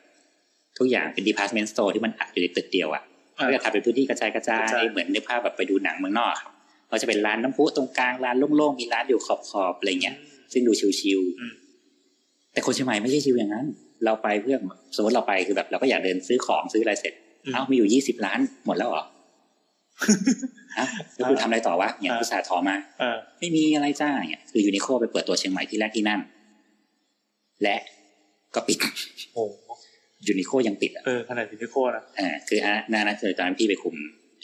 Speaker 3: ทุกอย่างเป็นดีพาร์ตเมนต์สโตร์ที่มันอัดอยู่ในตึกเดียวอ่ะ
Speaker 1: อ่า
Speaker 3: ก็จะทำเป็นพื้นที่กระจายกระจาย
Speaker 1: กระจาย
Speaker 3: เหมือนในกภาพแบบไปดูหนังเมืองนอกครับก็จะเป็นร้านน้ำพุตรงกลางร้านโล่งๆมีร้านอยู่ขอบๆอะไรเงี้ย ซึ่งดูชิว
Speaker 1: อืม
Speaker 3: ๆ แต่คนเชียงใหม่ไม่ใช่ชิวอย่างนั้น เราไปเพื่อสมมติเราไปคือแบบเราก็อยากเดินซื้อของซื้ออะไรเสร็จ เอ้ามีอยู่ยี่สิบล้านหมดแล้วเหร อ ฮะแล้วคุณทำอะไรต่อวะเนี่ย
Speaker 1: อ่า
Speaker 3: อุตสาห์ถอมา
Speaker 1: เออ
Speaker 3: ไม่มีอะไรจ้าเนี่ยคือยูนิโคไปเปิดตัวเชียงใหม่ที่แรกที่นั่น และก็ปิด
Speaker 1: โอ้โห
Speaker 3: ยูนิโคยังปิดอ่ะ
Speaker 1: เออขนาดพินิโคนะ
Speaker 3: อ่าคืออ่ะนานะคือตอนนั้นพี่ไปคุม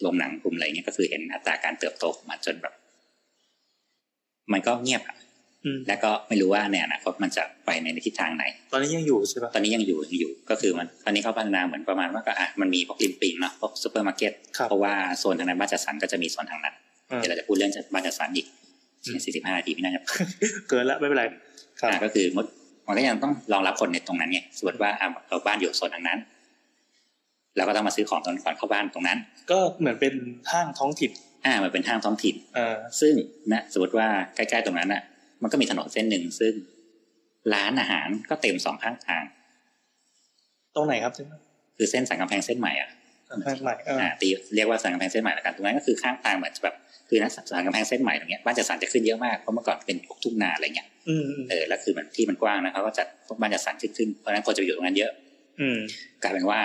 Speaker 3: โรงหนังคุมอะไรเงี้ยก็คือเห็นอัตราการเติบโตของมันจนแบบ มันก็เงียบอะ
Speaker 1: อืม
Speaker 3: และก็ไม่รู้ว่าในอนาคตมันจะไปในทิศทางไหน
Speaker 1: ตอนนี้ยังอยู่ใช่ป่ะ
Speaker 3: ตอนนี้ยังอยู่ยังอยู่ก็คือมันตอนนี้เขาพัฒนาเหมือนประมาณว่าก็อ่ะมันมีพวกริมปิงเนาะพวกซูเปอร์มาร์เก็ต
Speaker 1: ครับ
Speaker 3: เพราะว่าโซนทางนั้นบ้านจัดสรรก็จะมีโซนทางนั้น
Speaker 1: อืม
Speaker 3: เดี๋ยวเราจะพูดเรื่องบ้านจัดสรรอีก
Speaker 1: อืม
Speaker 3: สี่สิบห้านาทีไม่น่าจะ
Speaker 1: เกินละไม่เป็นไร ครับ
Speaker 3: อ่ะก็คือมดมันก็ยังต้องรองรับคนในตรงนั้นไงสมมติว่าอ่ะเราบ้านอยู่โซนทางนั้นเราก็ต้องมาซื้อของตอนก่อนเข้าบ้านตรงนั้น
Speaker 1: ก็เหมือนเป็นห้างท้องถิ่น
Speaker 3: อ่ามันเป็นห้างท้องถิ่น
Speaker 1: เออ
Speaker 3: ซึ่งนะสมมติว่าใกล้ๆตรงนั้นอ่ะ มันก็มีถนนเส้นหนึ่งซึ่งร้านอาหารก็เต็มสองข้างทาง
Speaker 1: ตรงไหนครับที่
Speaker 3: คือเส้นสันกำแพงเส้นใหม่อ่ะ
Speaker 1: ห้างใหม่เออ
Speaker 3: อ่าตีเรียกว่าสันกำแพงเส้นใหม่ละกันตรงนั้นก็คือข้างทางเหมือนจะแบบคือนะสันกำแพงเส้นใหม่ตรงเนี้ยบ้านจัดสรรจะขึ้นเยอะมากเพราะเมื่อก่อนเป็นพวกทุ่งนาอะไรเงี้ย
Speaker 1: อืมอืม
Speaker 3: เออแล้วคือมันที่มันกว้างนะเขาก็จัดพวกบ้านจัดสรรขึ้นขึ้นเพราะฉะนั้นคนจะไปอยู่ตรงนั้นเยอะ
Speaker 1: อืม
Speaker 3: กลายเป็นว่า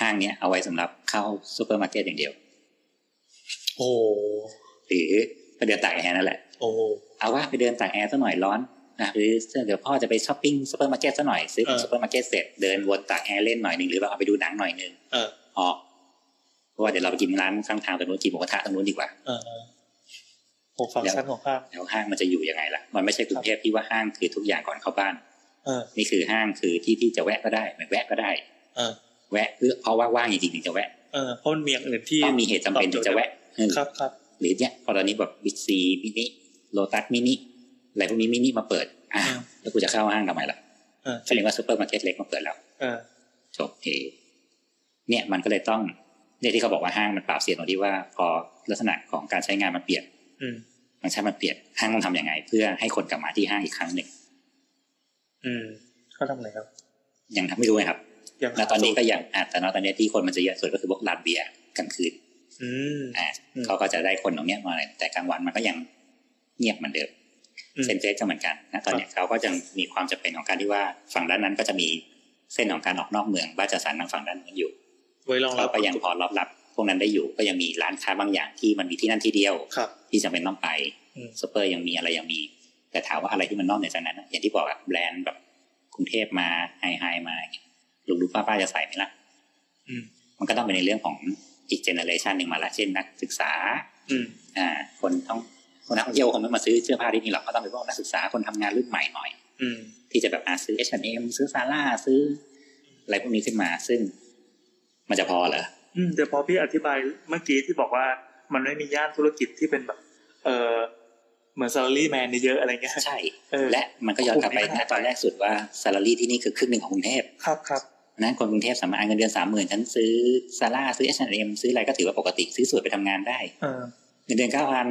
Speaker 3: ห้างเนี้ยเอาไว้สำหรับเข้าซูเปอร์มาร์เก็ตอย่างเดียว
Speaker 1: โอ้โห
Speaker 3: หรือไปเดินตากแอร์นั่นแหละ
Speaker 1: โอ้โห
Speaker 3: เอาว่าไปเดินตากแอร์สักหน่อยร้อน นะหรือเดี๋ยวพ่อจะไปช้อปปิ้งซูเปอร์มาร์เก็ตซะหน่อยซื้อของ
Speaker 1: เออ
Speaker 3: ซูเปอร์มาร์เก็ตเสร็จเดินวนตากแอร์เล่นหน่อยหนึ่งหรือแบบเอาไปดูหนังหน่อยหนึ่ง
Speaker 1: เออ
Speaker 3: ออกเพราะว่าเดี๋ยวเราไปกินร้านข้างทางตรงนู้นกินหมูกระทะตรงนู้นดีกว่า
Speaker 1: เออเออโอ้ฟังก์ชันของภาพ
Speaker 3: แล้วห้างมันจะอยู่ยังไงล่ะ มันไม่ใช่กรุงเทพที่ว่าห้างคือทุกอย่างก่อนเข้าบ้าน
Speaker 1: เออ
Speaker 3: นี่คือห้างคือที่ที่จะแวะก็ได้ไม่แวะก็ได้
Speaker 1: เออ
Speaker 3: แวะเพื่อเพราะว่าว่างจริงๆถึงจะแวะ
Speaker 1: เออเพราะมันมีอย่างอื่นที่
Speaker 3: ต้องมีเหตุจำเป็นถึงจะแวะเออ
Speaker 1: ครับครับ
Speaker 3: หรือเนี่ยพอตอนนี้แบบบิ๊กซีมินิโลตัสมินิอะไรพวกนี้มินิมาเปิดอ่ะแล้วกูจะเข้าห้างทำไมล่ะ
Speaker 1: เออ
Speaker 3: แสดงว่าซูเปอร์มาร์เก็ตเล็กมาเปิดแล้ว
Speaker 1: เออ
Speaker 3: จบเอเนี่ยมันก็เลยต้องเนี่ยที่เขาบอกว่าห้างมันปราบเสียตรงที่ว่า พอลักษณะของการใช้งานมันเปลี่ยน
Speaker 1: อืม
Speaker 3: มันใช้มันเปลี่ยนห้างต้องทำยังไง เพื่อให้คนกลับมาที่ห้างอีกครั้งหนึ่ง
Speaker 1: อืมเขาทำอะไรครับ
Speaker 3: ยังทำไม่รู้นะครับ
Speaker 1: ยัง
Speaker 3: แล้วตอนนี้ก็ยังอ่ะแต่ณตอนนี้ที่คนมันจะเยอะสุดก็คือพวกร้านเบียร์กลางคืน
Speaker 1: อืม
Speaker 3: อ่ะ
Speaker 1: อืม
Speaker 3: เขาก็จะได้คนตรงเนี้ยมาหน่อยแต่กลางวันมันก็ยังเงียบเหมือนเดิม
Speaker 1: อืม
Speaker 3: เส้นเฟสก็เหมือนกันนะตอนเนี้ยเขาก็ยังมีความจำเป็นของการที่ว่าฝั่งด้านนั้นก็จะมีเส้นของการออกนอกเมืองบ้านจัดสรรทางฝั่งด้านนู้นอยู่
Speaker 1: ไว้รองรั
Speaker 3: เรา
Speaker 1: บ
Speaker 3: ก็ยังพอรับรับพวกนั้นได้อยู่ก็ยังมีร้านค้าบางอย่างที่มันมีที่นั่นที่เดียว
Speaker 1: ครับ
Speaker 3: ที่จำเป็นต้องไป
Speaker 1: อืม
Speaker 3: ซูเปอร์ยังมีอะไรยังมี แต่ถามว่าอะไรที่มันนอกเหนือจากนั้นอะอย่างที่บอกอะแบรนด์แบบกรุงเทพมาไฮไฮมาลุงลุงป้าป้าจะใส่ไหมล่ะ
Speaker 1: อืม
Speaker 3: มันก็ต้องเป็นในเรื่องของอีกเจเนอเรชันหนึ่งมาละเช่นนักศึกษา
Speaker 1: อืม
Speaker 3: อ่าคนต้องคนนักท่องเที่ยวคงไม่มาซื้อเสื้อผ้าที่นี่หรอกก็ต้องเป็นพวกนักศึกษาคนทำงานรุ่นใหม่หน่อย
Speaker 1: อืม
Speaker 3: ที่จะแบบอาซื้อ H&M ซื้อซาร่าซื้ออะไรพวกนี้ขึ้นมา ซึ่งมันจะพอเหรอ
Speaker 1: อืมแต่พอพี่อธิบายเมื่อกี้ที่บอกว่ามันไม่มีย่านธุรกิจที่เป็นแบบ เออเหมือนซาลารีแมนเยอะๆอะไรเงี้ย
Speaker 3: ใช่
Speaker 1: เออ
Speaker 3: และมันก็ย้อนกลับไป
Speaker 1: โอ้โหนี่
Speaker 3: นะ
Speaker 1: มัน
Speaker 3: ตอนแรกสุดว่าซา l ารีที่นี่คือครึ่งหนึ่งของกรุงเทพ
Speaker 1: ครับครับ
Speaker 3: นั้นคนกรุงเทพสามารถเอาเงินเดือนสามหมื่นฉันซื้อซาร่าซื้อเอชเอ็มซื้ออะไรก็ถือว่าปกติซื้อสูตรไปทำงานได้
Speaker 1: เออ
Speaker 3: เงินเดือนเก้าพัน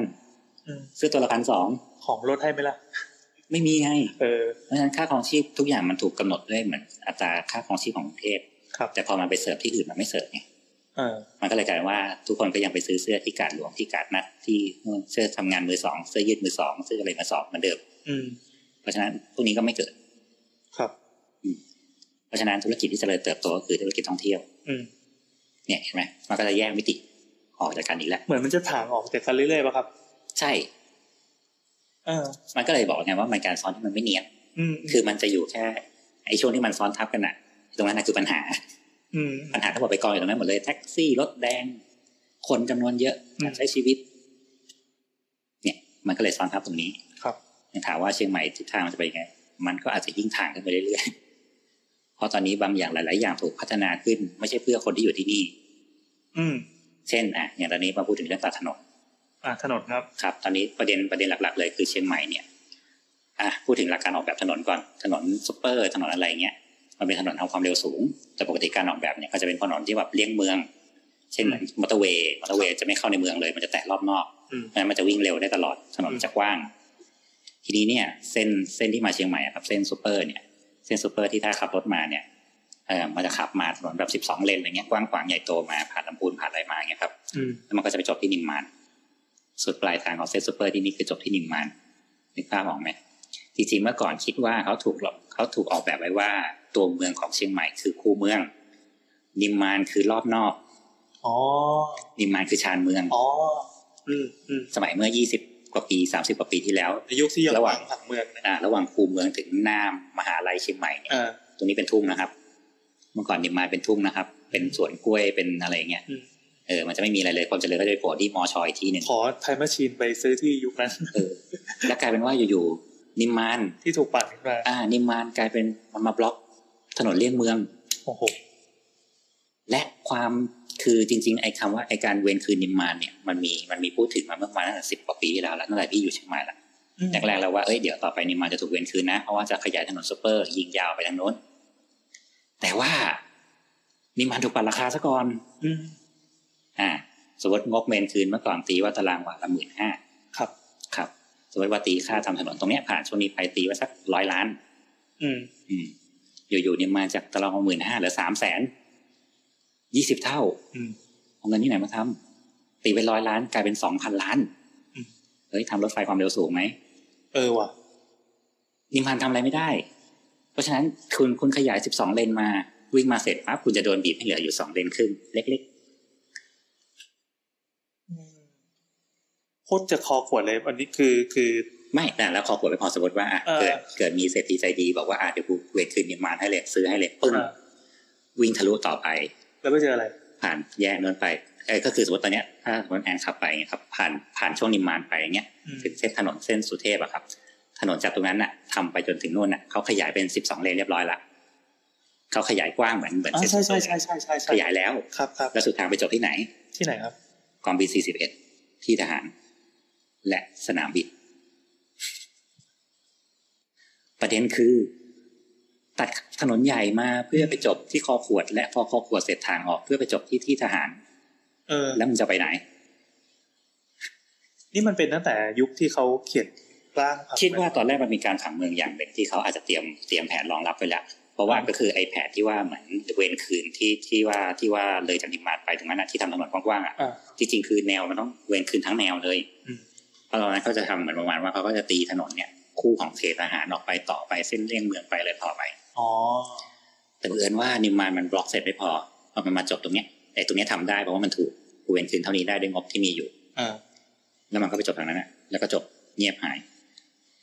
Speaker 1: อืม
Speaker 3: ซื้อตัวละพันสอง
Speaker 1: ของลดให้ไหมล่ะ
Speaker 3: ไม่มีไง
Speaker 1: เออ
Speaker 3: เพราะฉะนั้นค่าครองชีพทุกอย่างมันถูกกำหนดด้วยเหมือนอัตราค่าครองชีพของกรุงเทพ
Speaker 1: ครับ
Speaker 3: แต่พอมันไปเสิร์ฟที่อื่นมันไม่เสิร์ฟไง
Speaker 1: เออ
Speaker 3: มันก็เลยกลายเป็นว่าทุกคนก็ยังไปซื้อเสื้อที่การหลวงที่การนัดที่นู่นเสื้อทำงานมือสองเสื้อยืดมือสองเสื้ออะไรมือสองเหมือนเดิม
Speaker 1: อืม
Speaker 3: เพราะฉะนั้นพวกนี้ก็ไม่เกิด
Speaker 1: ครับ
Speaker 3: เพราะฉะนั้นธุรกิจที่เจริญเติบโตก็คือธุรกิจท่องเที่ยว
Speaker 1: อืม
Speaker 3: เนี่ยเห็นไหมมันก็จะแยกมิติออกจากกันอีกแล้ว
Speaker 1: เหมือนมันจะถางออกจากกันเรื่อยๆป่ะครับ
Speaker 3: ใช่
Speaker 1: เออ
Speaker 3: มันก็เลยบอกไงว่ามันการซ้อนที่มันไม่เนียน
Speaker 1: อืม
Speaker 3: คือมันจะอยู่แค่ไอ้ช่วงที่มันซ้อนทับกันอะตรงนั้นนะคือปัญหา
Speaker 1: อืม
Speaker 3: ปัญหาทั้งหมดไปกองอยู่ตรงนั้นหมดเลยแท็กซี่รถแดง คนจำนวนเยอะ
Speaker 1: อืม
Speaker 3: การใช้ชีวิต เนี่ย มันก็เลยซ้อนทับตรงนี้
Speaker 1: ครับ
Speaker 3: ยังถามว่าเชียงใหม่ทิศทางมันจะไปยังไง มันก็อาจจะยิ่งถ่างขึ้นไปเรื่อยๆเพราะตอนนี้บางอย่างหลาย ๆ อย่างถูกพัฒนาขึ้น ไม่ใช่เพื่อคนที่อยู่ที่นี่
Speaker 1: อืม
Speaker 3: เช่นอ่ะอย่างตอนนี้มาพูดถึงเรื่องตัดถนน
Speaker 1: อ่ะถนนครับ
Speaker 3: ครับตอนนี้ประเด็นประเด็นหลักๆเลยคือเชียงใหม่เนี่ยอ่ะพูดถึงหลักการออกแบบถนนก่อนถนนซุปเปอร์ถนนอะไรเงี้ยมันเป็นถนนทำความเร็วสูง แต่ปกติการออกแบบเนี่ยก็จะเป็นถนนที่แบบเลี่ยงเมือง เช่นเหมือนมอเตอร์เวย์มอเตอร์เวย์จะไม่เข้าในเมืองเลย มันจะแตะรอบนอก
Speaker 1: อืม
Speaker 3: เพราะฉะนั้นมันจะวิ่งเร็วได้ตลอดถนน
Speaker 1: อืม
Speaker 3: จะกว้าง ทีนี้เนี่ย เส้นเส้นที่มาเชียงใหม่อะครับเส้นซุปเปอร์เนี่ย เส้นซุปเปอร์ที่ถ้าขับรถมาเนี่ยเออมันจะขับมาถนนแบบ12เลนอะไรเงี้ยกว้างขวางใหญ่โตมาผ่านลำพูนผ่านอะไรมาเงี้ยครับ
Speaker 1: อืม
Speaker 3: แล้วมันก็จะไปจบที่นิมมาน สุดปลายทางของเซตซูเปอร์ที่นี่คือจบที่นิมมานนึกภาพออกไหมจริงๆเมื่อก่อนคิดว่าเขาถูกหลอกเขาถูกออกแบบไว้ว่าตัวเมืองของเชียงใหม่คือคูเมือง นิมมานคือรอบนอก
Speaker 1: อ๋อ
Speaker 3: นิมมานคือชานเมือง
Speaker 1: อ๋อ อืม อืม
Speaker 3: สมัยเมื่อ 20 กว่าปี 30 กว่าปีที่แล้ว
Speaker 1: ในยุคที่ยัง
Speaker 3: ระหว่า
Speaker 1: ว่าง งผังเมืองนะ
Speaker 3: อ่าระหว่างคูเมืองถึงหน้ามหาลัยเชียงใหม่เนี่ย
Speaker 1: เอ่า
Speaker 3: ตรงนี้เป็นทุ่งนะครับ เมื่อก่อนนิมมานเป็นทุ่งนะครับ เป็นสวนกล้วยเป็นอะไรเงี้ย
Speaker 1: อืม
Speaker 3: เออมันจะไม่มีอะไรเลยความเจริญก็จะไปโผล่ที่มอชอยที่หนึ่ง
Speaker 1: ขอไทม์แมชชีนไปซื้อที่ยุคนั้น
Speaker 3: แล้วกลายเป็นว่าอยู่ๆนิมมาน
Speaker 1: ที่ถูกปั่นขึ้นมา
Speaker 3: อ่านิมมานกลายเป็นมันมาบล็อกถนนเลี่ยงเมือง
Speaker 1: โอ้โห
Speaker 3: และความคือจริง ๆ ไอ้คำว่าไอ้การเวรคืนนิมมานเนี่ยมันมีมันมีพูดถึงมาเมื่อประมาณตั้งแต่สิบกว่าปีที่แล้วแล้วตั้งแต่พี่อยู่เชียงใหม่ละ
Speaker 1: อืม
Speaker 3: แรกๆแล้วว่าเอ้ยเดี๋ยวต่อไปนิมมานจะถูกเวรคืนนะ เพราะว่าจะขยายถนนซูเปอร์ยิงยาวไปทางโน้น แต่ว่านิมมานถูกปรับราคาซะก่อน
Speaker 1: อืม
Speaker 3: อ่าสมมติงบเวรคืนเมื่อก่อนตีว่าตารางวาละหมื่นห้า
Speaker 1: ครับ
Speaker 3: ครับสมมติว่าตีค่าทำถนนตรงเนี้ยผ่านช่วงนี้ไปตีไว้สักร้อยล้าน
Speaker 1: อืม
Speaker 3: อืมอยู่ๆเนี่ยมาจากตารางหมื่นห้าหรือสามแสนยี่สิบเท่า
Speaker 1: อืม
Speaker 3: เอาเงินที่ไหนมาทำตีเป็นร้อยล้านกลายเป็นสองพันล้าน
Speaker 1: อืม
Speaker 3: เฮ้ยทำรถไฟความเร็วสูงไหม
Speaker 1: เออว่ะ
Speaker 3: นิมพานทำอะไรไม่ได้ เพราะฉะนั้นคุณคุณขยายสิบสองเลนมา วิ่งมาเสร็จปั๊บคุณจะโดนบีบให้เหลืออยู่สองเลนครึ่งเล็ก
Speaker 1: โคตรจะคอขวดเลย อันนี้คือคือ
Speaker 3: ไม่แต่แล้วขอขวดไปพอสมมติว่าอ่ะ
Speaker 1: เออ
Speaker 3: เกิดเกิดมีเศรษฐีใจดีบอกว่าอ่ะเดี๋ยวกูเวทคืนดีมานให้เลยซื้อให้เลยปึ้ง
Speaker 1: เออ
Speaker 3: วิ่งทะลุต่อไป
Speaker 1: แล้วไม่เจออะไร
Speaker 3: ผ่านแยกนั้นไปเอ้ยก็คือสมมติตอนเนี้ยถ้าสมมติแอนขับไปอย่างเงี้ยครับผ่านผ่านช่วงนิมมานไปอย่างเงี้ย
Speaker 1: อืม
Speaker 3: เส้นถนนเส้นสุเทพอะครับ ถนนจากตรงนั้นน่ะทำไปจนถึงนู่นน่ะเขาขยายเป็นสิบสองเลนเรียบร้อยละเขาขยายกว้างเหมือนเหมือน
Speaker 1: อ๋อ
Speaker 3: เส้น
Speaker 1: ใช่
Speaker 3: สุ
Speaker 1: ใช่
Speaker 3: เท
Speaker 1: ใช่
Speaker 3: พ
Speaker 1: ใช่ใช่ใช่
Speaker 3: ขยายแล้ว
Speaker 1: ครับครับ
Speaker 3: แล้วสุดทางไปจบที่ไหน
Speaker 1: ที่ไหนครับ
Speaker 3: กองบิน41 ที่ทหาร และสนามบิน ประเด็นคือ ตัดถนนใหญ่มาเพื่อไปจบที่คอขวด และพอคอขวดเสร็จทางออกเพื่อไปจบที่ที่ทหาร
Speaker 1: เออ
Speaker 3: แล้วมึงจะไปไหน
Speaker 1: นี่มันเป็นตั้งแต่ยุคที่เขาเขียนร่างผัง
Speaker 3: คิดว่าตอนแรกมันมีการผังเมืองอย่างหนึ่งที่เขาอาจจะเตรียมเตรียมแผนรองรับไว้แล้วเพราะว่าก็คือไอ้แผนที่ว่าเหมือนเวรคืนที่ที่ว่าที่ว่าเลยจากดิมมาร์ไปถึงนั้นนะที่ทำถนนกว้างๆอ่ะ
Speaker 1: อ่า
Speaker 3: จริงๆคือแนวมันต้องเวนคืนทั้งแนวเลย
Speaker 1: อืม
Speaker 3: เพราะตอนนั้นเขาจะทำเหมือนประมาณว่าเขาก็จะตีถนนเนี่ยคู่ของเขตทหารออกไปต่อไปเส้นเลี่ยงเมืองไปเลยต่อไป
Speaker 1: อ๋อ
Speaker 3: แต่บังเอื่นว่านิมมานมันบล็อกเสร็จไม่พอพอมันมาจบตรงเนี้ยแต่ตรงเนี้ยทำได้เพราะว่ามันถูกกูเวนคืนเท่านี้ได้ด้วยงบที่มีอยู่
Speaker 1: อ่า
Speaker 3: แล้วมันก็ไปจบทางนั้นนะแล้วก็จบเงียบหาย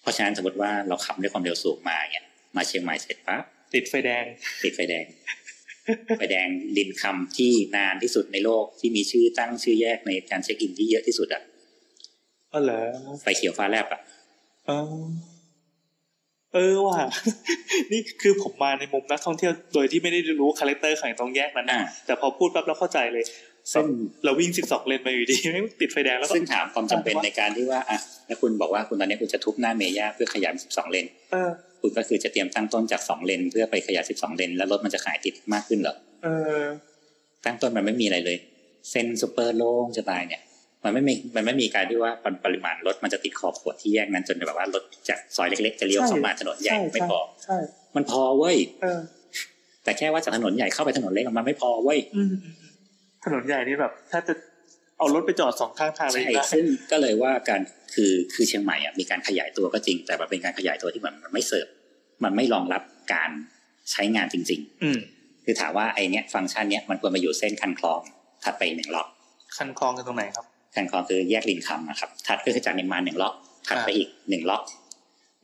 Speaker 3: เพราะฉะนั้นสมมติว่าเราขับด้วยความเร็วสูงมาเนี่ยมาเชียงใหม่เสร็จปั๊บ
Speaker 1: ติดไฟแดง
Speaker 3: ติดไฟแดง ไฟแดงดินคำที่นานที่สุดในโลกที่มีชื่อตั้งชื่อแยกในการเช็คอินที่เยอะที่สุดอะ
Speaker 1: อ๋อเหรอ
Speaker 3: ไฟเขียวฟ้าแลบอะ
Speaker 1: เออเออว่ะ นี่คือผมมาในมุมนักท่องเที่ยวโดยที่ไม่ได้รู้คาแรคเตอร์ของตรงแยกนั้นนะ
Speaker 3: อ่า
Speaker 1: แต่พอพูดปั๊บเราเข้าใจเลย
Speaker 3: ซึ่ง
Speaker 1: เราวิ่งสิบสองเลนไปอยู่ดี ไม่งติดไฟแดงแล้วก็
Speaker 3: ซึ่งถามความจำเป็นในการที่ว่าอ่ะแล้วคุณบอกว่าคุณตอนนี้คุณจะทุบหน้าเมย่าเพื่อขยายเป็น12 เลน
Speaker 1: เออ
Speaker 3: คุณก็คือจะเตรียมตั้งต้นจาก 2 เลน เพื่อไปขยาย 12 เลน แล้วรถมันจะขายติดมากขึ้นเหรอ
Speaker 1: เออ
Speaker 3: ตั้งต้นมันไม่มีอะไรเลย เส้นซูเปอร์โล่งจะตายเนี่ย มันไม่มี มันไม่มีการที่ว่าปรปริมาณรถมันจะติดขอบขวดที่แยกนั้นจนแบบว่ารถจากซอยเล็กๆ จะเลี้ยวเข้ามาถนนใหญ่ไม่พอ
Speaker 1: ใช่
Speaker 3: มันพอเว้ย
Speaker 1: เออ
Speaker 3: แต่แค่ว่าจากถนนใหญ่เข้าไปถนนเล็กมันไม่พอเว้ย
Speaker 1: อืมถนนใหญ่นี่แบบ ถ้าจะเอารถไปจอดสองข้างทางเลย
Speaker 3: ใช่
Speaker 1: นะ
Speaker 3: ซึ่งก็เลยว่าการคือคือเชียงใหม่อ่ะมีการขยายตัวก็จริง แต่มันเป็นการขยายตัวที่เหมือนมันไม่เสิร์ฟมันไม่รองรับการใช้งานจริง
Speaker 1: อืม
Speaker 3: ๆ คือถามว่าไอเนี้ยฟังก์ชันเนี้ยมันควรมาอยู่เส้นคันคลองถัดไปอีกหนึ่งล็อก
Speaker 1: คันคลองกันตรงไหนครับ
Speaker 3: คันคลองคือแยกรินคำนะครับถัดก็คือจากนิมมานหนึ่งล็อกถัดไปอีกหนึ่งล็อก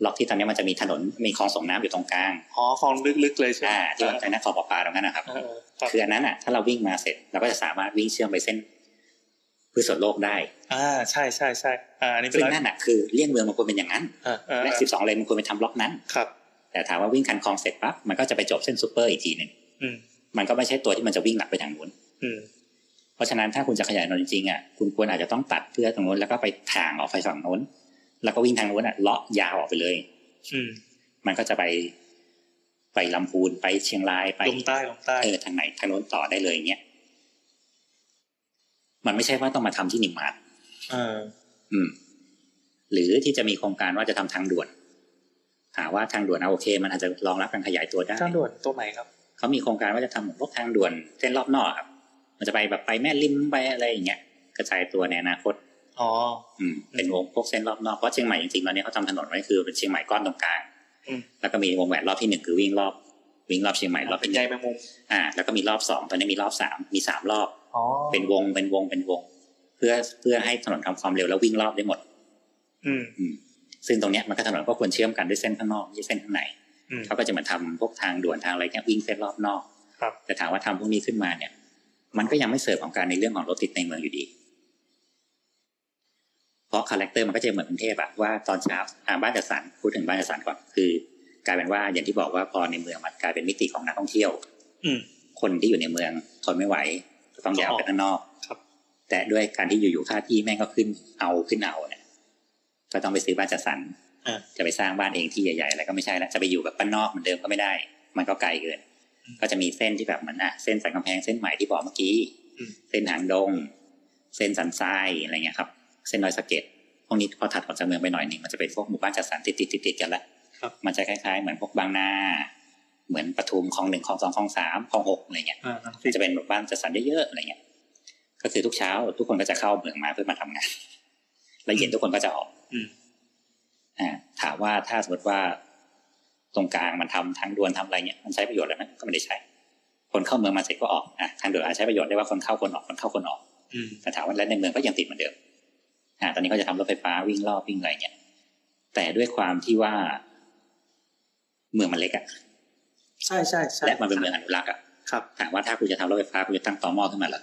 Speaker 3: ล็อกที่ตอนเนี้ยมันจะมีถนนมีคลองส่งน้ำอยู่ตรงกลาง
Speaker 1: อ๋อคลองลึกๆเลยใช่ไหม
Speaker 3: อ่าที่มันใช้น้ำคลองประปาตรงนั้นนะครับ
Speaker 1: เออเออครับ
Speaker 3: คืออันนั้นอ่ะถ้าเราวิ่งมาเสร็จเราก็จะสามารถวิ่งเชื่อมไปเส้นพืชสวนโลกได้
Speaker 1: อ่าใช่ใช่ใช่อ่าอันนี้เป็น
Speaker 3: ซึ่ง
Speaker 1: ร้าน
Speaker 3: นั่นอ่ะคือเลี่ยงเมืองมันควรเป็นอย่างนั้น
Speaker 1: เออเออ
Speaker 3: และ12 เลนมันควรไปทำบล็อกนั้น
Speaker 1: ครับ
Speaker 3: แต่ถามว่าวิ่งคันคลองเสร็จปั๊บ มันก็จะไปจบเส้นซูเปอร์อีกทีหนึ่ง
Speaker 1: อืม
Speaker 3: มันก็ไม่ใช่ตัวที่มันจะวิ่งหลักไปทางนู้น
Speaker 1: อืม
Speaker 3: เพราะฉะนั้นถ้าคุณจะขยายถนนจริงๆอ่ะ คุณควรอาจจะต้องตัดเพื่อตรงนู้นแล้วก็ไปทางออกไปฝั่งนู้น แล้วก็วิ่งทางนู้นอ่ะเลาะยาวออกไปเลย
Speaker 1: อืม
Speaker 3: มันก็จะไป ไปลำพูนไปเชียงรายไป
Speaker 1: ลงใต้ลงใต้
Speaker 3: เออทางไหนทางนู้นต่อได้เลยอย่างเงี้ย มันไม่ใช่ว่าต้องมาทำที่นิมมาน
Speaker 1: เออ
Speaker 3: อืม หรือที่จะมีโครงการว่าจะทำทางด่วนถามว่าทางด่วนเอาโอเค มันอาจจะรองรับการขยายตัวได้
Speaker 1: ทางด่วนตรงไหนครับ
Speaker 3: เขามีโครงการว่าจะทำเหมือนพวกทางด่วนเส้นรอบนอกอะครับ มันจะไปแบบไปแม่ริมไปอะไรอย่างเงี้ยกระจายตัวในอนาคต
Speaker 1: อ๋อ
Speaker 3: อืมเป็นวงพวกเส้นรอบนอกเพราะเชียงใหม่จริงๆตอนนี้เขาทำถนนไว้คือเป็นเชียงใหม่ก้อนตรงกลาง
Speaker 1: อืม
Speaker 3: แล้วก็มีวงแหวนรอบที่หนึ่งคือวิ่งรอบ วิ่งรอบเชียงใหม่รอบ
Speaker 1: เป็น
Speaker 3: ที่ห
Speaker 1: ใย
Speaker 3: นึ่ง
Speaker 1: แมงมุม
Speaker 3: อ่า แล้วก็มีรอบสองตอนนี้มีรอบสามมีสามรอบ
Speaker 1: อ๋อ
Speaker 3: เป็นวงเป็นวงเป็นวง เพื่อเพื่อให้ถนนทำความเร็วแล้ววิ่งรอบได้หมด
Speaker 1: อืม
Speaker 3: ซึ่งตรงเนี้ยมันก็ถนนก็ควรเชื่อมกันด้วยเส้นข้างนอกไม่ใช่เส้นข้างใน
Speaker 1: อืม
Speaker 3: เขาก็จะเหมือนทำพวกทางด่วนทางอะไรเงี้ยวิ่งเส้นรอบนอก
Speaker 1: ครับ
Speaker 3: แต่ถามว่าทำพวกนี้ขึ้นมาเนี่ย มันก็ยังไม่เสิร์ฟของการในเรื่องของรถติดในเมืองอยู่ดี เพราะคาแรคเตอร์มันก็จะเหมือนกรุงเทพอะว่าตอนเช้าอ่าบ้านจัดสรรพูดถึงบ้านจัดสรรก่อนคือกลายเป็นว่าอย่างที่บอกว่าพอในเมืองมันกลายเป็นมิติของนักท่องเที่ยว
Speaker 1: อืม
Speaker 3: คนที่อยู่ในเมืองทนไม่ไหวก็ต้องย้ายออกไปข้างนอก
Speaker 1: ครับ
Speaker 3: แต่ด้วยการที่อยู่ๆค่าที่แม่งก็ขึ้นเอาขึ้นเอาเนี่ยก็ต้องไปซื้อบ้านจัดสรร
Speaker 1: อ่า
Speaker 3: จะไปสร้างบ้านเองที่ใหญ่ๆอะไรก็ไม่ใช่ละจะไปอยู่แบบบ้านนอกเหมือนเดิมก็ไม่ได้ มันก็ไกลเกิน
Speaker 1: อืม
Speaker 3: ก็จะมีเส้นที่แบบเหมือนอ่ะเส้นสันกำแพงเส้นใหม่ที่บอกเมื่อกี้
Speaker 1: อืม
Speaker 3: เส้นหางดง เส้นสันทรายอะไรเงี้ยครับ เส้นดอยสะเก็ดพวกนี้พอถัดออกจากเมืองไปหน่อยหนึ่งมันจะเป็นพวกหมู่บ้านจัดสรรติดๆๆๆกันละ มันจะคล้ายๆ เหมือนพวกบางนา เหมือนปทุมคลองหนึ่งคลองสองคลองสามคลองหกอะไรเงี้ย
Speaker 1: อ่านั่นสิ
Speaker 3: มันจะเป็นแบบบ้านจัดสรรเยอะๆอะไรเงี้ย ก็คือทุกเช้า ทุกคนก็จะเข้าเมืองมาเพื่อมาทำงาน แล้วเย็นทุกคนก็จะออก
Speaker 1: อืม
Speaker 3: อ่าถามว่าถ้าสมมติว่า ตรงกลางมันทำทางด่วนทำอะไรเงี้ยมันใช้ประโยชน์อะไรไหมก็ไม่ได้ใช้ คนเข้าเมืองมาเสร็จก็ออกอ่ะทางด่วนอาจใช้ประโยชน์ได้ว่าคนเข้าคนออกคนเข้าคนออก
Speaker 1: อืม
Speaker 3: แต่ถามว่าแล้วในเมืองก็ยังติดเหมือนเดิม อ่า ตอนนี้เขาจะทำรถไฟฟ้าวิ่งรอบวิ่งอะไรเงี้ย แต่ด้วยความที่ว่า เมืองมันเล็กอะ
Speaker 1: ใช่ใช่ใช่
Speaker 3: และมันเป็นเมืองอนุรักษ์อะ
Speaker 1: ครับ
Speaker 3: ถามว่าถ้ากูจะทำรถไฟฟ้ากูจะตั้งต่อหม้อขึ้นมาเหรอ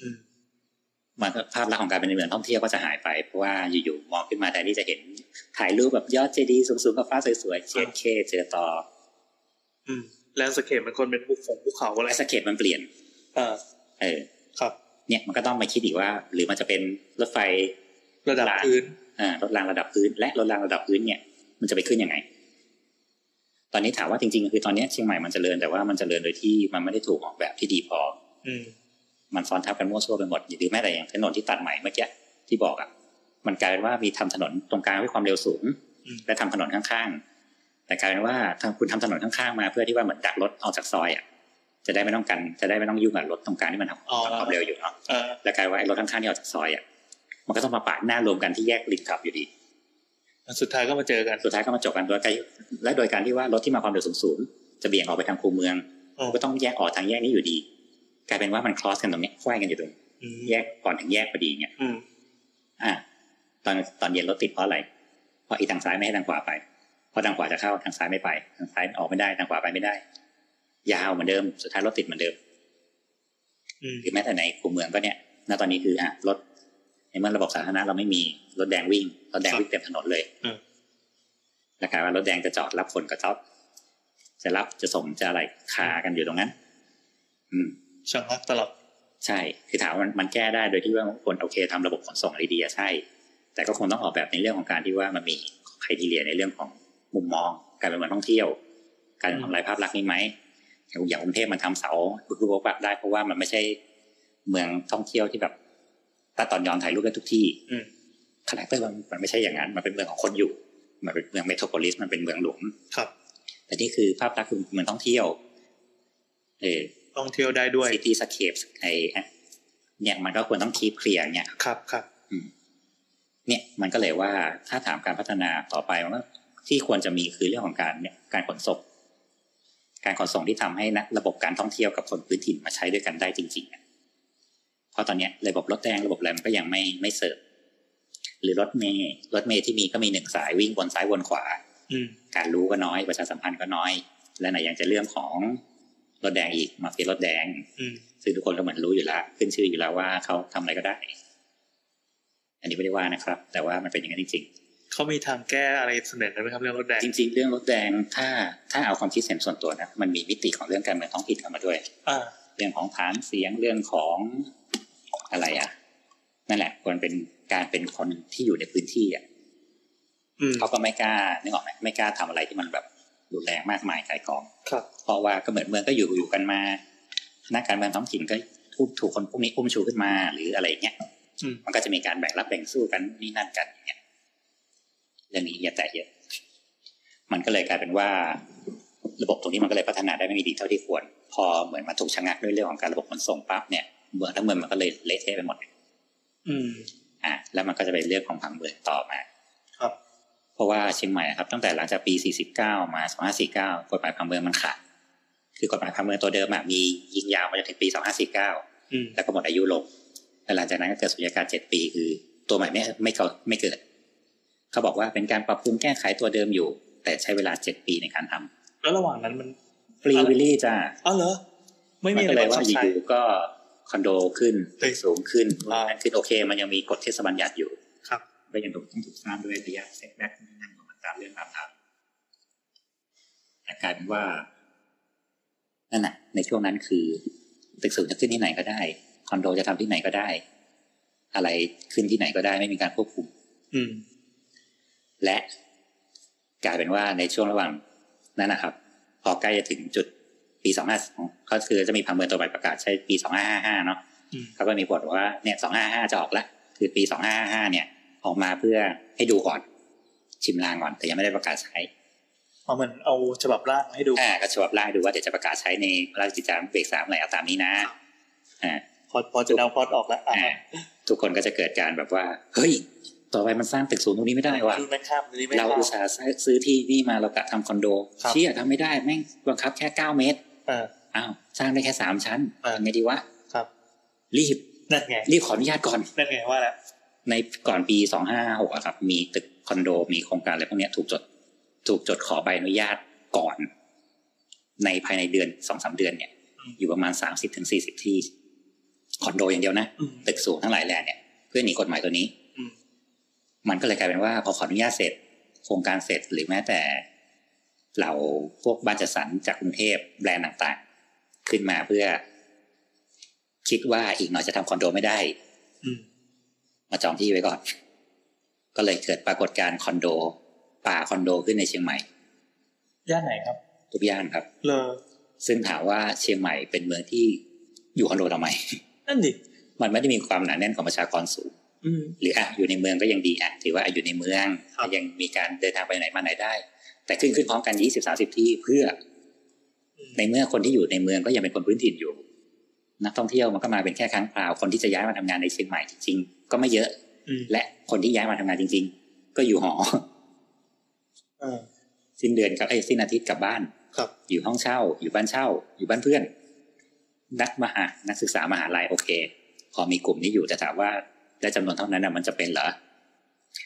Speaker 1: อืม
Speaker 3: มันก็ภาพลักษณ์ของการเป็นเมืองท่องเที่ยวก็จะหายไปเพราะว่าอยู่ๆมองขึ้นมาแทนที่จะเห็นถ่ายรูปแบบยอดเจดีย์สูงๆกับฟ้าสวยๆเชียเคเจอต่อ
Speaker 1: อืมแลนด์สเคปมันคนเป็นภูฝงภูเขาอะไร
Speaker 3: ไอ้สเก็ตมันเปลี่ยน
Speaker 1: เออ
Speaker 3: เออ
Speaker 1: ครับ
Speaker 3: เนี่ยมันก็ต้องมาคิดอีกว่า หรือมันจะเป็นรถไฟ
Speaker 1: ระดับ
Speaker 3: ร้าน
Speaker 1: พื้น
Speaker 3: อ่ารถรางระดับพื้น และรถรางระดับพื้นเนี่ย มันจะไปขึ้นยังไง ตอนนี้ถามว่าจริงๆ คือตอนนี้เชียงใหม่มันจเจริญแต่ว่ามันจเจริญโดยที่มันไม่ได้ถูกออกแบบที่ดีพอ
Speaker 1: อืม
Speaker 3: มันซ้อนทับกันมั่วซั่วไปหมดหรือแม้แต่อย่างถนนที่ตัดใหม่เมื่อกี้ที่บอกอะ่ะ มันกลายเป็นว่ามีทำถนนตรงกลางด้วยความเร็วสูง และทำถนนข้างๆ แต่กลายเป็นว่าทางคุณทำถนนข้างๆมาเพื่อที่ว่าเหมือนดักรถออกจากซอยอะ่ะ จะได้ไม่ต้องกันจะได้ไม่ต้องยุ่งกับรถตรงกลางที่มันทำความเร็วอยู่เนาะ
Speaker 1: เออ
Speaker 3: แล้วกลายว่าไอ้รถข้างๆที่ออกจากซอยอ่ะ มันก็ต้องมาปาดหน้ารวมกันที่แยกลิงขับอยู่ดี
Speaker 1: สุดท้ายก็มาเจอกัน
Speaker 3: สุดท้ายก็มาจบกันโดยการและโดยการที่ว่ารถที่มาความเร็วสูงๆจะเบี่ยงออกไปทางคูเมือง
Speaker 1: อ๋อ
Speaker 3: ก็ต้องแยกออกทางแยกนี้อยู่ดี กลายเป็นว่ามันคลอสกันตรงเนี้ยควายกันอยู่ตรง
Speaker 1: อืม
Speaker 3: แยกก่อนถึงแยกพอดีเนี่ย
Speaker 1: อืม
Speaker 3: อ่ะตอนตอนเย็นรถติดเพราะอะไร เพราะอีทางซ้ายไม่ให้ทางขวาไป เพราะทางขวาจะเข้าทางซ้ายไม่ไป ทางซ้ายออกไม่ได้ทางขวาไปไม่ได้ ยาวเหมือนเดิม สุดท้ายรถติดเหมือนเดิม
Speaker 1: อืม
Speaker 3: หรือแม้แต่ในคูเมืองก็เนี่ย ณ ตอนนี้คืออ่ะรถในเมื่อระบบสาธารณะเราไม่มีรถแดงวิ่ง รถแดงวิ่งเต็มถนนเลย
Speaker 1: อืม
Speaker 3: แล้วกลายว่ารถแดงจะจอดรับคนก็จอบจะรับจะส่งจะอะไรคากันอยู่ตรงนั้น อืม
Speaker 1: ช่างรักตลอด
Speaker 3: ใช่ คือถามว่ามันมันแก้ได้โดยที่ว่าคนโอเคทำระบบขนส่งดีๆอะใช่ แต่ก็คงต้องออกแบบในเรื่องของการที่ว่ามันมีไครทีเรียในเรื่องของมุมมอง การเป็นเมืองท่องเที่ยว การทำลายภาพลักษณ์นี้ไหมอย่างอย่างกรุงเทพมันทำเสาคือบอกแบบได้เพราะว่ามันไม่ใช่เมืองท่องเที่ยวที่แบบตัดตอนย้อนถ่ายรูปได้ทุกที่
Speaker 1: อืม
Speaker 3: คาแรคเตอร์มันมันไม่ใช่อย่างนั้น มันเป็นเมืองของคนอยู่ มันเป็นเมืองเมโทรโพลิส มันเป็นเมืองหลวง
Speaker 1: ครับ
Speaker 3: แต่นี่คือภาพลักษณ์คือเมืองท่องเที่ยว เออ
Speaker 1: ท่องเที่ยวได้ด้วย
Speaker 3: ซิตี้สเคปไอเนี่ยมันก็ควรต้องคีบเคลียร์เนี่ย
Speaker 1: ครับครับ
Speaker 3: เนี่ยมันก็เลยว่าถ้าถามการพัฒนาต่อไปมันก็ที่ควรจะมีคือเรื่องของการเนี่ยการขนส่งการขนส่งที่ทำให้นะระบบการท่องเที่ยวกับคนพื้นถิ่นมาใช้ด้วยกันได้จริงๆอะเพราะตอนเนี้ยระบบรถแดงระบบอะไรมันก็ยังไม่ไม่เสิร์ฟหรือรถเมย์รถเมย์ที่มีก็มีหนึ่งสายวิ่งวนซ้ายวนขวา
Speaker 1: อืม
Speaker 3: การรู้ก็น้อยประชาสัมพันธ์ก็น้อย และไหนยังจะเรื่องของรถแดงอีกมาเฟียรถแดง
Speaker 1: อืม
Speaker 3: ซึ่งทุกคนก็เหมือนรู้อยู่แล้วขึ้นชื่ออยู่แล้วว่าเขาทำอะไรก็ได้ อันนี้ไม่ได้ว่านะครับ แต่ว่ามันเป็นอย่างนั้นจริง
Speaker 1: เขามีทางแก้อะไรเสนอกันไหมครับเรื่องรถแดง
Speaker 3: ๆจริง ๆ เรื่องรถแดงถ้าถ้าเอาความคิดเห็นส่วนตัวนะมันมีมิติของเรื่องการเมืองท้องถิ่นเข้ามาด้วย
Speaker 1: อ่า
Speaker 3: เรื่องของฐานเสียงเรื่องของอะไรอ่ะ นั่นแหละควรเป็นการเป็นคนที่อยู่ในพื้นที่อ่ะ
Speaker 1: อืม
Speaker 3: เขาก็ไม่กล้านึกออกไหมไม่กล้าทำอะไรที่มันแบบรุนแรงมากมายไกลกอง
Speaker 1: ครับ
Speaker 3: เพราะว่าก็เหมือนเมืองก็อยู่อยู่กันมานักการเมืองท้องถิ่นก็ถูกถูกคนพวกนี้อุ้มชูขึ้นมาหรืออะไรอย่างเงี้ย
Speaker 1: อืม
Speaker 3: มันก็จะมีการแบ่งรับแบ่งสู้กันนี่นั่นกันอย่างเงี้ยเรื่องนี้อย่าแตะเยอะ มันก็เลยกลายเป็นว่า ระบบตรงนี้มันก็เลยพัฒนาได้ไม่ดีเท่าที่ควร พอเหมือนมันถูกชะงักด้วยเรื่องของการระบบขนส่งปั๊บเนี่ยเมืองทั้งเมืองมันก็เลยเละเทะไปหมด
Speaker 1: อืม
Speaker 3: อ่ะแล้วมันก็จะเป็นเรื่องของผังเมืองต่อมา
Speaker 1: ครับ
Speaker 3: เพราะว่าเชียงใหม่อะครับตั้งแต่หลังจากปี 49 มา 2549 กฎหมายผังเมืองมันขาด คือกฎหมายผังเมืองตัวเดิมอะมียิงยาวมาจนถึงปี 2549
Speaker 1: อืม
Speaker 3: แล้วก็หมดอายุลงแล้วหลังจากนั้นก็เกิดสุญญากาศ 7 ปี คือ ตัวใหม่ไม่ไม่เกิดไม่เกิด เขาบอกว่าเป็นการปรับปรุงแก้ไขตัวเดิมอยู่ แต่ใช้เวลา 7 ปีในการท
Speaker 1: แล้วระหว่างนั้นมัน
Speaker 3: ำฟรีวิลลี่จ้า
Speaker 1: อ้าวเหรอ ไม่
Speaker 3: มั
Speaker 1: มี
Speaker 3: น
Speaker 1: อะไร
Speaker 3: ก็เลย
Speaker 1: บั
Speaker 3: ว่าง
Speaker 1: คับ
Speaker 3: อ
Speaker 1: ใช้
Speaker 3: ยู่ๆก็คอนโดขึ้น
Speaker 1: เอ้ย
Speaker 3: สูงขึ้น
Speaker 1: อ่า
Speaker 3: นั่นขึ้นโอเค มันยังมีกฎเทศบัญญัติอยู่
Speaker 1: ครับ
Speaker 3: ก็ยังต้องถูกสร้างด้วยระยะเซ็ตแบ็กนั่นของมันตามเรื่องตามทางแต่กลายเป็นว่านั่นน่ะ ในช่วงนั้นคือตึกสูงจะขึ้นที่ไหนก็ได้ คอนโดจะทำที่ไหนก็ได้ อะไรขึ้นที่ไหนก็ได้ไม่มีการควบคุม
Speaker 1: อืม
Speaker 3: และกลายเป็นว่าในช่วงระหว่างนั้นนะครับ พอใกล้จะถึงจุดปี 25ก็คือจะมีพังเมืองตัวใหม่ประกาศใช้ปี 2555 เนาะ
Speaker 1: อืม
Speaker 3: เขาก็มีบทว่าเนี่ย 2555 จะออกแล้วคือปี 2555 เนี่ย ออกมาเพื่อให้ดูก่อน ชิมลางก่อนแต่ยังไม่ได้ประกาศใช้
Speaker 1: เอาเหมือนเอาฉบับร่างมาให้ดู
Speaker 3: อ่าก็ฉบับล่างดูว่าเดี๋ยวจะประกาศใช้ในราชกิจจานุเบกษาเมื่อไหร่เอาตามนี้นะอ่า
Speaker 1: พอพอจะเดาพอดออกแล้วอ่า
Speaker 3: อ่า ทุกคนก็จะเกิดการแบบว่าเฮ้ย ต่อไปมันสร้างตึกสูงตรงนี้ไม่ได้ว่ะ
Speaker 1: ดูแม่ข้ามดูนี่แม่
Speaker 3: เรา
Speaker 1: ข้าม
Speaker 3: อุตส่าห์ซื้อที่นี่มาเรากะทำคอนโด
Speaker 1: ครับ
Speaker 3: เชี่ยทำไม่ได้แม่งบังคับแค่เก้าเมตร
Speaker 1: เออ
Speaker 3: อ้าวสร้างได้แค่สามชั้น
Speaker 1: เออ
Speaker 3: ทำไงดีวะ
Speaker 1: ครับ
Speaker 3: รีบ
Speaker 1: นั่นไง
Speaker 3: รีบขออนุญาตก่อน
Speaker 1: นั่นไงว่าแล้ว
Speaker 3: ในก่อนปีสองห้าหกครับ มีตึกคอนโดมีโครงการอะไรพวกเนี้ยถูกจดถูกจดขอใบอนุญาตก่อน ในภายในเดือนสองสามเดือนเนี่ย อยู่ประมาณสามสิบถึงสี่สิบที่ คอนโดอย่างเดียวนะ
Speaker 1: อืม
Speaker 3: ตึกสูงทั้งหลายแหล่เนี่ย เพื่อหนีกฎหมายตัวนี้
Speaker 1: อืม
Speaker 3: มันก็เลยกลายเป็นว่าพอขออนุญาตเสร็จ โครงการเสร็จหรือแม้แต่ เหล่าพวกบ้านจัดสรรจากกรุงเทพแบรนด์ต่างๆ ขึ้นมาเพื่อ คิดว่าอีกหน่อยจะทำคอนโดไม่ได้
Speaker 1: อืม
Speaker 3: มาจองที่ไว้ก่อน ก็เลยเกิดปรากฏการณ์คอนโด ป่าคอนโดขึ้นในเชียงใหม่
Speaker 1: ย่านไหนครับ
Speaker 3: ทุกย่านครับ
Speaker 1: เลอ
Speaker 3: ซึ่งถามว่าเชียงใหม่เป็นเมืองที่อยู่คอนโดทำไม
Speaker 1: นั่นดิ
Speaker 3: มันไม่ได้มีความหนาแน่นของประชากรสูง
Speaker 1: อืม
Speaker 3: หรืออ่ะอยู่ในเมืองก็ยังดีอ่ะถือว่าอ่ะอยู่ในเมือง
Speaker 1: ครับ
Speaker 3: ยังมีการเดินทางไปไหนมาไหนได้ แต่ขึ้นขึ้นพร้อมกันยี่สิบสาสิบที่เพื่อ
Speaker 1: อืม
Speaker 3: ในเมื่อคนที่อยู่ในเมืองก็ยังเป็นคนพื้นถิ่นอยู่ นักท่องเที่ยวมันก็มาเป็นแค่ครั้งคราวคนที่จะย้ายมาทำงานในเชียงใหม่จริงๆก็ไม่เยอะ
Speaker 1: อืม
Speaker 3: และคนที่ย้ายมาทำงานจริง ๆ ก็อยู่หอ
Speaker 1: เออ
Speaker 3: สิ้นเดือนกลับไอ้ยสิ้นอาทิตย์กลับบ้าน
Speaker 1: ครับ
Speaker 3: อยู่ห้องเช่า อยู่บ้านเช่า อยู่บ้านเพื่อน นักมหานักศึกษามหาลัยโอเค พอมีกลุ่มนี้อยู่แต่ถามว่าได้จำนวนเท่านั้นน่ะมันจะเป็นเหรอ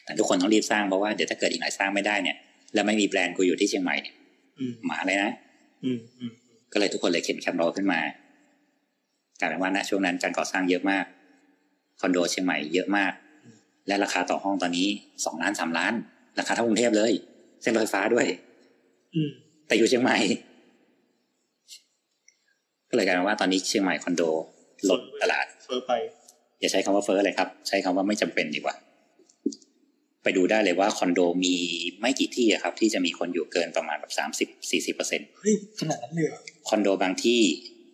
Speaker 3: แต่ทุกคนต้องรีบสร้างเพราะว่าเดี๋ยวถ้าเกิดอีกหน่อยสร้างไม่ได้เนี่ย แล้วไม่มีแบรนด์กูอยู่ที่เชียงใหม่เนี่ย
Speaker 1: อืม
Speaker 3: หมาเลยนะ
Speaker 1: อืมอืม
Speaker 3: ก็เลยทุกคนเลยเข็นแคมป์รอขึ้นมากลายเป็นว่าณช่วงนั้นการก่อสร้างเยอะมากคอนโดเชียงใหม่เยอะมาก และราคาต่อห้องตอนนี้สองล้านสามล้าน ราคาเท่ากรุงเทพเลย เส้นรถไฟฟ้าด้วย
Speaker 1: อืม
Speaker 3: แต่อยู่เชียงใหม่ ก็เลยกลายเป็นว่าตอนนี้เชียงใหม่คอนโดลดตลาด
Speaker 1: เฟอร์ไป
Speaker 3: อย่าใช้คำว่าเฟ้อเลยครับ ใช้คำว่าไม่จำเป็นดีกว่า ไปดูได้เลยว่าคอนโดมีไม่กี่ที่อะครับ ที่จะมีคนอยู่เกินประมาณแบบสามสิบสี่สิบเปอร์เซ็น
Speaker 1: เฮ้ย ขนาดนั้นเลยเหรอ
Speaker 3: คอนโดบางที่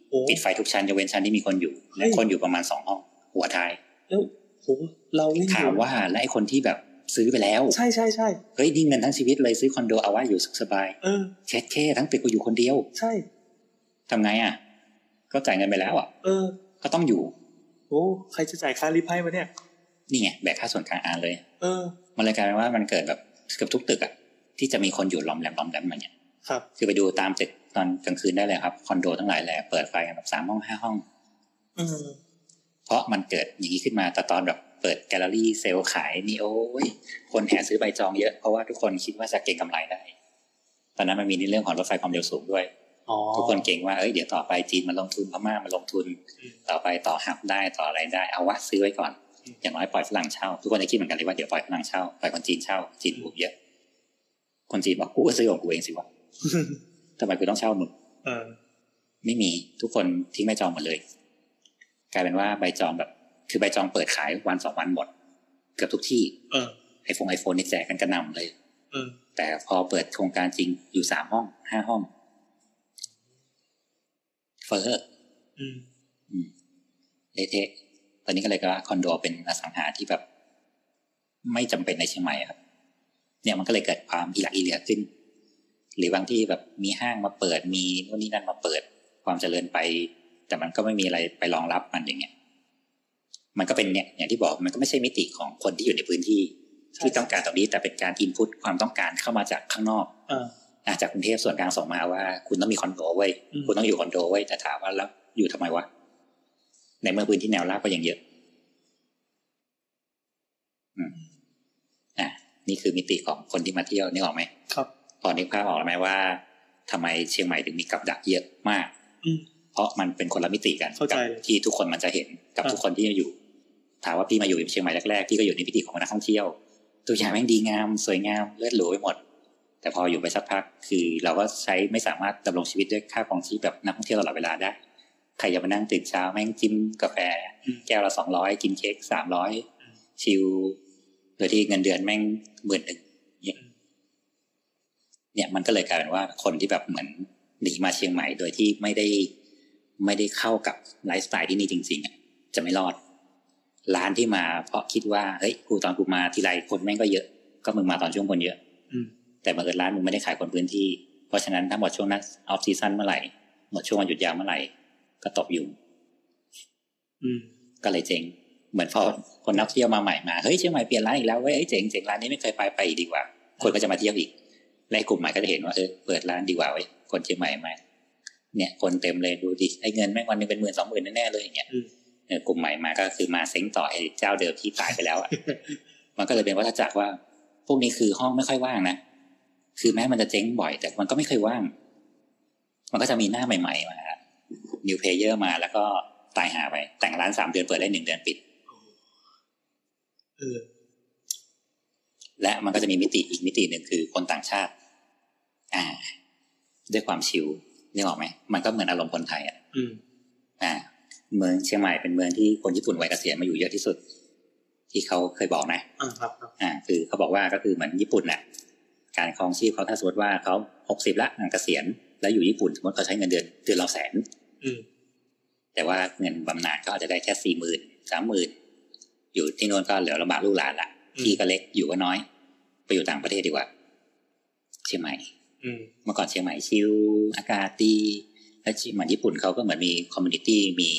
Speaker 1: โอ้
Speaker 3: ปิดไฟทุกชั้นยกเว้นชั้นที่มีคนอยู่และ
Speaker 1: เฮ้ย
Speaker 3: คนอยู่ประมาณสองห้อง หัวท้าย
Speaker 1: แล้วโหเราเล่นอ
Speaker 3: ถาม
Speaker 1: ยู่
Speaker 3: ว่าและไอคนที่แบบซื้อไปแล้ว
Speaker 1: ใช่ใช่ใช่
Speaker 3: เฮ้ยนี่เงินทั้งชีวิตเลยซื้อคอนโดเอาไว้อยู่สุขสบาย
Speaker 1: เออ
Speaker 3: เช็ดแค่ทั้งตึกกูอยู่คนเดียว
Speaker 1: ใช่
Speaker 3: ทำไงอ่ะ ก็จ่ายเงินไปแล้วอ่ะ
Speaker 1: เออ
Speaker 3: ก็ต้องอยู่
Speaker 1: โอ้ใครจะจ่ายค่าลิฟต์ให้วะเนี่ย
Speaker 3: นี่ไงแบกค่าส่วนกลางอ่านเลย
Speaker 1: เออ
Speaker 3: มันเลยกลายเป็นว่ามันเกิดแบบเกือบทุกตึกอะที่จะมีคนอยู่หลอมแหลมหลอมแหลมมันเนี่ย
Speaker 1: ครับ
Speaker 3: คือไปดูตามตึกตอนกลางคืนได้เลยครับคอนโดทั้งหลายแหละเปิดไฟกันแบบสามห้องห้าห้อง
Speaker 1: เออ
Speaker 3: เพราะมันเกิดอย่างนี้ขึ้นมาแต่ตอนแบบเปิดแกลเลอรี่เซลล์ขายนี่โอ้ยคนแห่ซื้อใบจองเยอะเพราะว่าทุกคนคิดว่าจะเก็งกำไรได้ ตอนนั้นมันมีในเรื่องของรถไฟความเร็วสูงด้วย
Speaker 1: อ๋อ
Speaker 3: ทุกคนเก่งว่าเอ้ยเดี๋ยวต่อไปจีนมาลงทุนพม่ามาลงทุน
Speaker 1: อืม
Speaker 3: ต่อไปต่อหับได้ต่ออะไรได้เอาวะซื้อไว้ก่อน
Speaker 1: อืม
Speaker 3: อย่างน้อยปล่อยฝรั่งเช่า ทุกคนจะคิดเหมือนกันเลยว่าเดี๋ยวปล่อยฝรั่งเช่าปล่อยคนจีนเช่าจีนบุกเยอะ คนจีนบอกกูก็ซื้อของกูเองสิวะทำไมกูต้องเช่ามึง
Speaker 1: เออ
Speaker 3: ไม่มีทุกคนทิ้งใบจองหมดเลย กลายเป็นว่าใบจองแบบ คือใบจองเปิดขายวันสองวันหมด เกือบทุกที่
Speaker 1: เออ
Speaker 3: ไอโฟนไอโฟนนี่แจกกันกระหน่ำเลย
Speaker 1: เออ
Speaker 3: แต่พอเปิดโครงการจริงอยู่สามห้องห้าห้องเฟ้อ
Speaker 1: อืม
Speaker 3: เละเทะตอนนี้ก็เลยกลายว่าคอนโดเป็นอสังหาที่แบบ ไม่จำเป็นในเชียงใหม่อะครับ เนี่ยมันก็เลยเกิดความอีหลักอีเหลือขึ้น หรือบางที่แบบมีห้างมาเปิดมีนู่นนี่นั่นมาเปิด ความเจริญไป แต่มันก็ไม่มีอะไรไปรองรับมันอย่างเงี้ย มันก็เป็นเนี่ยอย่างที่บอกมันก็ไม่ใช่มิติของคนที่อยู่ในพื้นที่
Speaker 1: ใช่
Speaker 3: ที่ต้องการตรงนี้แต่เป็นการอินพุตความต้องการเข้ามาจากข้างนอก
Speaker 1: เออ
Speaker 3: อ่ะจากกรุงเทพส่วนกลางส่งมาว่า คุณต้องมีคอนโดเว้ย
Speaker 1: อืม
Speaker 3: คุณต้องอยู่คอนโดเว้ยแต่ถามว่าแล้วอยู่ทำไมวะในเมื่อพื้นที่แนวราบก็ยังเยอะ อ่ะนี่คือมิติของคนที่มาเที่ยวนึกออกไหม
Speaker 1: ครับ
Speaker 3: พอนึกภาพออกแล้วไหมว่าทำไมเชียงใหม่ถึงมีกับดักเยอะมาก
Speaker 1: อืม
Speaker 3: เพราะมันเป็นคนละมิติกัน
Speaker 1: เข้าใจ
Speaker 3: กับที่ทุกคนมันจะเห็นกับ
Speaker 1: อ่ะ
Speaker 3: ทุกคนที่อยู่ ถามว่าพี่มาอยู่เชียงใหม่แรกๆพี่ก็อยู่ในมิติของนักท่องเที่ยว ตัวอย่างแม่งดีงามสวยงามเลิศหรูไปหมด แต่พออยู่ไปสักพักคือเราก็ใช้ไม่สามารถดำรงชีวิตด้วยค่าครองชีพแบบนักท่องเที่ยวตลอดเวลาได้ใครจะมานั่งตื่นเช้าแม่งจิ้มกาแฟ
Speaker 1: อืม
Speaker 3: แก้วละสองร้อยกินเค้กสามร้อย
Speaker 1: ม
Speaker 3: ชิลโดยที่เงินเดือนแม่งหมื่นหนึ่ง เนี่ยมันก็เลยกลายเป็นว่าคนที่แบบเหมือนหนีมาเชียงใหม่โดยที่ไม่ได้ไม่ได้เข้ากับไลฟ์สไตล์ที่นี่จริงๆอะจะไม่รอด ร้านที่มาเพราะคิดว่าเฮ้ยกูตอนกูมาทีไรคนแม่งก็เยอะ ก็มึงมาตอนช่วงคนเยอะ
Speaker 1: อืม
Speaker 3: แต่บังเอิญร้านมึงไม่ได้ขายคนพื้นที่ เพราะฉะนั้นถ้าหมดช่วงนั้นออฟซีซั่นเมื่อไหร่หมดช่วงวันหยุดยาวเมื่อไหร่ ก็ตกอยู่
Speaker 1: อืม
Speaker 3: ก็เลยเจ๊งเหมือนพอคนนักเที่ยวมาใหม่มาเฮ้ยเชียงใหม่เปลี่ยนร้านอีกแล้วเว้ยเอ้ยเจ๋งเจ๋งร้านนี้ไม่เคยไปไปอีกดีกว่า คนก็จะมาเที่ยวอีกและไอ้กลุ่มใหม่ก็จะเห็นว่าเออเปิดร้านดีกว่าเว้ยคนเชียงใหม่มาเนี่ยคนเต็มเลยดูดิไอ้เงินแม่งวันหนึงเป็นหมื่นสองหมื่นแน่ๆเลยอย่างเงี้ย
Speaker 1: อืม
Speaker 3: เอ ออกลุ่มใหม่มาก็คือมาเซ้งต่อไอ้เจ้าเดิมที่ตายไปแล้ว อะ มันก็เลยเป็นวัฏจักรว่า พวกนี้คือห้องไม่ค่อยว่างนะคือแม้มันจะเจ๊งบ่อย แต่มันก็ไม่เคยว่าง มันก็จะมีหน้าใหม่ๆมา new player มาแล้วก็ตายหาไป แต่งร้านสามเดือนเปิดได้หนึ่งเดือนปิด
Speaker 1: เออ
Speaker 3: และมันก็จะมีมิติอีกมิติหนึ่งคือคนต่างชาติ อ่า ด้วยความชิลนึกออกไหมมันก็เหมือนอารมณ์คนไทยอ่ะ
Speaker 1: อืม
Speaker 3: อ่า เมืองเชียงใหม่เป็นเมืองที่คนญี่ปุ่นวัยเกษียณมาอยู่เยอะที่สุด ที่เขาเคยบอกนะ
Speaker 1: อ่าครับครับ
Speaker 3: อ่า คือเขาบอกว่าก็คือเหมือนญี่ปุ่นน่ะ การครองชีพเขาถ้าสมมติว่าเขาหกสิบละอ่ะเกษียณแล้วอยู่ญี่ปุ่นสมมติเขาใช้เงินเดือนเดือนละแสน
Speaker 1: อืม
Speaker 3: แต่ว่าเงินบำนาญก็อาจจะได้แค่สี่หมื่นสามหมื่นอยู่ที่โน่นก็เหลือลำบากลูกหลานละ
Speaker 1: อืม
Speaker 3: ที่ก็เล็กอยู่ก็น้อย ไปอยู่ต่างประเทศดีกว่า เชียงใหม่
Speaker 1: อืม
Speaker 3: เมื่อก่อนเชียงใหม่ชิลอากาศดีและเชียงใหม่ญี่ปุ่นเขาก็เหมือนมีคอมมูนิตี้มี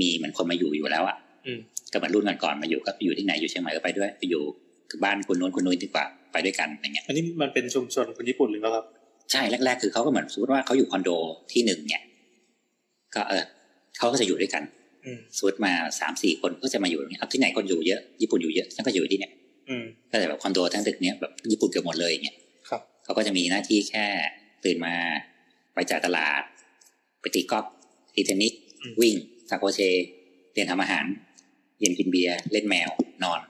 Speaker 3: มีเหมือนคนมาอยู่อยู่แล้วอะ
Speaker 1: อืม
Speaker 3: ก็เหมือนรุ่นก่อนๆมาอยู่ก็ไปอยู่ที่ไหนอยู่เชียงใหม่ก็ไปด้วยไปอยู่กับบ้านคนโน้นคนนู้นดีกว่าไปด้วยกันอย่างเงี้ย
Speaker 1: อันนี้มันเป็นชุมชนคนญี่ปุ่นหรือเปล่าครับ
Speaker 3: ใช่แรกๆคือเขาก็เหมือนสมมติว่าเขาอยู่คอนโดที่หนึ่งเนี่ย ก็เออเขาก็จะอยู่ด้วยกัน
Speaker 1: อืม
Speaker 3: สมมติมาสามสี่คนก็จะมาอยู่ตรงนี้เอาที่ไหนคนอยู่เยอะญี่ปุ่นอยู่เยอะฉันก็อยู่ที่เนี่ย
Speaker 1: อืม
Speaker 3: ก็จะแบบคอนโดทั้งตึกเนี้ยแบบญี่ปุ่นเกือบหมดเลยอย่างเงี้ย
Speaker 1: ครับ
Speaker 3: เขาก็จะมีหน้าที่แค่ตื่นมา ไปจ่ายตลาด ไปตีกอล์ฟตีเทนนิส
Speaker 1: อืม
Speaker 3: วิ่งซาโคเชเรียนทำอาหาร เย็นกินเบียร์เล่นแมวนอน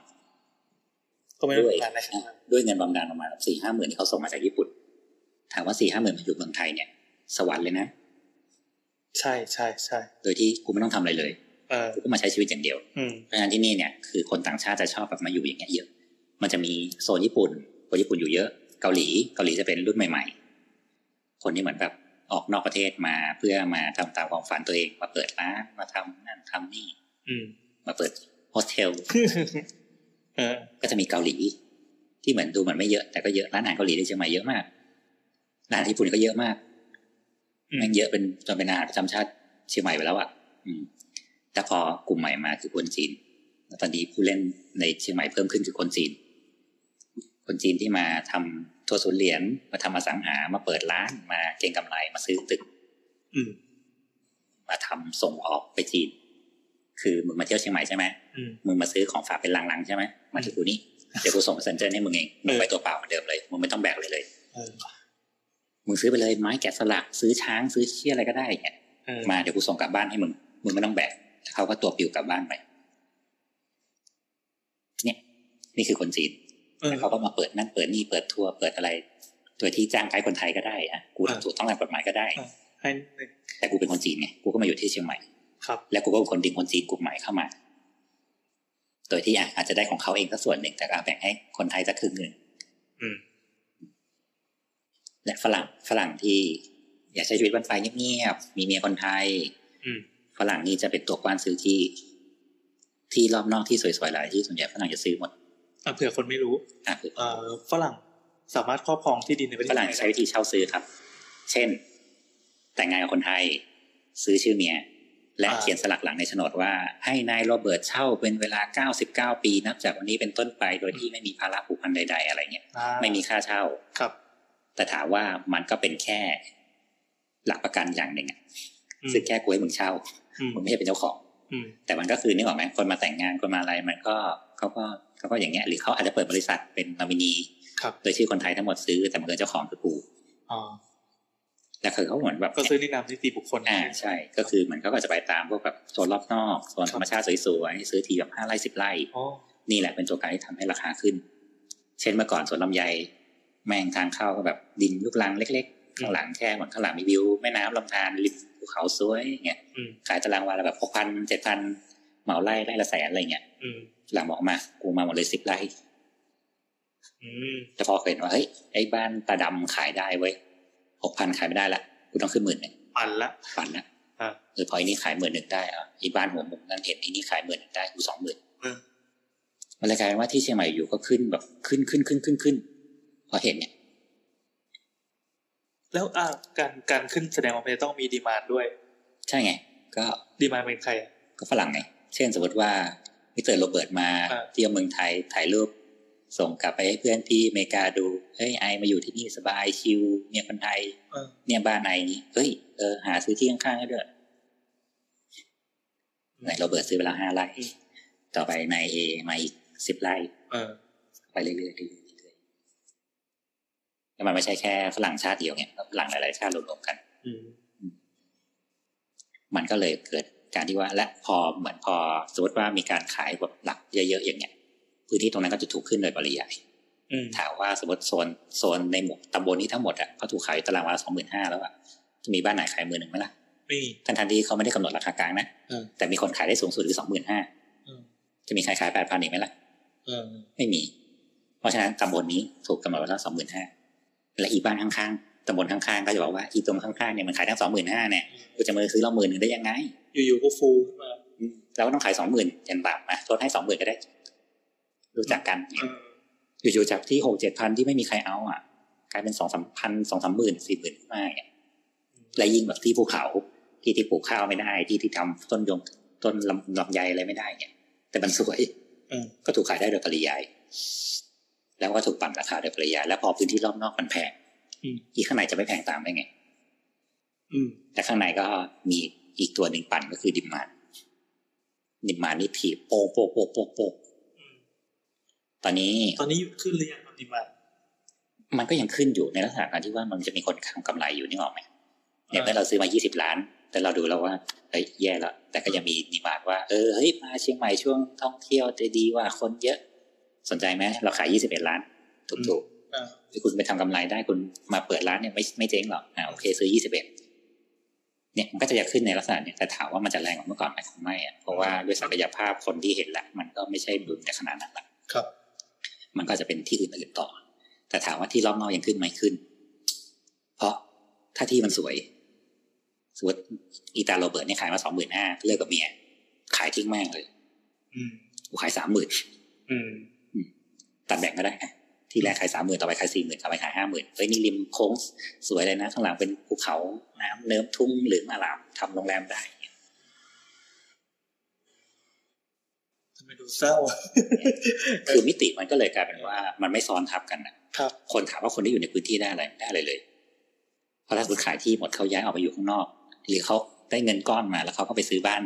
Speaker 1: ก็ไม่ได้
Speaker 3: ด้วย
Speaker 1: ทำงานนะครับ
Speaker 3: ด้วยเงินบำนาญประมาณสี่ห้าหมื่นที่เขาส่งมาจากญี่ปุ่น ถามว่าสี่ห้าหมื่นมาอยู่เมืองไทยเนี่ย สวรรค์เลยนะ
Speaker 1: ใช่ใช่ใช่
Speaker 3: โดยที่กูไม่ต้องทำอะไรเลย
Speaker 1: เออ
Speaker 3: กูก็มาใช้ชีวิตอย่างเดียว
Speaker 1: อืม
Speaker 3: เพราะฉะนั้นที่นี่เนี่ยคือคนต่างชาติจะชอบแบบมาอยู่อย่างเงี้ยเยอะ มันจะมีโซนญี่ปุ่น คนญี่ปุ่นอยู่เยอะ เกาหลี เกาหลีจะเป็นรุ่นใหม่ๆ คนที่เหมือนแบบออกนอกประเทศมาเพื่อมาทำตามความฝันตัวเอง มาเปิดร้าน มาทำนั่นทำนี่
Speaker 1: อืม
Speaker 3: มาเปิดโฮสเทล
Speaker 1: เออ
Speaker 3: ก็จะมีเกาหลี ที่เหมือนดูเหมือนไม่เยอะแต่ก็เยอะร้านอาหารเกาหลีในเชียงใหม่เยอะมากร้านอาหารญี่ปุ่นก็เยอะมาก
Speaker 1: อืม
Speaker 3: แมันเยอะเป็นจนเป็นอาหารประจำชาติเชียงใหม่ไปแล้วอ่ะอืมแต่พอกลุ่มใหม่มาคือคนจีนแล้วตอนนี้ผู้เล่นในเชียงใหม่เพิ่มขึ้นคือคนจีน คนจีนที่มาทำทัวร์ศูนย์เหรียญมาทำอสังหามาเปิดร้านมาเก็งกำไรมาซื้อตึก
Speaker 1: อืม
Speaker 3: มาทำส่งออกไปจีน คือมึงมาเที่ยวเชียงใหม่ใช่ไหม
Speaker 1: อืม
Speaker 3: มึงมาซื้อของฝากเป็นลังๆใช่ไหม มาที่กูนี่ เดี๋ยวกูส่งเซ็นเจอร์ให้มึงเอง มึงไปตัวเปล่าเหมือนเดิมเลย มึงไม่ต้องแบกเลยเลย
Speaker 1: เออ
Speaker 3: มึงซื้อไปเลยไม้แกะสลัก ซื้อช้าง ซื้อเชี่ยอะไรก็ได้เนี่ย
Speaker 1: เออ
Speaker 3: มาเดี๋ยวกูส่งกลับบ้านให้มึง มึงไม่ต้องแบกเขาก็ตัวปลิวกลับบ้านไป เนี่ย นี่คือคนจีน
Speaker 1: เออ
Speaker 3: แล้วเขาก็มาเปิดนั่นเปิดนี่เปิดทัวร์เปิดอะไร ตัวที่จ้างไกด์คนไทยก็ได้อะกู
Speaker 1: อ่ะ
Speaker 3: ทำถูกต้องตามกฎหมายก็ได้
Speaker 1: ให้หนึ่ง
Speaker 3: แต่กูเป็นคนจีนไง กูก็มาอยู่ที่เชียงใหม่
Speaker 1: ครับ
Speaker 3: แล้วกูก็เป็นคนดึงคนจีนกลุ่มใหม่เข้ามา โดยที่อ่ะอาจจะได้ของเขาเองสักส่วนหนึ่งแต่ก็แบ่งให้คนไทยสักครึ่งหนึ่ง
Speaker 1: อืม
Speaker 3: และฝรั่งฝรั่งที่ อยากใช้ชีวิตบ้านปลายเงียบๆมีเมียคนไทย
Speaker 1: อืม
Speaker 3: ฝรั่งนี่จะเป็นตัวกว้านซื้อที่ ที่รอบนอกที่สวยๆหลายที่ส่วนใหญ่ฝรั่งจะซื้อหมด
Speaker 1: อ่ะเผื่อคนไม่รู้
Speaker 3: อ่ะคือ
Speaker 1: เอ่อฝรั่งสามารถครอบครองที่ดินในประเทศ
Speaker 3: ฝรั่ง
Speaker 1: ไทย
Speaker 3: ใช้
Speaker 1: ได้
Speaker 3: วิธีเช่าซื้อครับ เช่น แต่งงานกับคนไทย ซื้อชื่อเมีย และเขียนสลักหลังในโฉนดว่า ให้นายโรเบิร์ตเช่าเป็นเวลา 99 ปีนับจากวันนี้เป็นต้นไปโดยที่ไม่มีภาระผูกพันใด ๆ อะไรเงี้ย
Speaker 1: อ่า
Speaker 3: ไม่มีค่าเช่า
Speaker 1: ครับ
Speaker 3: แต่ถามว่ามันก็เป็นแค่หลักประกันอย่างหนึ่งอะ
Speaker 1: อืม
Speaker 3: ซึ่งแค่กูให้มึงเช่า
Speaker 1: อืม
Speaker 3: มึงไม่ใช่เป็นเจ้าของ
Speaker 1: อืม
Speaker 3: แต่มันก็คือนึกออกไหมคนมาแต่งงานคนมาอะไรมันก็เขาก็เขาก็อย่างเงี้ยหรือเขาอาจจะเปิดบริษัทเป็นนอมินี
Speaker 1: ครับ
Speaker 3: โดยชื่อคนไทยทั้งหมดซื้อแต่มันเกินเจ้าของคือกู
Speaker 1: อ๋อ
Speaker 3: แต่คือเขาเหมือนแบบ
Speaker 1: ก็ซื้อในนามนิติบุคคล
Speaker 3: อ่าใช่ก็คือเหมือนเขาก็จะไปตามพวกแบบโซนรอบนอกโซนธรรมชาติสวยๆซื้อทีแบบห้าไร่สิบไร่
Speaker 1: อ๋อ
Speaker 3: นี่แหละเป็นตัวการที่ทำให้ราคาขึ้น เช่นเมื่อก่อนสวนลำไย แม่งทางเข้าก็แบบดินลูกรังเล็ก ๆ ข้างหลังแค่เหมือนข้างหลังมีวิวแม่น้ำลำธารริมภูเขาสวยเงี้ย
Speaker 1: อืม
Speaker 3: ขายตารางวาละแบบหกพันเจ็ดพันเหมาไร่ไร่ละแสนอะไรเงี้ย
Speaker 1: อืม
Speaker 3: หลังบอกมา กูมาหมดเลยสิบไร่
Speaker 1: อืม
Speaker 3: แต่พอเห็นว่าเฮ้ยไอ้บ้านตาดำขายได้เว้ยหกพันขายไม่ได้ละกูต้องขึ้นหมื่นหนึ่ง
Speaker 1: ปั่นละ
Speaker 3: ฝันนะ
Speaker 1: อ่ะ
Speaker 3: เออพอไอ้นี่ขายหมื่นหนึ่งได้อ่ะอีบ้านหัวมุมนั่นเห็นไอีนี่ขายหมื่นหนึ่งได้กูสองหมื่น
Speaker 1: อืม
Speaker 3: มันเลยกลายเป็นว่าที่เชียงใหม่อยู่ก็ขึ้นแบบขึ้นขึ้นขึ้นขึ้นขึ้นพอเห็นเนี่ย
Speaker 1: แล้วอ่าการการขึ้นแสดงความเป็นต้องมีดีมานด้วย
Speaker 3: ใช่ไง ก็
Speaker 1: ดีมานเป็นใครอ่ะ
Speaker 3: ก็ฝรั่งไง เช่นสมมติว่ามิสเตอร์โรเบิร์ตมา
Speaker 1: อ่ะ
Speaker 3: เที่ยวเมืองไทยถ่ายรูปส่งกลับไปให้เพื่อนที่อเมริกาดูเฮ้ยไอมาอยู่ที่นี่สบายชิลเมียคนไทย
Speaker 1: เออ
Speaker 3: เนี่ยบ้านไอนี้เฮ้ยเออหาซื้อที่ข้างๆให้ด้วย เหมือนเราเบิดซื้อไปแล้วห้าไร่
Speaker 1: อืม
Speaker 3: ต่อไปนายเอมาอีกสิบไร่
Speaker 1: เออ
Speaker 3: ไปเรื่อยๆเรื่อยๆเรื่อยๆแล้วมันไม่ใช่แค่ฝรั่งชาติเดียวเนี่ยฝรั่งหลายๆชาติรวมๆกัน
Speaker 1: อืม
Speaker 3: มันก็เลยเกิดการที่ว่า และพอเหมือนพอสมมติว่ามีการขายแบบหลักเยอะๆอย่างเงี้ยพื้นที่ตรงนั้นก็จะถูกขึ้นโดยปริยาย
Speaker 1: อืม
Speaker 3: ถามว่าสมมติโซนโซนในหมู่ตำบลนี้ทั้งหมดอ่ะเขาถูกขายตารางวาสองหมื่นห้าแล้วอ่ะจะมีบ้านไหนขายหมื่นหนึ่งไหมล่ะ
Speaker 1: นี่
Speaker 3: ทั้งทันที่เขาไม่ได้กำหนดราคากลางนะ
Speaker 1: เออ
Speaker 3: แต่มีคนขายได้สูงสุดคือสองหมื่นห้า
Speaker 1: เออ
Speaker 3: จะมีใครขายแปดพันอีกไหมล่ะ
Speaker 1: เออ
Speaker 3: ไม่มี เพราะฉะนั้นตำบลนี้ถูกกำหนดไว้แล้วสองหมื่นห้าและอีบ้านข้างๆตำบลข้างๆก็จะบอกว่าอีตรงข้างๆเนี่ยมันขายตั้งสองหมื่นห้าเนี่ยกูจะมาซื้อเราหมื่นหนึ่งได้ยังไง
Speaker 1: อยู่ๆก็ฟูขึ้นมา
Speaker 3: เราก็ต้องขายสองหมื่นยันบาทมาลดให้สองหมื่นก็ได้ รู้จักกัน
Speaker 1: เออ
Speaker 3: อยู่ๆจากที่หกเจ็ดพันที่ไม่มีใครเอาอ่ะ กลายเป็นสองสามพันสองสามหมื่นสี่หมื่นขึ้นมาเนี่ยและยิ่งแบบที่ภูเขาที่ที่ปลูกข้าวไม่ได้ ที่ที่ทำต้นยงต้นลำลำไยอะไรไม่ได้เนี่ยแต่มันสวย
Speaker 1: เออ
Speaker 3: ก็ถูกขายได้โดยปริยาย แล้วก็ถูกปั่นราคาโดยปริยาย แล้วพอพื้นที่รอบนอกมันแพง
Speaker 1: อืม
Speaker 3: อีกข้างในจะไม่แพงตามได้ไง
Speaker 1: อืม
Speaker 3: แต่ข้างในก็มีอีกตัวหนึ่งปั่นก็คือดิมมานดิมมานนี่ถีบโป๊กโป๊กโป๊กโป๊กโป๊ก
Speaker 1: อืม
Speaker 3: ตอนนี้
Speaker 1: ตอนนี้ขึ้นหรือยังครับดีมาน
Speaker 3: มันก็ยังขึ้นอยู่ในลักษณะการที่ว่ามันจะมีคนทำกำไรอยู่นี่ออกไหมเนี่ยเมื่อเราซื้อมา 20 ล้าน แต่เราดูแล้วว่าเอ้ยแย่แล้วแต่ก็ยังมีนิมานว่าเออเฮ้ยมาเชียงใหม่ช่วงท่องเที่ยวจะดีว่าคนเยอะ สนใจไหมเราขาย 21 ล้านถูกๆ
Speaker 1: เออ
Speaker 3: คุณไปทำกำไรได้คุณมาเปิดร้านเนี่ยไม่ไม่เจ๊งหรอกอ่าโอเคซื้อยี่สิบเอ็ดเนี่ยมันก็จะขึ้นในลักษณะเนี่ยแต่ถามว่ามันจะแรงกว่าเมื่อก่อนไหมคงไม่อะเพราะว่าด้วยศักยภาพคนที่เห็นละมันก็ไม่ใช่ดุลแต่ขนาดนั้นละ
Speaker 1: ครับ
Speaker 3: มันก็จะเป็นที่อื่นๆต่อ แต่ถามว่าที่รอบนอกยังขึ้นไหมขึ้น เพราะถ้าที่มันสวยสมมติอีตาโรเบิร์ตเนี่ยขายมาสองหมื่นห้าเลิกกับเมียขายทิ้งแม่งเลย
Speaker 1: อืม
Speaker 3: กูขายสามหมื่น
Speaker 1: อืม
Speaker 3: ตัดแบ่งก็ได้นะที่แรกขายสามหมื่นต่อไปขายสี่หมื่นต่อไปขายห้าหมื่นเฮ้ยนี่ริมโค้งสวยเลยนะ ข้างหลังเป็นภูเขาน้ำเนิ้มทุ่งหรือมาลามทำโรงแรมได้
Speaker 1: ทำไมดูเศร้า
Speaker 3: คือมิติมันก็เลยกลายเป็นว่า มันไม่ซ้อนทับกันนะครับ คนถามว่าคนที่อยู่ในพื้นที่ได้อะไรไม่ได้อะไรเลยเพราะถ้าสมมติขายที่หมดเขาย้ายออกไปอยู่ข้างนอก หรือเขาได้เงินก้อนมาแล้วเขาก็ไปซื้อบ้าน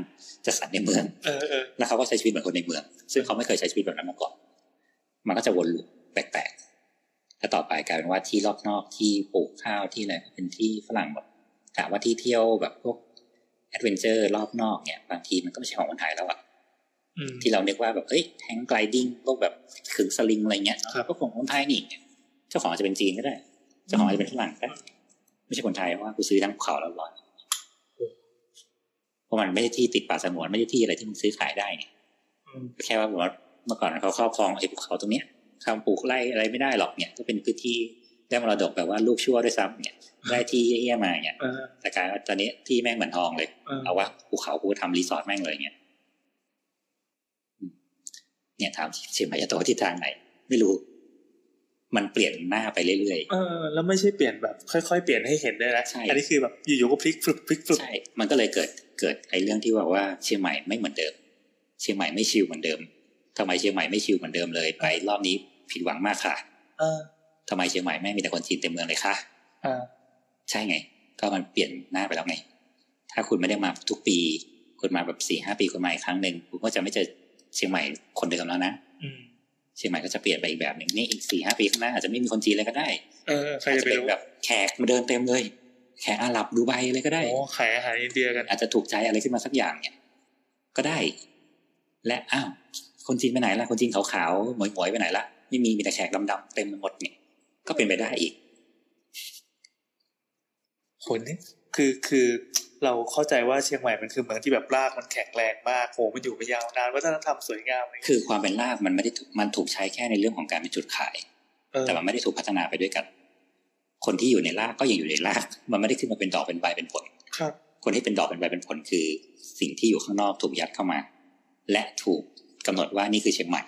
Speaker 3: จัดสรรในเมือง
Speaker 1: เออเออ
Speaker 3: แล้วเขาก็ใช้ชีวิตเหมือนคนในเมือง ซึ่งเขาไม่เคยใช้ชีวิตแบบนั้นมาก่อน มันก็จะวนลูปแปลกๆ แล้วต่อไปกลายเป็นว่าที่รอบนอกที่ปลูกข้าวที่อะไรเป็นที่ฝรั่งหมดถามว่าที่เที่ยวแบบพวกแอดเวนเจอร์รอบนอกเนี่ย บางทีมันก็ไม่ใช่ของคนไทยแล้วอะ
Speaker 1: อืม
Speaker 3: ที่เรานึกว่าแบบเฮ้ยแฮงไกลดิ้งพวกแบบขึงสลิงอะไรเงี้ย
Speaker 1: ครับ
Speaker 3: ก็ของคนไทยนี่เจ้าของอาจจะเป็นจีนก็ได้ เจ้าของอาจจะเป็นฝรั่งก็ได้ไม่ใช่คนไทยเพราะว่ากูซื้อทั้งภูเขาแล้วร้อนเพราะมันไม่ใช่ที่ติดป่าสงวนไม่ใช่ที่อะไรที่มึงซื้อขายได้ไง
Speaker 1: อืม
Speaker 3: แค่ว่าผมว่าเมื่อก่อนเขาครอบครองไอ้ภูเขาตรงเนี้ยทำปลูกไร่อะไรไม่ได้หรอกเนี่ยก็เป็นพื้นที่ได้มรดกแบบว่าลูกชั่วด้วยซ้ำ เนี่ยได้ที่เฮี้ยมาเนี่ย
Speaker 1: เออ
Speaker 3: แต่กลายว่าตอนนี้ที่แม่งเหมือนทองเลย
Speaker 1: เออ
Speaker 3: เอาว่าภูเขากูทำรีสอร์ทแม่งเลยเนี่ยอืมเนี่ยถามเชียงใหม่จะโตที่ทางไหน ไม่รู้ มันเปลี่ยนหน้าไปเรื่อย
Speaker 1: เออ แล้วไม่ใช่เปลี่ยนแบบ ค่อยๆ เปลี่ยนให้เห็นด้วยนะ
Speaker 3: ใช่
Speaker 1: อันี้คือแบบอยู่ๆก็พลิกฟลุกพลิกฟลุ
Speaker 3: ๆ
Speaker 1: ก
Speaker 3: ใช่ มันก็เลยเกิดเกิดไอ้เรื่องที่ว่าว่าเชียงใหม่ไม่เหมือนเดิม เชียงใหม่ไม่ชิลเหมือนเดิมทำไมเชียงใหม่ไม่ชิลเหมือนเดิมเลยไปรอบนี้ผิดหวังมากค่ะ
Speaker 1: เออ
Speaker 3: ทำไมเชียงใหม่แม่งมีแต่คนจีนเต็มเมืองเลยคะ
Speaker 1: อ่า
Speaker 3: ใช่ไง ก็มันเปลี่ยนหน้าไปแล้วไง ถ้าคุณไม่ได้มาทุกปี คุณมาแบบสี่ห้าปีคุณมาอีกครั้งหนึ่งคุณก็จะไม่เจอเชียงใหม่คนเดิมแล้วนะ
Speaker 1: อืม
Speaker 3: เชียงใหม่ก็จะเปลี่ยนไปอีกแบบหนึ่งนี่อีกสี่ห้าปีข้างหน้าอาจจะไม่มีคนจีนเลยก็ได้
Speaker 1: เออ ใคร
Speaker 3: อา
Speaker 1: จะ
Speaker 3: จจะ
Speaker 1: ไป
Speaker 3: เป็น
Speaker 1: รู้
Speaker 3: แบบแขกมาเดินเต็มเลย แขกอาหรับดูไบเลยก็ได้
Speaker 1: โอ้ขายอาหารอินเดียกัน
Speaker 3: อาจจะถูกใจอะไรขึ้นมาสักอย่างเนี่ย ก็ได้ และอ้าวคนจีนไปไหนล่ะคนจีนขาวๆหมวยๆไปไหนละไม่มีมีแต่แขกดำๆเต็มไปหมดเนี่ย ก็เป็นไปได้อีก
Speaker 1: ผลนี่คือคือเราเข้าใจว่าเชียงใหม่มันคือเมืองที่แบบรากมันแข็งแรงมากโหมันอยู่มายาวนานวัฒนธรรมสวยงามเลย
Speaker 3: คือความเป็นลากมันไม่ได้ถูกมันถูกใช้แค่ในเรื่องของการเป็นจุดขาย
Speaker 1: เออ
Speaker 3: แต่มันไม่ได้ถูกพัฒนาไปด้วยกัน คนที่อยู่ในลากก็ยังอยู่ในลาก มันไม่ได้ขึ้นมาเป็นดอกเป็นใบเป็นผล
Speaker 1: ครับ
Speaker 3: คนที่เป็นดอกเป็นใบเป็นผลคือ สิ่งที่อยู่ข้างนอกถูกยัดเข้ามา และถูกกำหนดว่านี่คือเชียงใหม่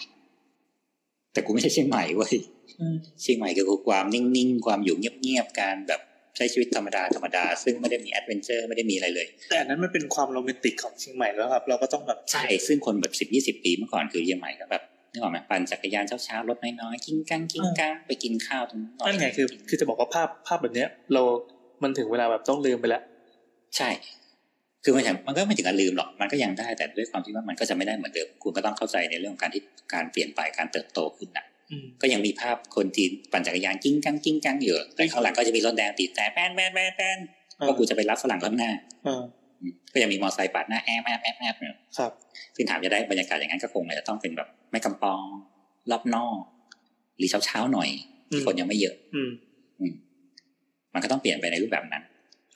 Speaker 3: แต่กูไม่ใช่เชียงใหม่เว้ย
Speaker 1: อืม
Speaker 3: เชียงใหม่คือความนิ่งๆความอยู่เงียบๆการแบบใช้ชีวิตธรรมดาธรรมดาซึ่งไม่ได้มีแอดเวนเจอร์ไม่ได้มีอะไรเลย
Speaker 1: แต่อันนั้นมันเป็นความโรแมนติกของเชียงใหม่แล้วครับ เราก็ต้องแบบ
Speaker 3: ใช่ซึ่งคนแบบสิบยี่สิบปีเมื่อก่อนคือเชียงใหม่ก็แบบนึกออกไหมปั่นจักรยานเช้าๆรถน้อยๆกิ้งกังกิ้งกังไปกินข้าวตรงหอย
Speaker 1: นั่นไงคือ คือจะบอกว่าภาพภาพแบบเนี้ย เรา มันถึงเวลาแบบต้องลืมไปแล้ว
Speaker 3: ใช่ คือมันถึงมันก็ไม่ถึงกับลืมหรอก มันก็ยังได้แต่ด้วยความที่ว่ามันก็จะไม่ได้เหมือนเดิม คุณก็ต้องเข้าใจในเรื่องของการที่การเปลี่ยนไปการเติบโตขึ้นนะ
Speaker 1: อืม
Speaker 3: ก็ยังมีภาพคนจีนปั่นจักรยานกิ้งกังกิ้งกังอยู่แต่ข้างหลังก็จะมีรถแดงติดแต่แป้นแป้นแป้นแป้นก็กูจะไปรับฝรั่งข้างหน้า
Speaker 1: อ่า
Speaker 3: ก็ยังมีมอเตอร์ไซค์ปาดหน้าแอบแอบแอบแอบเนี่ย
Speaker 1: ครับ
Speaker 3: ซึ่งถามจะได้บรรยากาศอย่างนั้นก็คงอาจจะต้องเป็นแบบไม่กำปองรอบนอก หรือเช้าเช้าๆหน่อยที่คนยังไม่เยอะ
Speaker 1: อืม
Speaker 3: มันก็ต้องเปลี่ยนไปในรูปแบบนั้น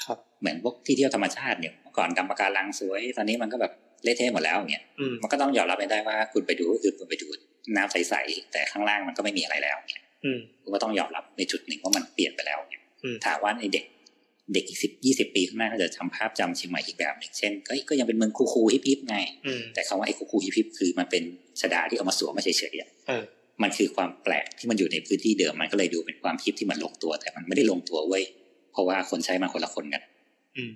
Speaker 1: ครับ
Speaker 3: เหมือนพวกที่เที่ยวธรรมชาติเนี่ยเมื่อก่อนดำปะการังสวย ตอนนี้มันก็แบบเละเทะหมดแล้วอย่างเงี้ย
Speaker 1: อืม
Speaker 3: มันก็ต้องยอมรับไปได้ว่าคุณไปดูก็คือคุณไปดูน้ำใสๆแต่ข้างล่างมันก็ไม่มีอะไรแล้วเนี่ย
Speaker 1: อืม
Speaker 3: คุณก็ต้องยอมรับในจุดหนึ่งว่ามันเปลี่ยนไปแล้วเนี่ย
Speaker 1: อืม
Speaker 3: ถามว่าไอเด็ก เด็กอีกสิบยี่สิบปีข้างหน้าก็จะจำภาพจำเชียงใหม่อีกแบบหนึ่งเช่นก็ก็ยังเป็นเมืองคูคูฮิปฮิปไง
Speaker 1: อืม
Speaker 3: แต่คำว่าไอ้คูคูฮิปฮิปคือมันเป็นชดาที่เอามาสวมมาเฉยๆอะ
Speaker 1: เออ
Speaker 3: มันคือความแปลกที่มันอยู่ในพื้นที่เดิมมันก็เลยดูเป็นความฮิปที่มันลงตัว แต่มันไม่ได้ลงตัวเว้ยเพราะว่าคนใช้มาคนละคนกัน
Speaker 1: อืม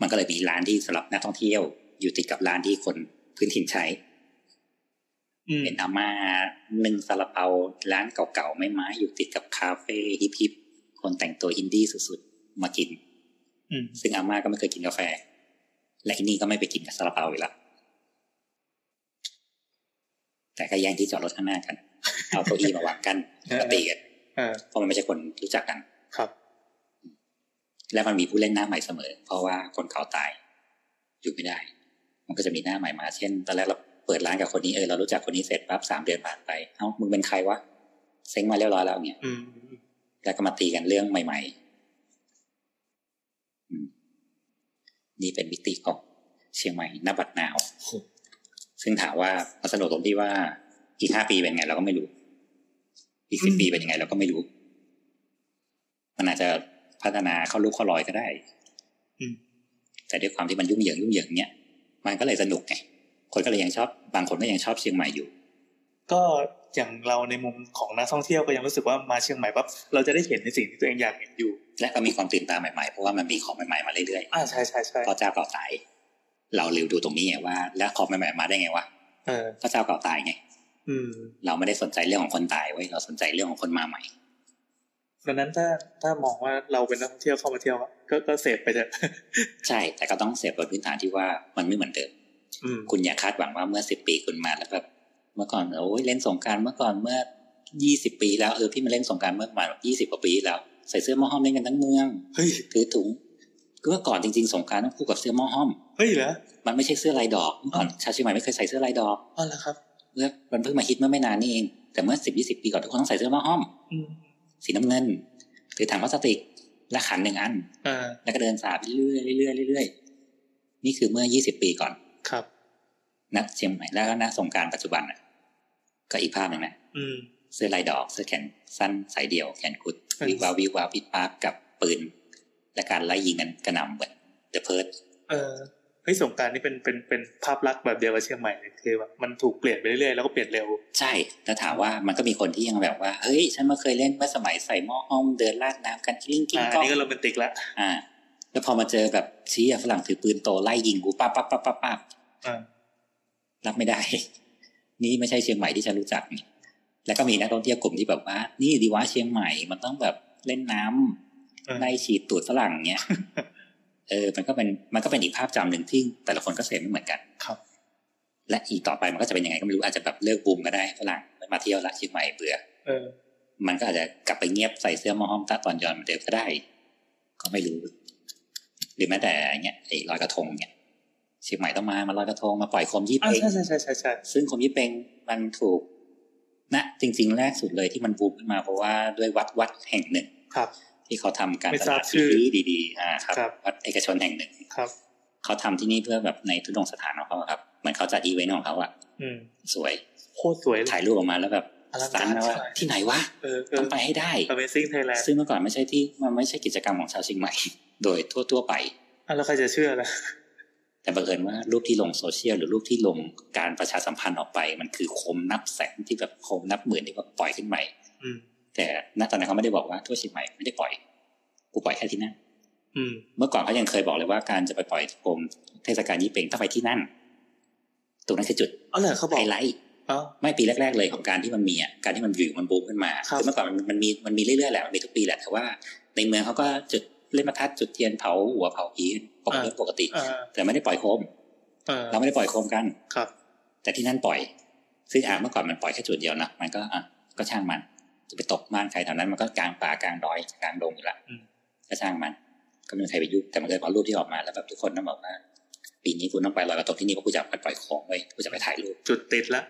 Speaker 3: มันก็เลยมีร้านที่สำหรับนักท่องเที่ยว อยู่ติดกับร้านที่คนพื้นถิ่นใช้
Speaker 1: อืม
Speaker 3: เป็นอาม่านึ่งซาลาเปาร้านเก่าๆไม่ไม้อยู่ติดกับคาเฟ่ฮิปฮิปๆคนแต่งตัวอินดี้สุดๆ มากิน
Speaker 1: อืม
Speaker 3: ซึ่งอาม่าก็ไม่เคยกินกาแฟ และอินนี่ก็ไม่ไปกินกับซาลาเปาอีกละแต่ก็แย่งที่จอดรถข้างหน้ากัน เอาเก้าอี้มาวางกันแล้วก็ตีกัน
Speaker 1: เออ
Speaker 3: เพราะมันไม่ใช่คนรู้จักกัน
Speaker 1: ครับ
Speaker 3: และมันมีผู้เล่นหน้าใหม่เสมอ เพราะว่าคนเก่าตายอยู่ไม่ได้ มันก็จะมีหน้าใหม่มา เช่น ตอนแรกเราเปิดร้านกับคนนี้เออเรารู้จักคนนี้เสร็จปั๊บสามเดือนผ่านไป เอ้ามึงเป็นใครวะเซ็งมาเรียบร้อยแล้วเนี่ย
Speaker 1: อืม
Speaker 3: แล้วก็มาตีกันเรื่องใหม่ๆอืมนี่เป็นมิติของเชียงใหม่หน้าบัดนาว ซึ่งถามว่ามันสนุกตรงที่ว่าอีกห้าปีเป็นไงเราก็ไม่รู้ อีกสิบปีเป็นยังไงเราก็ไม่รู้ มันอาจจะพัฒนาเข้าลูกเข้ารอยก็ได้
Speaker 1: อืม
Speaker 3: แต่ด้วยความที่มันยุ่งเหยิงยุ่งเหยิงเนี้ยมันก็เลยสนุกไงคนก็เลยยังชอบ บางคนก็ยังชอบเชียงใหม่อยู่
Speaker 1: ก็อย่างเราในมุมของนักท่องเที่ยวก็ยังรู้สึกว่ามาเชียงใหม่ปั๊บเราจะได้เห็นในสิ่งที่ตัวเองอยากเห็นอยู่
Speaker 3: และก็มีความตื่นตาใหม่ๆ เพราะว่ามันมีของใหม่ๆมาเรื่อย
Speaker 1: อ่าใช่ใช่ใช่
Speaker 3: ๆพอเจ้าเก่าตาย เราเร็วดูตรงนี้ไงว่า แล้วของใหม่ๆมาได้ไงวะ
Speaker 1: เออ
Speaker 3: ก็เจ้าเก่าตายไง
Speaker 1: อืม
Speaker 3: เราไม่ได้สนใจเรื่องของคนตายไว้ยเราสนใจเรื่องของคนมาใหม่
Speaker 1: ดังนั้นถ้าถ้ามองว่าเราเป็นนักท่องเที่ยวเข้ามาเที่ยวอะก็ก็เสพไปเถอะ
Speaker 3: ใช่ แต่ก็ต้องเสพบนพื้นฐานที่ว่ามันไม่เหมือนเดิม
Speaker 1: อืม
Speaker 3: คุณอย่าคาดหวังว่าเมื่อสิบปีคุณมาแล้วแบบเมื่อก่อนโอ้ยเล่นสงกรารเมื่อก่อนเมื่อยี่สิบปีแล้วเออพี่มาเล่นสงกรารเมื่อประมายี่สิบกว่าปีที่แล้วใส่เสื้อหม้อห้อมเล่นกันทั้งเมือง
Speaker 1: เฮ้ย
Speaker 3: ถือถุงคือเมื่อก่อนจริงๆสงกรารต้องคู่กับเสื้อหม้อห้อม
Speaker 1: เฮ้ยเหรอ
Speaker 3: มันไม่ใช่เสื้อลายดอกเมื่อก่อนชาวเชียงใหม่ไม่เคยใส่เสื้อลายดอก
Speaker 1: อ๋อเหรอครับ
Speaker 3: เมื่อมันเพิ่งมาฮิตเมื่อไม่นานนี่เองแต่เมื่อสิบยี่สิบปีก่อนทุกคนต้องใส่เสื้อหม้อห้อม
Speaker 1: อืม
Speaker 3: สีน้ำเงินถือถังพลาสติกและขันหนึ่งอัน
Speaker 1: อ่า
Speaker 3: แล้วก็เดินสาบเรื่อยๆเรื่อยๆเรื่อยๆนี่คือเมื่อยี่สิบปีก่อน
Speaker 1: ครับ
Speaker 3: ณเชียงใหม่แล้วก็ณสงกรารปัจจุบันน่ะก็อีกภาพหนึ่งนะ
Speaker 1: อืม
Speaker 3: เสื้อลายดอกเสื้อแขนสั้นสายเดี่ยวแขนกุด
Speaker 1: อืม
Speaker 3: วิววาววิววาวปิดปากกับปืน และการไล่ยิงกันกระหน่ำเหมือนเดอะเพิร์ด
Speaker 1: เออเฮ้ยสงกรารนี่เป็นเป็นเป็นภาพลักษณ์แบบเดียวกับเชียงใหม่เลยคือแบบมันถูกเปลี่ยนไปเรื่อยๆแล้วก็เปลี่ยนเร็ว
Speaker 3: ใช่แล้วถามว่ามันก็มีคนที่ยังแบบว่า เฮ้ย ฉันมาเคยเล่นเมื่อสมัยใส่หม้อห้อมเดินลาดน้ำกันกิ้งกิ้
Speaker 1: อ่าง อัน
Speaker 3: ก็
Speaker 1: นี้ก็โรแมนติกละ
Speaker 3: อ่า แล้วพอมาเจอแบบชี้อ่ะฝรั่งถือปืนโตไล่ยิงกูปั๊บปั๊บปั๊บปั๊บปั๊บ
Speaker 1: อ่า
Speaker 3: รับไม่ได้ นี่ไม่ใช่เชียงใหม่ที่ฉันรู้จักนี่แล้วก็มีนักท่องเที่ยวกลุ่มที่แบบว่า นี่ดีว่าเชียงใหม่มันต้องแบบเล่นน้ำ
Speaker 1: เออ
Speaker 3: ไล่ฉีดตูดฝรั่งเนี้ย เออ มันก็เป็น มันก็เป็นอีกภาพจำหนึ่งที่แต่ละคนก็เสพไม่เหมือนกัน
Speaker 1: ครับ
Speaker 3: และอีกต่อไปมันก็จะเป็นยังไงก็ไม่รู้ อาจจะแบบเลิกบูมก็ได้ฝรั่งไม่มาเที่ยวละเชียงใหม่เบื่อ
Speaker 1: เออ
Speaker 3: มันก็อาจจะกลับไปเงียบใส่เสื้อหมอห้อมตาตอนย้อนเหมือนเดิมก็ได้ ก็ไม่รู้ หรือแม้แต่อย่างเงี้ยไอ้ลอยกระทงเนี่ยเชียงใหม่ต้องมามาลอยกระทงมาปล่อยโคมยี่
Speaker 1: อ่า
Speaker 3: เปง
Speaker 1: ใช่ใช่ใช่ใช่ใช่
Speaker 3: ซึ่งโคมยี่เปงมันถูกนะจริง ๆ แรกสุดเลยที่มันบูมขึ้นมาเพราะว่าด้วยวัดวัดแห่งหนึ่ง
Speaker 1: ครับ
Speaker 3: ที่เขาทำการ
Speaker 1: ไม่
Speaker 3: ต
Speaker 1: ทรา
Speaker 3: ลา
Speaker 1: บ
Speaker 3: ด
Speaker 1: ชื่อ
Speaker 3: ดีๆดีๆอ่าครับ
Speaker 1: ครับ
Speaker 3: วัดเอกชนแห่งหนึ่ง
Speaker 1: ครับ
Speaker 3: เขาทำที่นี่เพื่อแบบในทุดงค์สถานของเขาอะครับ เหมือนเขาจัดอีเวนต์ของเขาอะ
Speaker 1: อืม
Speaker 3: สวย
Speaker 1: โคตรสวยเลย
Speaker 3: ถ่ายรูปออกมาแล้วแบบ
Speaker 1: อลัง
Speaker 3: สตั
Speaker 1: การ
Speaker 3: นแล้วว่า
Speaker 1: ใช่
Speaker 3: ที่ไหนวะ
Speaker 1: เออเอ
Speaker 3: ต้
Speaker 1: อ
Speaker 3: องไปให้ได้
Speaker 1: Amazing Thailand
Speaker 3: ซึ่งเมื่อก่อนไม่ใช่ที่มันไม่ใช่กิจกรรมของชาวเชียงใหม่ โดยทั่วๆไป
Speaker 1: อ่ะแล้วใครจะเชื่อล่ะ
Speaker 3: แต่บังเอิญว่ารูปที่ลงโซเชียลหรือรูปที่ลงการประชาสัมพันธ์ออกไป มันคือโคมนับแสนที่แบบโคมนับหมื่นที่แบบปล่อยขึ้นใหม่
Speaker 1: อืม
Speaker 3: แต่ณตอนนั้นเขาไม่ได้บอกว่าทั่วเชียงใหม่ไม่ได้ปล่อยกูปล่อยแค่ที่นั่น
Speaker 1: อืม
Speaker 3: เมื่อก่อนเขายังเคยบอกเลยว่าการจะไปปล่อยโคมเทศกาลยี่เป็งต้องไปที่นั่น ตรงนั้นคือจุด
Speaker 1: อ๋อเหรอเขาบอ
Speaker 3: ไฮ
Speaker 1: ก
Speaker 3: ไลท์
Speaker 1: อ๋อ
Speaker 3: ไม่ปีแรกๆเลยของการที่มันมีอ่ะการที่มันวิวมันบูมขึ้นมา
Speaker 1: ครับ
Speaker 3: อเมื่อก่อนมันมันมีมันมีเรื่อยๆแหละมันมีทุกปีแหละแต่ว่าในเมืองเขาก็จุดเล่นประทัดจุดเทียนเผาหัวเผาผี ปกติปกติ
Speaker 1: อ่า
Speaker 3: แต่ไม่ได้ปล่อยโคม
Speaker 1: อ่า
Speaker 3: เราไม่ได้ปล่อยโคมกัน
Speaker 1: ครับ
Speaker 3: แต่ที่นั่นปล่อย ซึ่งอ่าเมื่อก่อนมันปล่อยแค่จุดเดียวนะมันก็อ่ะก็ช่างมัน จะไปตกบ้านใครแถวนั้นมันก็กลางป่ากลางดอยกลางดงอยู่ละ
Speaker 1: อืม
Speaker 3: ก็ช่างมัน ก็ไม่มีใครไปยุ่งแต่มันเคยพอรูปที่ออกมาแล้วแบบทุกคนต้องบอกว่าปีนี้กูต้องไปลอยกระทงที่นี่เพราะกูจะไปปล่อยของไว้ยกูจะไปถ่ายรูป
Speaker 1: จุดติดละ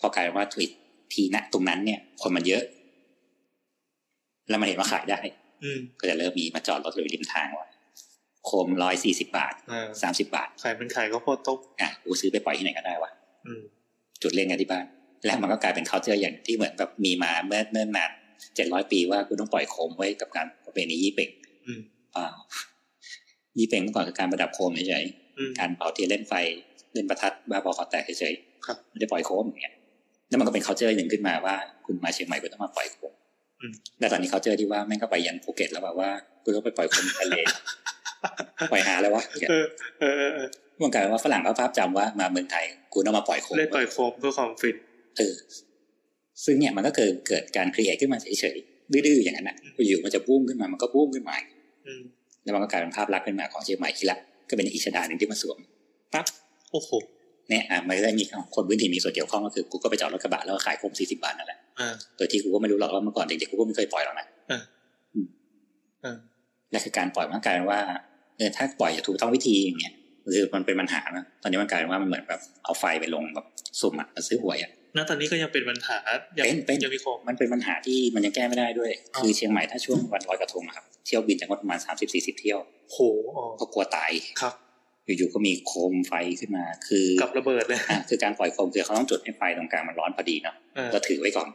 Speaker 3: พอกลายเป็นว่าทวิตทีนะตรงนั้นเนี่ย คนมันเยอะ แล้วมันเห็นว่าขายได้
Speaker 1: อืม
Speaker 3: ก็จะเริ่มมีมาจอดรถอยู่ริมทางว่าโคมร้อยสี่สิบาท
Speaker 1: เออ
Speaker 3: สามสิบาท
Speaker 1: ขายเป็นขายก็พอตก
Speaker 3: อ่ะกูซื้อไปปล่อยที่ไหนก็ได้วะ
Speaker 1: อืม
Speaker 3: จุดเล่นกันที่บ้าน แล้วมันก็กลายเป็น culture อย่างที่เหมือนแบบมีมาเมื่อเนิ่นนานเจ็ดร้อยปีว่าคุณต้องปล่อยโคมไว้กับการประเพณียี่เป็ง
Speaker 1: อืม
Speaker 3: อ่าวยี่เป็งเมื่อก่อนคือการประดับโคมเฉย
Speaker 1: อืม
Speaker 3: ๆการเป่าเทียนเล่นไฟเล่นประทัดบ้าบอคอแตกเฉย
Speaker 1: ครับ
Speaker 3: ๆไม่ได้ปล่อยโคมอย่างเงี้ยแล้วมันก็เป็น culture หนึ่งขึ้นมาว่าคุณมาเชียงใหม่คุณต้องมาปล่อยโคมแล้วตอนนี้ culture ที่ว่าแม่งก็ไปยันภูเก็ตแล้วแบบว่าคุณต้องไปปล่อยโคมทะเล ปล่อยหาแล้ววะ
Speaker 1: เออเออเออเออ
Speaker 3: มันกลายเป็นว่าฝรั่งเขาภาพจำว่ามาเมืองไทยคุณต้องมาปล่อยโคม
Speaker 1: เล่นปล่อยโคมเพื่อความฟิน
Speaker 3: เออซึ่งเนี่ยมันก็เกิดเกิดการครีเอทขึ้นมาเฉยๆ ดื้อๆ อย่างนั้นนะอยู่ๆมันจะบูมขึ้นมามันก็บูมขึ้นมา
Speaker 1: อืม
Speaker 3: แล้วมันก็กลายเป็นภาพลักษณ์ขึ้นมาของเชียงใหม่ที่ละก็เป็นอีกชนดาหนึ่งที่มาสวม
Speaker 1: โอ้โห
Speaker 3: เนี่ยอ่ะมันก็ได้มีคนพื้นที่นมีส่วนเกี่ยวข้องก็คือกูก็ไปจอดรถกระบะแล้วก็ขายโคมสี่สิบบาทนั่นแหละ
Speaker 1: อ่า
Speaker 3: โดยที่กูก็ไม่รู้หรอกว่าเมื่อก่อนเด็กๆกูก็ไม่เคยปล่อยหรอกนะ
Speaker 1: อ่ะ
Speaker 3: อืม
Speaker 1: อ่ะ
Speaker 3: และคือการปล่อยมันกลายเป็นว่าเออถ้าปล่อยจะถูกต้องวิธีอย่างเงี้ยคือมันเป็นปัญหานะตอนนี้มันกลายเป็นว่ามันเหมือนแบบเอาไฟไปลงแบบสุ่มอ่ะซื้อหวยอ่ะ
Speaker 1: ณตอนนี้ก็ยังเป็นปัญหายั
Speaker 3: เป็นเป็น
Speaker 1: ยังมีโคม
Speaker 3: มันเป็นปัญหาที่มันยังแก้ไม่ได้ด้วย
Speaker 1: อ่า
Speaker 3: คือเชียงใหม่ถ้าช่วงวันลอยกระทงอะครับเที่ยวบินจะงดประมาณสามสิบสี่สิบเที่ยว
Speaker 1: โหอ๋อ
Speaker 3: เพราะกลัวตาย
Speaker 1: ครับ
Speaker 3: อยู่ๆก็มีโคมไฟขึ้นมา คือ
Speaker 1: กับระเบิดเลย
Speaker 3: อ่ะคือการปล่อยโคมคือเขาต้องจุดให้ไฟตรงกลางมันร้อนพอดีเนาะ
Speaker 1: เออ
Speaker 3: ก็ถือไว้ก่อน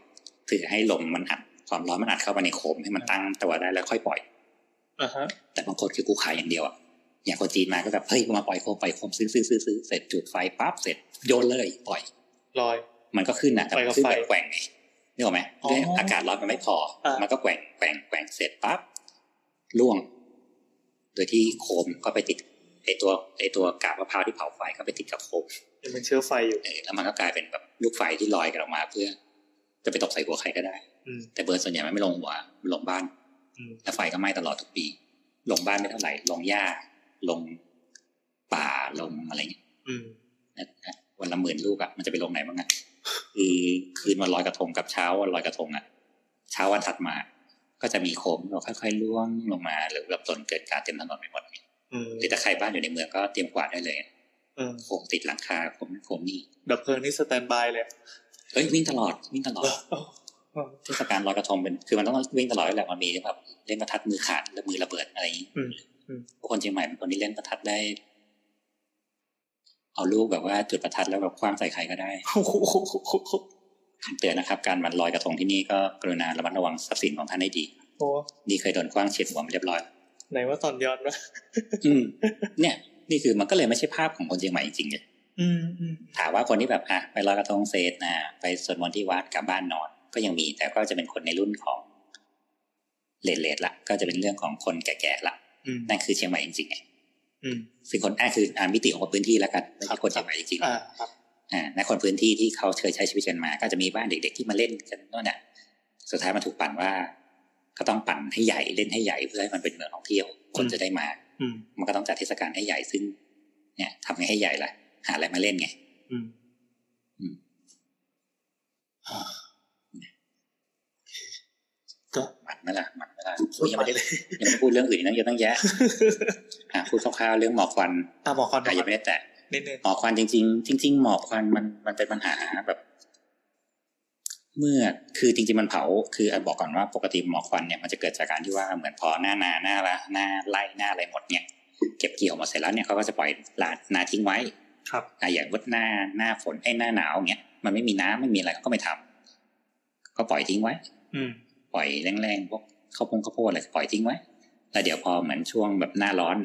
Speaker 3: ถือให้ลมมันอัดความร้อนมันอัดเข้าไปในโคมให้มันตั้งตัวได้แล้วค่อยปล่อย
Speaker 1: อ่าฮะ
Speaker 3: แต่บางคนคือกูขายอย่างเดียวอะอย่างคนจีนมาก็แบบเฮ้ยกูมาปล่อยโคมปล่อยโคมซื้อซื้อซื้อซื้อเสร็จจุดไฟปั๊บเสร็จโยนเลยปล่อย
Speaker 1: ลอย
Speaker 3: มันก็ขึ้นนะแต่
Speaker 1: ไปกับ
Speaker 3: มันขึ้น
Speaker 1: ไฟ
Speaker 3: แบบแกว่งไงนึกออกไหม
Speaker 1: อ๋อ
Speaker 3: ด้วยอากาศร้อนมันไม่พอ
Speaker 1: อ่ามั
Speaker 3: มันก็แกว่งแกว่งแกว่งเสร็จปั๊บล่วง โดยที่โคมก็ไปติดไอตัวไอตัวกาบมะพร้าวที่เผาไฟก็ไปติดกับโคม
Speaker 1: ยังเป็นเชื้อไฟอยู่
Speaker 3: เออแล้วมันก็กลายเป็นแบบลูกไฟที่ลอยกันออกมาเพื่อ จะไปตกใส่หัวใครก็ได้
Speaker 1: อืม
Speaker 3: แต่เบิร์นส่วนใหญ่มันไม่ลงหัวมันลงบ้าน
Speaker 1: อืม
Speaker 3: แล้วไฟก็ไหม้ตลอดทุกปี ลงบ้านไม่เท่าไหร่ ลงหญ้า ลงป่าลงอะไรเงี้ย
Speaker 1: อืม
Speaker 3: นะวันละหมื่นลูกอะมันจะไปลงไหนบ้างอะคือคืนวันลอยกระทงกับเช้าวันลอยกระทงอะเช้าวันถัดมา ก็จะมีโคมเราค่อยๆล่วงลงมา หรือแบบหล่นเกิดการเต็มถนนไปหมด
Speaker 1: อืม
Speaker 3: หรือถ้าใครบ้านอยู่ในเมืองก็เตรียมกวาดได้เลย
Speaker 1: เออ
Speaker 3: โคมติดหลังคาโคมนั่นโคมนี่
Speaker 1: ดับเพลิงนี่สแตนบายเลย
Speaker 3: เอ้ยวิ่งตลอดวิ่งตลอด
Speaker 1: เออ
Speaker 3: เทศกาลลอยกระทงเป็นคือมันต้องวิ่งตลอดแหละมันมีแบบเล่นประทัดมือขาดและมือระเบิดอะไรอย่างนี้
Speaker 1: อืมอืม
Speaker 3: เพราะคนเชียงใหม่เป็นคนที่เล่นประทัดได้ เอาลูกแบบว่าจุดประทัดแล้วแบบคว้างใส่ใครก็ได้
Speaker 1: โอ้โห
Speaker 3: คำเตือนนะครับการมันลอยกระทงที่นี่ก็กรุณาระมัดระวังทรัพย์สินของท่านให้ดี
Speaker 1: โอ้
Speaker 3: นี่เคยโดนกว้างเฉียดหัวมาเรียบร้อยแล้ว
Speaker 1: ไหนว่าตอนย้อนวะ
Speaker 3: อืมเนี่ย นี่คือมันก็เลยไม่ใช่ภาพของคนเชียงใหม่จริงๆเลย
Speaker 1: อืมอืม
Speaker 3: ถามว่าคนที่แบบอ่ะไปลอยกระทงเสร็จนะไปสวดมนต์ที่วัดกลับบ้านนอน ก็ยังมีแต่ก็จะเป็นคนในรุ่นของเลดเลดละก็จะเป็นเรื่องของคนแก่ๆละ
Speaker 1: อืม
Speaker 3: นั่นคือเชียงใหม่จริงๆไง
Speaker 1: อืม
Speaker 3: ซึ่งคนอ่ะคืออ่ามิติของคนพื้นที่แล้วกันไม่
Speaker 1: ครั
Speaker 3: ใช่
Speaker 1: บ
Speaker 3: คนเชียงใหม่จริงๆ
Speaker 1: อ่าครับ
Speaker 3: อ่าในคนพื้นที่ที่เขาเคยใช้ชีวิตกันมา ก็จะมีบ้านเด็ก ๆ ที่มาเล่นกันนั่นน่ะสุดท้ายมันถูกปั่นว่า ก็ต้องปั่นให้ใหญ่เล่นให้ใหญ่เพื่อให้มันเป็นเมืองท่องเที่ยว คน
Speaker 1: อืม
Speaker 3: จะได้มา
Speaker 1: อืม
Speaker 3: มันก็ต้องจัดเทศกาลให้ใหญ่ซึ่ง เนี่ยทำไงให้ใหญ่ล่ะ หาอะไรมาเล่นไง
Speaker 1: อืม
Speaker 3: อืม
Speaker 1: อ่าก็
Speaker 3: มันไหมล่ะมันไหมล่ะโอ้ยยังไม่ได้ยังไม่ได้พูดเรื่องอื่นอีกนั่งเยอะตั้งแยะ อ่าพูดคร่าวๆเรื่องหมอกควัน
Speaker 1: อ่ะหมอคอนหมอ
Speaker 3: อ่ะ
Speaker 1: ค
Speaker 3: ยั
Speaker 1: อง น
Speaker 3: ไม่ได้แตะ
Speaker 1: นิดนึง
Speaker 3: หมอกควันจริงๆจริง ๆ หมอกควันมันมันเป็นปัญหาแบบ เมื่อคือจริงๆมันเผา คืออ่ะบอกก่อนว่าปกติหมอกควันเนี่ยมันจะเกิดจากการที่ว่าเหมือนพอหน้านาหน้าละหน้าไล่หน้าอะไรหมดเนี่ย เก็บเกี่ยวหมดเสร็จแล้วเนี่ยเขาก็จะปล่อยลานาทิ้งไว้
Speaker 1: ครับ
Speaker 3: อ่ะอย่างวัดหน้าหน้าฝนไอ้หน้าหนาวเนี่ยมันไม่มีน้ำไม่มีอะไรเขาก็ไม่ทำก็ปล่อยทิ้งไว้
Speaker 1: อืม
Speaker 3: ปล่อยแรงๆพวกข้าวโพงข้าวโพดอะไรก็ปล่อยทิ้งไว้ แล้วเดี๋ยวพอเหมือนช่วงแบบหน้าร้อน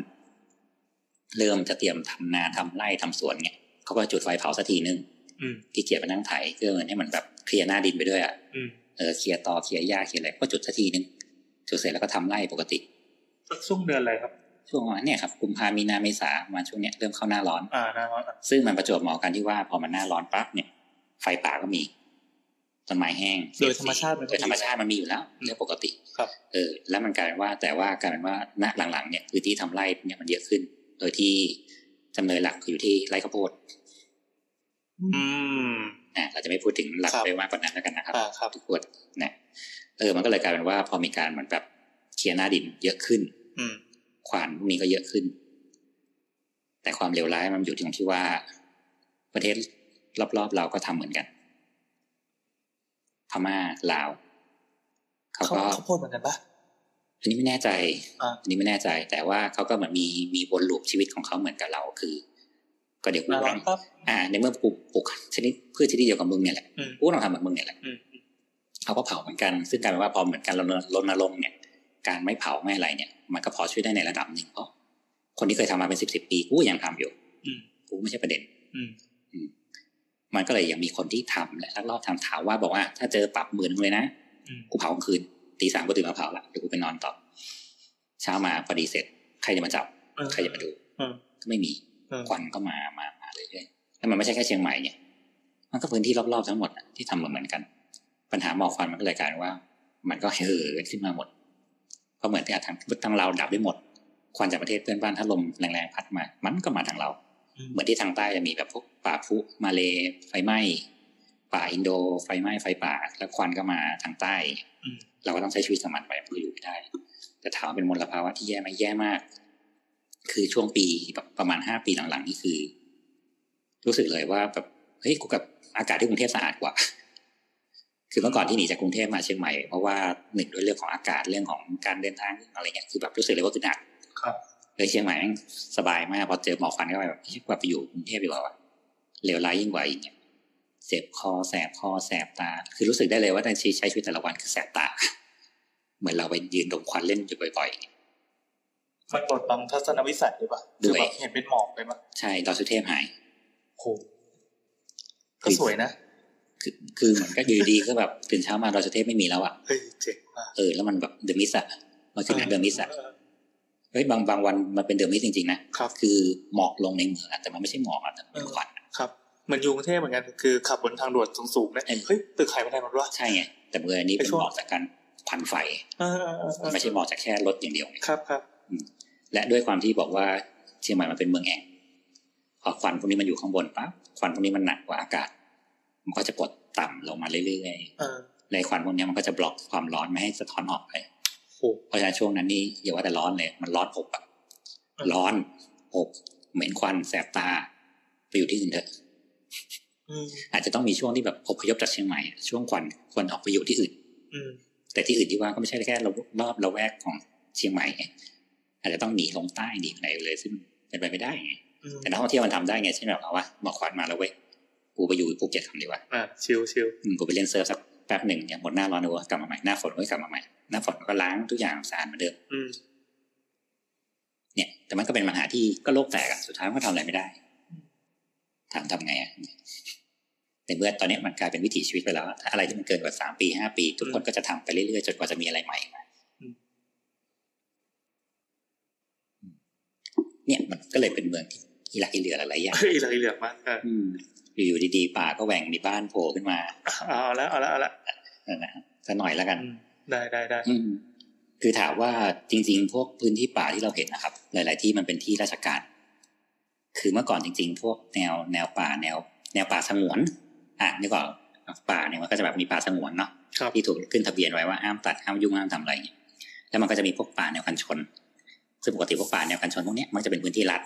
Speaker 3: เริ่มจะเตรียมทำนาทำไร่ทำสวนเนี่ยเขาก็จุดไฟเผาสักทีนึง
Speaker 1: อืม
Speaker 3: ที่เกียจไปนั่งไถเพื่อเหมือนให้มันแบบเคลียร์หน้าดินไปด้วยอ่ะ
Speaker 1: อืม
Speaker 3: เออเคลียร์ตอเคลียร์หญ้าเคลียร์อะไรก็จุดสักทีนึงจุดเสร็จแล้วก็ทำไร่ปกติ
Speaker 1: สักช่วงเดือนอะไรครับ ช่
Speaker 3: ช่
Speaker 1: วง
Speaker 3: วงประมาณเนี่ยครับกุมภามีนาเมษาประมาณช่วงเนี้ยเริ่มเข้าหน้าร้อน
Speaker 1: อ่าหน้าร้อนอ่ะ
Speaker 3: ซึ่งมันประจวบเหมาะกันที่ว่าพอมันหน้าร้อนปั๊บเนี่ย ไฟป่าก็มีต้นไม้แห้ง
Speaker 1: โดยธรรมชาติมัน
Speaker 3: โด
Speaker 1: ก็
Speaker 3: ยธรรมชาติมันมีอยู่แล้วเรื่องปกติ
Speaker 1: ครับ
Speaker 3: เออ แล้วมันกลายเป็นว่าแต่ว่ากลายเป็นว่าณหลังๆเนี่ยพื้นที่ทำไร่เนี่ยมันเยอะขึ้น ดยที่จำเลยหลักอยู่ที่ไร่ข้าวโพด
Speaker 1: อืม
Speaker 3: อ่ะเราจะไม่พูดถึงหลัก
Speaker 1: ครับ
Speaker 3: ไปมากกว่านั้นแล้วกันนะครับ
Speaker 1: อ่าครับ
Speaker 3: ทุกคนนะเออมันก็เลยกลายเป็นว่าพอมีการเหมือนแบบเคลียร์หน้าดินเยอะขึ้น
Speaker 1: อืม
Speaker 3: ขวานพวกนี้ก็เยอะขึ้น แต่ความเลวร้ายมันอยู่ตรงที่ว่า ประเทศรอบๆเราก็ทำเหมือนกันพม่าลาวเขา
Speaker 1: เขา
Speaker 3: ก็
Speaker 1: เขาวโพดเหมือนกันปะ
Speaker 3: อันนี้ไม่แน่ใจ
Speaker 1: อ่ะ
Speaker 3: นนี้ไม่แน่ใจ แต่ว่าเขาก็เหมือนมีมีวนลูปชีวิตของเขาเหมือนกับเราคือ ก็เดี๋ยวกู
Speaker 1: อ่า
Speaker 3: ลอง
Speaker 1: ครับ
Speaker 3: อ่า ในเมื่อปลูกปลูกชนิดพืชชนิดเดียวกับมึงเนี่ยแหละ
Speaker 1: อืม
Speaker 3: กูลองทำเหมือนมึงเนี่ยแหละ
Speaker 1: อืม
Speaker 3: เขาก็เผาเหมือนกัน ซึ่งกลายเป็นว่าพอเหมือนกันรณรณรงค์เนี่ย การไม่เผาไม่อะไรเนี่ย มันก็พอช่วยได้ในระดับหนึ่งเพราะคนที่เคยทำมาเป็นสิบสิบปีกูยังทำอยู่
Speaker 1: อืม
Speaker 3: กูไม่ใช่ประเด็น
Speaker 1: อืม
Speaker 3: มันก็เลยยังมีคนที่ทำและลักลอบทำถามว่าบอกว่า ถ้าเจอปรับหมื่นนึงเลยนะ
Speaker 1: อืม
Speaker 3: กูเผากลางคืนตีสามกูตื่นมาเผาละเดี๋ยวกูไปนอนต่อ เช้ามาพอดีเสร็จ ใครจะมาจับ
Speaker 1: เออ
Speaker 3: ใครจะมาดู
Speaker 1: เออ
Speaker 3: ก็ไม่มี
Speaker 1: เออ
Speaker 3: ควันก็มามามาเรื่อยๆแล้วมันไม่ใช่แค่เชียงใหม่เนี่ย มันก็พื้นที่รอบๆทั้งหมดอะที่ทำเหมือนๆกัน ปัญหาหมอกควันมันก็เลยกลายเป็นว่า มันก็เห่อขึ้นมาหมดเพราะเหมือนที่อาทางทางเราดับได้หมด ควันจากประเทศเพื่อนบ้านถ้าลมแรงๆพัดมา มันก็มาทางเรา
Speaker 1: อืม
Speaker 3: เหมือนที่ทางใต้จะมีแบบพวกป่าพลุมาเลไฟไหม้ป่าอินโด ไฟไหม้ไฟป่า แล้วควันก็มาทางใต้
Speaker 1: อืม
Speaker 3: เราก็ต้องใช้ชีวิตสามันไปเพื่ออยู่ให้ได้ แต่ถามว่าเป็นมลภาวะที่แย่ไหมแย่มาก คือช่วงปีแบบประมาณห้าปีหลังๆนี่คือ รู้สึกเลยว่าแบบเฮ้ยกูกับอากาศที่กรุงเทพสะอาดกว่า คือเมื่อก่อนที่หนีจากกรุงเทพมาเชียงใหม่เพราะว่าหนึ่งด้วยเรื่องของอากาศเรื่องของการเดินทางอะไรเงี้ยคือแบบรู้สึกเลยว่าอึดอัด
Speaker 1: ครับ
Speaker 3: เลยเชียงใหม่แม่งสบายมากพอเจอหมอกควันเข้าไปแบบเฮ้ยกว่าไปอยู่กรุงเทพดีกว่าวะเลวร้ายยิ่งกว่าอีกเนี่ยเจ็บคอแสบคอแสบตา คือรู้สึกได้เลยว่าในชีวิตใช้ชีวิตแต่ละวันคือแสบตา เหมือนเราไปยืนดมควันเล่นอยู่บ่อย ๆ
Speaker 1: มันบดบังทัศนวิสัยหรือเปล่าคือแบบเห็นเป็นหมอกเลยปะ
Speaker 3: ใช่ดอยสุเทพหาย
Speaker 1: โหก็สวยนะ
Speaker 3: คือคือเหมือนก็อยู่ดีก็แบบตื่นเช้ามาดอยสุเทพไม่มีแล้วอ่ะ
Speaker 1: เฮ้ยเจ๋งมาก
Speaker 3: เออแล้วมันแบบเดอะมิสอะมันคือหนั
Speaker 1: เอ
Speaker 3: ง
Speaker 1: อ
Speaker 3: เดอะมิสอะเฮ้ยบางบางวันมันเป็นเดอะมิสจริงๆนะครับ คือหมอกลงในเมืองอะแต่มันไม่ใช่หมอกอะแต่มันเป็น
Speaker 1: เออ
Speaker 3: ควันอะ
Speaker 1: ครับเหมือนอยู่กรุงเทพเหมือนกันคือขับบนทางด่วนสูงๆเนี่ย
Speaker 3: เออ
Speaker 1: เฮ้ยตึกหายไปไหนหมดวะ
Speaker 3: ใช่ไงแต่เมืองอันนี้
Speaker 1: ไอ้
Speaker 3: เป็น
Speaker 1: ช่วง
Speaker 3: หมอกจากการพันไฟ
Speaker 1: เออเออเออเอ
Speaker 3: มัน
Speaker 1: อ
Speaker 3: ไม่ใช่หมอกจากแค่รถอย่างเดียวไง
Speaker 1: ครับครับ
Speaker 3: และด้วยความที่บอกว่าเชียงใหม่มันเป็นเมืองแอ่งพอควันพวกนี้มันอยู่ข้างบนปั๊บควันพวกนี้มันหนักกว่าอากาศ มันก็จะกดต่ำลงมาเรื่อย
Speaker 1: เออ
Speaker 3: ๆในควันพวกนี้มันก็จะบล็อกความร้อนไม่ให้สะท้อนออกไป
Speaker 1: โห
Speaker 3: เพราะฉะนั้นช่วงนั้นนี่อย่าว่าแต่ร้อนเลย มันร้อนอบอะ
Speaker 1: เออ
Speaker 3: ร้อนอบเหม็นควันแสบตาไปอยู่ที่อื่นเถอะ
Speaker 1: อืม
Speaker 3: อาจจะต้องมีช่วงที่แบบอพยพจากเชียงใหม่อะช่วงควันควรออกไปอยู่ที่อื่น
Speaker 1: อืม
Speaker 3: แต่ที่อื่นที่ว่าก็ไม่ใช่แค่ระรอบระแวกของเชียงใหม่ไงอาจจะต้องหนีลงใต้หนีไปไหนเลยซึ่งเป็นไปไม่ได้ไง
Speaker 1: อืม
Speaker 3: แต่นักท่องเที่ยวมันทำได้ไงเช่นแบบเอาว่าหมอกควันมาแล้วเว้ยกูไปอยู่ภูเก็ตทำดีกว่า
Speaker 1: อ่าชิลชิล
Speaker 3: อืมกูไปเล่นเซิร์ฟสักแป๊บหนึ่งเนี่ยหมดหน้าร้อนเลยเวะกลับมาใหม่หน้าฝนก็กลับมาใหม่หน้าฝนก็ล้างทุกอย่างสะอาดเหมือนเดิม
Speaker 1: อืม
Speaker 3: เนี่ยแต่มันก็เป็นปัญหาที่ก็โลกแตกอะสุดท้ายมันก็ทำอะไรไม่ได้ถามทำไงอะในเมื่อตอนเนี้ยมันกลายเป็นวิถีชีวิตไปแล้วอะถ้าอะไรที่มันเกินกว่าสามปีห้าปี ทุกคนก็จะทำไปเรื่อยๆจนกว่าจะมีอะไรใหม่มาเนี่ยมันก็เลยเป็นเมืองที่อีรักอีเหลือหลายๆอย่าง
Speaker 1: เฮ้ยอะไรเหลือกมากเออ
Speaker 3: อยู่ๆดีๆป่าก็แหว่งมีบ้านโผล่ขึ้นมา
Speaker 1: เอาเอาละเอาละเอาละ
Speaker 3: นั่นนะฮะสักหน่อยแล้วกัน
Speaker 1: อืมได้ได้ได้
Speaker 3: อืมคือถามว่าจริง ๆ พวกพื้นที่ป่าที่เราเห็นนะครับ หลาย ๆ ที่มันเป็นที่ราชการ คือเมื่อก่อนจริง ๆ พวกแนวแนวป่าแนว แนวป่าสงวน อ่ะนี่ก่อนป่าเนี่ยมันก็จะแบบมีป่าสงวนเนาะ
Speaker 1: ครับ
Speaker 3: ที่ถูกขึ้นทะเบียนไว้ว่าห้ามตัดห้ามยุ่งห้ามทำอะไรอย่างเงี้ยแล้วมันก็จะมีพวกป่าแนวกันชน ซึ่งปกติพวกป่าแนวกันชนพวกเนี้ยมันจะเป็นพื้นที่รัฐ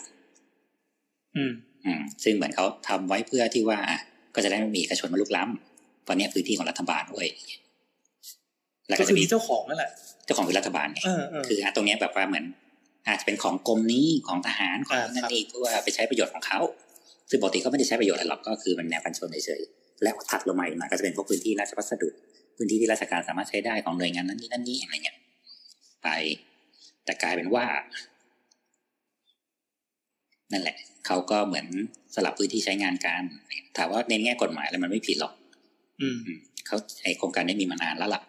Speaker 1: อืม
Speaker 3: อืมซึ่งเหมือนเขาทำไว้เพื่อที่ว่าอ่ะก็จะได้ไม่มีเอกชนมาลุกล้ำตอนเนี้ยพื้นที่ของรัฐบาลด้วยแล้ว
Speaker 1: ก็
Speaker 3: ก็
Speaker 1: คื
Speaker 3: จะ
Speaker 1: อ
Speaker 3: มี
Speaker 1: มีเจ้าของนั่นแหละ
Speaker 3: เจ้าของคือรัฐบาลไง
Speaker 1: เออเออ
Speaker 3: คืออ่ะตรงเนี้ยแบบว่าเหมือน อาจจะเป็นของกรมนี้ของทหารของ
Speaker 1: อ่า
Speaker 3: นั่
Speaker 1: ครับ
Speaker 3: นนี่เพื่อไปใช้ประโยชน์ของเขาซึ่งปกติก็ไม่ได้ใช้ประโยชน์อะไรหรอกก็คือมันแนวกันชนเฉยๆแล้วถัดลงมาอีกหน่อยก็จะเป็นพวกพื้นที่ราชพัสดุพื้นที่ที่ราชการสามารถใช้ได้ของหน่วยงานนั้นนี่นั่นนี่อะไรเงี้ยไป แต่กลายเป็นว่า นั่นแหละเขาก็เหมือนสลับพื้นที่ใช้งานกันถามว่าในแง่กฎหมายแล้วมันไม่ผิดหรอก
Speaker 1: อืม
Speaker 3: เขาไอโครงการนี้มีมานานแล้วล่ะ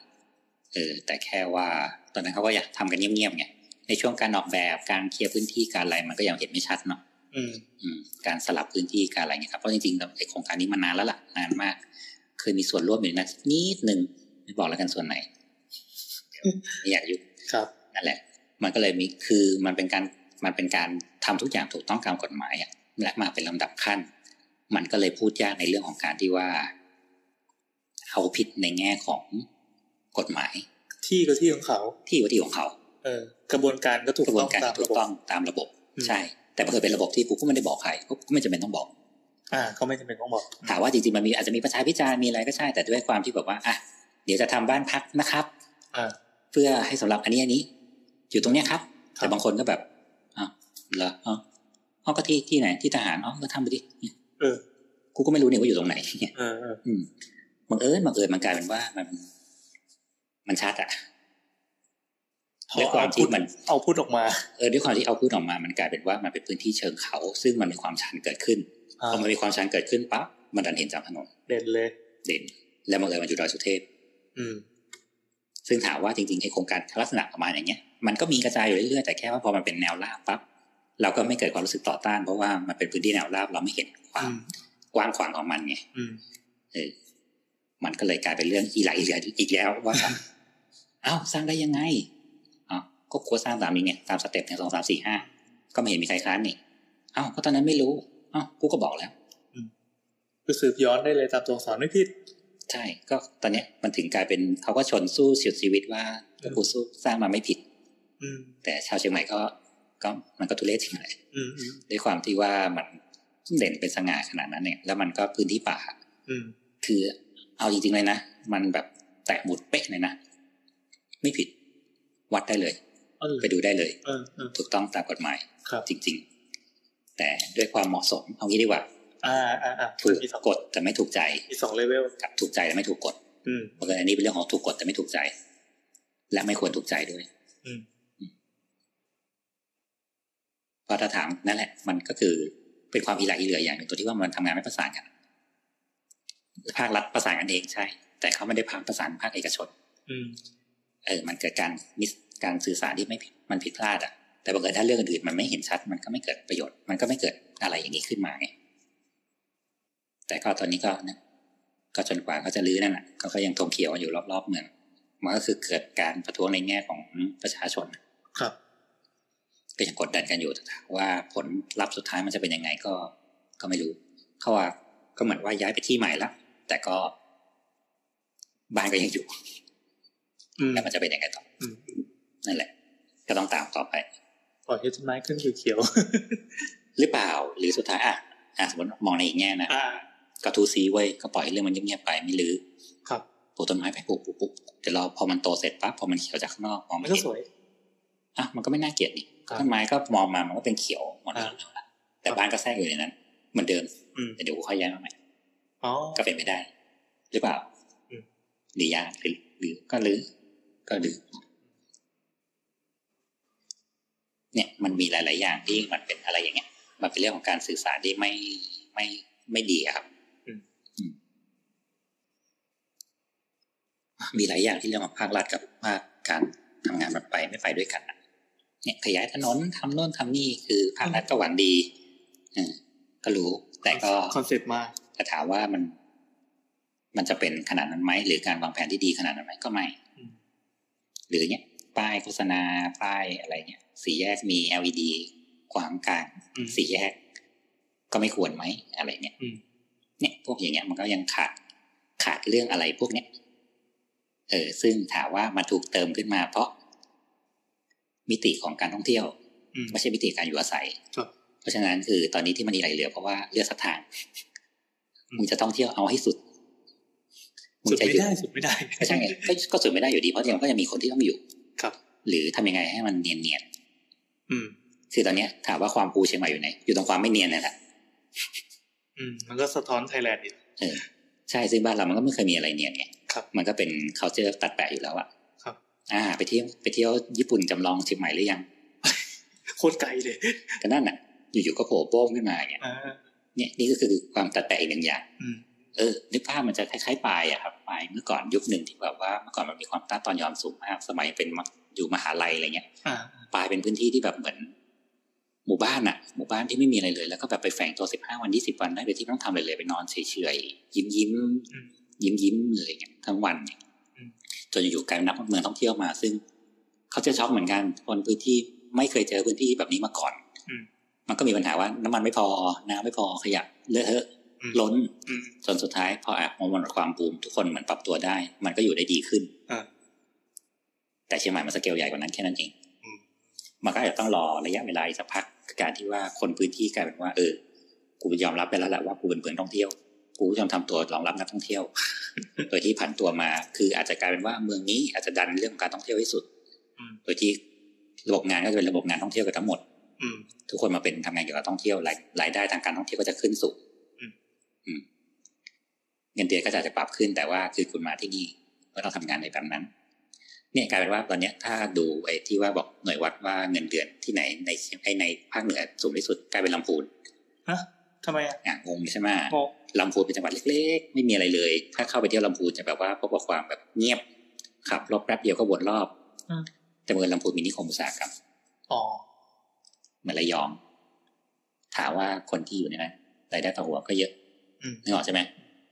Speaker 3: เออ แต่แค่ว่าตอนนั้นเขาก็อยากทำกันเงียบๆไง ในช่วงการออกแบบการเคลียร์พื้นที่การอะไรมันก็ยังเห็นไม่ชัดเนาะ
Speaker 1: อืม
Speaker 3: อืม การสลับพื้นที่การอะไรเงี้ยครับ เพราะจริงๆแล้วไอโครงการนี้มานานแล้วล่ะ นานมาก เคยมีส่วนร่วมอยู่นะนิดนึงไม่บอกแล้วกันส่วนไหน ไม่อยากยุ่ง
Speaker 1: ครับ
Speaker 3: นั่นแหละ มันก็เลยมี คือมันเป็นการ มันเป็นการทำทุกอย่างถูกต้องตามกฎหมายอะและมาเป็นลำดับขั้น มันก็เลยพูดยากในเรื่องของการที่ว่า เอาผิดในแง่ของกฎหมาย
Speaker 4: ที่ก็ที่ของเขา
Speaker 3: ที่อยู่ที่ของเขา
Speaker 4: เออกระบวนการก็ถูก
Speaker 3: กระบว
Speaker 4: ต้อน ง
Speaker 3: การ
Speaker 4: ตาม
Speaker 3: ถู
Speaker 4: ระ
Speaker 3: ก
Speaker 4: บบ
Speaker 3: ต้องตามระบบ
Speaker 4: อืม
Speaker 3: ใช่ แต่มันเคยเป็นระบบที่กูก็ไม่ได้บอกใครกูก็ไม่จำเป็นต้องบอก
Speaker 4: อ่าเขาไม่จำเป็นต้องบอก
Speaker 3: ถามว่าจริงๆมันมีอาจจะมีประชาพิจารณ์มีอะไรก็ใช่ แต่ด้วยความที่แบบว่าอ่ะเดี๋ยวจะทำบ้านพักนะครับ
Speaker 4: อ่า
Speaker 3: เพื่อให้สำหรับอันนี้อันนี้ อยู่ตรงเนี้ยครับ
Speaker 4: ครับ
Speaker 3: แต่บางคนก็แบบอ้าวเหรออ๋ออ๋อก็ที่ที่ไหนที่ทหารอ๋อก็ทำไปดิเนี่ย
Speaker 4: เออ
Speaker 3: กูก็ไม่รู้เนี่ยว่าอยู่ตรงไหน
Speaker 4: เออเออ
Speaker 3: อืมบังเอิญบังเอิญมันกลายเป็นว่ามัน มันชัดอะ
Speaker 4: พอ
Speaker 3: ด้วยความ
Speaker 4: เอาพู
Speaker 3: ที่
Speaker 4: ด
Speaker 3: มัน
Speaker 4: เอาพูดออกมา
Speaker 3: เออด้วยความที่เอาพูดออกมา มันกลายเป็นว่ามันเป็นพื้นที่เชิงเขา ซึ่งมันมีความชันเกิดขึ้น
Speaker 4: อ่า
Speaker 3: พอมันมีความชันเกิดขึ้นปั๊บมันดันเห็นจากถนน
Speaker 4: เด่นเลย
Speaker 3: เด่น แล้วบังเอิญมันอยู่ดอยสุเทพ
Speaker 4: อืม
Speaker 3: ซึ่งถามว่าจริงๆไอโครงการลักษณะประมาณอย่างเงี้ยมันก็มีกระจายอยู่เรื่อยๆแต่แค่ว่าพอมันเป็นแนวราบปั๊บเราก็ไม่เกิดความรู้สึกต่อต้านเพราะว่ามันเป็นพื้นที่แนวราบเราไม่เห็นความ
Speaker 4: อืม
Speaker 3: กว้างขวางของมันไง
Speaker 4: อืม
Speaker 3: มันก็เลยกลายเป็นเรื่องอีหลายอีเหลืออีกแล้วว่า เอ้าสร้างได้ยังไงอ้าวก็ควรสร้างตามนี้ไงตามสเต็ปหนึ่งสองสามสี่ห้าก็ไม่เห็นมีใครค้านนี่เอ้าก็ตอนนั้นไม่รู้เอ้ากูก็บอกแล้ว
Speaker 4: คือสืบย้อนได้เลยตามตัวอักษรไม่ผิด
Speaker 3: ใช่ก็ตอนเนี้ยมันถึงกลายเป็นเขาก็ชนสู้สุดชีวิตว่ากูสู้สร้างมาไม่ผิด
Speaker 4: อืม
Speaker 3: แต่ชาวเชียงใหม่ก็ก็มันก็ทุเรศจริงแหละ
Speaker 4: อืม อืม
Speaker 3: ด้วยความที่ว่ามันเด่นเป็นสง่าขนาดนั้นเนี่ย แล้วมันก็พื้นที่ป่า
Speaker 4: อืม
Speaker 3: คือเอาจริงๆเลยนะ มันแบบแตะหมุดเป๊ะเลยนะ ไม่ผิดวัดได้เลย
Speaker 4: เออ
Speaker 3: ไปดูได้เลย
Speaker 4: เออเออ
Speaker 3: ถูกต้องตามกฎหมาย
Speaker 4: ครับ
Speaker 3: จริง ๆ แต่ด้วยความเหมาะสมเอางี้ดีกว่า
Speaker 4: อ่าอ่าอ่า
Speaker 3: ถูก
Speaker 4: มีสอง
Speaker 3: กฎแต่ไม่ถูกใจ
Speaker 4: มีสองเลเวล
Speaker 3: กับถูกใจแต่ไม่ถูกกฎ
Speaker 4: อืม
Speaker 3: เพราะฉะนั้นอันนี้เป็นเรื่องของถูกกฎแต่ไม่ถูกใจ และไม่ควรถูกใจด้วย
Speaker 4: อืม
Speaker 3: เพราะถ้าถามนั่นแหละ มันก็คือเป็นความอีหลาอีเหลืออย่างหนึ่งตัวที่ว่ามันทำงานไม่ประสานกัน ภาครัฐประสานกันเองใช่ แต่เขาไม่ได้ผ่านประสานภาคเอกชน
Speaker 4: อืม
Speaker 3: เออ มันเกิดการมิสการสื่อสารที่ไม่ผิดมันผิดพลาดอ่ะ แต่บังเอิญถ้าเรื่องอื่นๆมันไม่เห็นชัด มันก็ไม่เกิดประโยชน์ มันก็ไม่เกิดอะไรอย่างนี้ขึ้นมาไง แต่ก็ตอนนี้ก็นะก็จนกว่าเขาจะรื้อนั่นแหละเขาก็ยังทงเขียวอยู่รอบๆเมือง มันก็คือเกิดการประท้วงในแง่ของประชาชน
Speaker 4: ครับ
Speaker 3: ก็ยังกดดันกันอยู่แต่ถามว่าผลลัพธ์สุดท้ายมันจะเป็นยังไงก็ก็ไม่รู้ เขาว่าก็เหมือนว่าย้ายไปที่ใหม่ละแต่ก็บ้านก็ยังอยู่
Speaker 4: อืม
Speaker 3: แล้วมันจะเป็นยังไงต่ออ
Speaker 4: ม
Speaker 3: นั่นแหละ ก็ต้องตามต่อไป
Speaker 4: ปล่อยให้ต้นไม้ขึ้นเขียว
Speaker 3: หรือเปล่า หรือสุดท้ายอ่ะอ่ะสมมติมองในอีกแง่นะ
Speaker 4: ๆอ่า
Speaker 3: ก็ทูซีไว้ยก็ปล่อยเรื่องมันเงียบๆไปไม่รื้อ
Speaker 4: ครับ
Speaker 3: ปลูกต้นไม้ไปปลูกปลูกปลูกเดี๋ยวเราพอมันโตเสร็จปั๊บพอมันเขียวจากข้างนอกมอง
Speaker 4: มั
Speaker 3: ไม่
Speaker 4: นก็
Speaker 3: เห็น
Speaker 4: สวย
Speaker 3: อ่ะมันก็ไม่น่าเกลียดนี่
Speaker 4: ครับ
Speaker 3: ต้นไม้ก็มองมามันก็เป็นเขียวหมดแล้ว
Speaker 4: อ่า
Speaker 3: แต่บ้านก็แทรกอยู่ในนั้นเหมือนเดิม
Speaker 4: อืม
Speaker 3: แต่เดี๋ยวกูค่อยย้ายมาใหม่
Speaker 4: อ๋อ
Speaker 3: ก็เป็นไปได้ หรือเปล่า
Speaker 4: อืม
Speaker 3: หรือยากหรือหรือก็หรือ ก็หรือ เนี่ยมันมีหลาย ๆ อย่างที่มันเป็นอะไรอย่างเงี้ย มันเป็นเรื่องของการสื่อสารที่ไม่ไม่ไม่ดีอะครับอืมมีหลายอย่างที่เรื่องของภาครัฐกับภาคการทำงานมันไปไม่ไปด้วยกันอะเนี่ย ขยายถนนทำโน่นทำนี่คือภาครัฐก็หวังดีเอืก็รู้ แต่ก็
Speaker 4: คอนเซปต์มาก
Speaker 3: แต่ถามว่ามัน มันจะเป็นขนาดนั้นไหมหรือการวางแผนที่ดีขนาดนั้นไหมก็ไม่
Speaker 4: อืม
Speaker 3: หรือเนี้ยป้ายโฆษณาป้ายอะไรเนี้ยสี่แยกมี LED ขวางกลาง
Speaker 4: อืม
Speaker 3: สี่แยก ก็ไม่ควรไหมอะไรเนี้ย
Speaker 4: อืม
Speaker 3: เนี่ย พวกอย่างเงี้ยมันก็ยังขาดขาดเรื่องอะไรพวกเนี้ยเออ ซึ่งถามว่ามันถูกเติมขึ้นมาเพราะ มิติของการท่องเที่ยว
Speaker 4: อืม
Speaker 3: ไม่ใช่มิติการอยู่อาศัย
Speaker 4: ครับ
Speaker 3: เพราะฉะนั้นคือตอนนี้ที่มันมีไหลเหลือเพราะว่าเลือกสถาน
Speaker 4: อืม
Speaker 3: มึงจะต้องเที่ยวเอาให้สุด มึ
Speaker 4: สุ
Speaker 3: ง
Speaker 4: ด
Speaker 3: จะ
Speaker 4: ไม่
Speaker 3: อยู่
Speaker 4: ได้สุดไม่ได้
Speaker 3: ก็ใช่ไงก็ก็สุดไม่ได้อยู่ดีเพราะยังก็ยังมีคนที่ต้องอยู่
Speaker 4: ครับ
Speaker 3: หรือทำยังไงให้มันเนียนเนียน
Speaker 4: อืม
Speaker 3: ๆคือตอนเนี้ยถามว่าความปูเชียงใหม่อยู่ไหน อยู่ตรงความไม่เนียนนั่นแหละ
Speaker 4: อืม มันก็สะท้อนไทยแลนด์อีก
Speaker 3: เออใช่ซึ่งบ้านเรามันก็ไม่เคยมีอะไรเนียนไง
Speaker 4: ครับ
Speaker 3: มันก็เป็น c u l t u r e ตัดแปะอยู่แล้วอะ
Speaker 4: ครับ
Speaker 3: อ่า ไปเที่ยวไปเที่ยวญี่ปุ่นจำลองเชียงใหม่หรือยัง
Speaker 4: โคตรไกลเลย
Speaker 3: ก็นั่นน่ะ อยู่ๆก็โผล่โป้งขึ้นมาอย่างเงี้ย
Speaker 4: อ่า
Speaker 3: เนี่ยนี่ก็คือความตัดแต่งอีกหนึ่งอย่าง
Speaker 4: อืม
Speaker 3: เออนึกภาพมันจะคล้ายๆปลายอะครับปลายเมื่อก่อนยุคหนึ่งที่แบบว่าเมื่อก่อนมันมีความต้านตอนยอมสูงมากสมัยเป็นมอยู่มหาลัยอะไรเงี้ย
Speaker 4: อ่า
Speaker 3: ปลายเป็นพื้นที่ที่แบบเหมือน หมู่บ้านอะหมู่บ้านที่ไม่มีอะไรเลย แล้วก็แบบไปแฝงตัวสิบห้าวันยี่สิบวันได้โดยที่ไม่ต้องทำอะไรเลยไปนอนเฉยๆยิ้มยิ้ม
Speaker 4: อืม
Speaker 3: ยิ้มยิ้มๆเลยเงี้ยทั้งวันเนี่ย
Speaker 4: อืม
Speaker 3: จนอยู่ๆกลายเป็นนักเมืองท่องเที่ยวมา ซึ่งเขาจะช็อกเหมือนกันคนพื้นที่ ไม่เคยเจอพื้นที่แบบนี้มาก่อน
Speaker 1: อืม
Speaker 3: มันก็มีปัญหาว่าน้ำมันไม่พอน้ำไม่พอขยะเลอะเทอะ
Speaker 1: อืม
Speaker 3: ล้น
Speaker 1: อืม
Speaker 3: จนสุดท้ายพออ่ะมันหมดความบูมทุกคนเหมือนปรับตัวได้ มันก็อยู่ได้ดีขึ้น
Speaker 1: อ่า
Speaker 3: แต่เชียงใหม่มันสเกลใหญ่กว่านั้นแค่นั้นเอง
Speaker 1: อืม
Speaker 3: มันก็อาจจะต้องรอระยะเวลาอีกสักพักการที่ว่าคนพื้นที่กลายเป็นว่า เออ กูยอมรับไปแล้วแหละว่ากูเป็นเมืองท่องเที่ยว กูยอมทำตัวรองรับนักท่อง เที่ยว โดยที่ผันตัวมา คืออาจจะกลายเป็นว่าเมืองนี้อาจจะดันเรื่องของการท่องเที่ยวให้สุด
Speaker 1: อืม
Speaker 3: โดยที่ระบบงานก็จะเป็นระบบงานท่องเที่ยวกันทั้งหมด
Speaker 1: อืม
Speaker 3: ทุกคนมาเป็นทำงานเกี่ยวกับท่องเที่ยวรายรายได้ทางการท่องเที่ยวก็จะขึ้นสูง
Speaker 1: อืม
Speaker 3: อืมเงินเดือนก็จะจะปรับขึ้นแต่ว่าคือคุณมาที่นี่ก็ต้องทำงานในแบบนั้น เนี่ยกลายเป็นว่าตอนเนี้ยถ้าดูไอ้ที่ว่าบอกหน่วยวัดว่าเงินเดือนที่ไหนในเชียงไอ้ในภาคเหนือสูงที่สุดกลายเป็นลำพูน
Speaker 1: ทำไมอ่ะ
Speaker 3: อ่ะงงใช่ไหม
Speaker 1: งง
Speaker 3: ลำพูนเป็นจังหวัดเล็กๆ ไม่มีอะไรเลย ถ้าเข้าไปเที่ยวลำพูนจะแบบว่าพบกับความแบบเงียบขับรถแป๊บเดียวก็วนรอบแต่เมืองลำพูนมีนิคมอุตสาหกรรม
Speaker 1: อ๋อ
Speaker 3: เหมือนระยอง ถามว่าคนที่อยู่ในนั้นรายได้ต่อหัวก็เยอะ
Speaker 1: อืม
Speaker 3: นึกออกใช่ไหม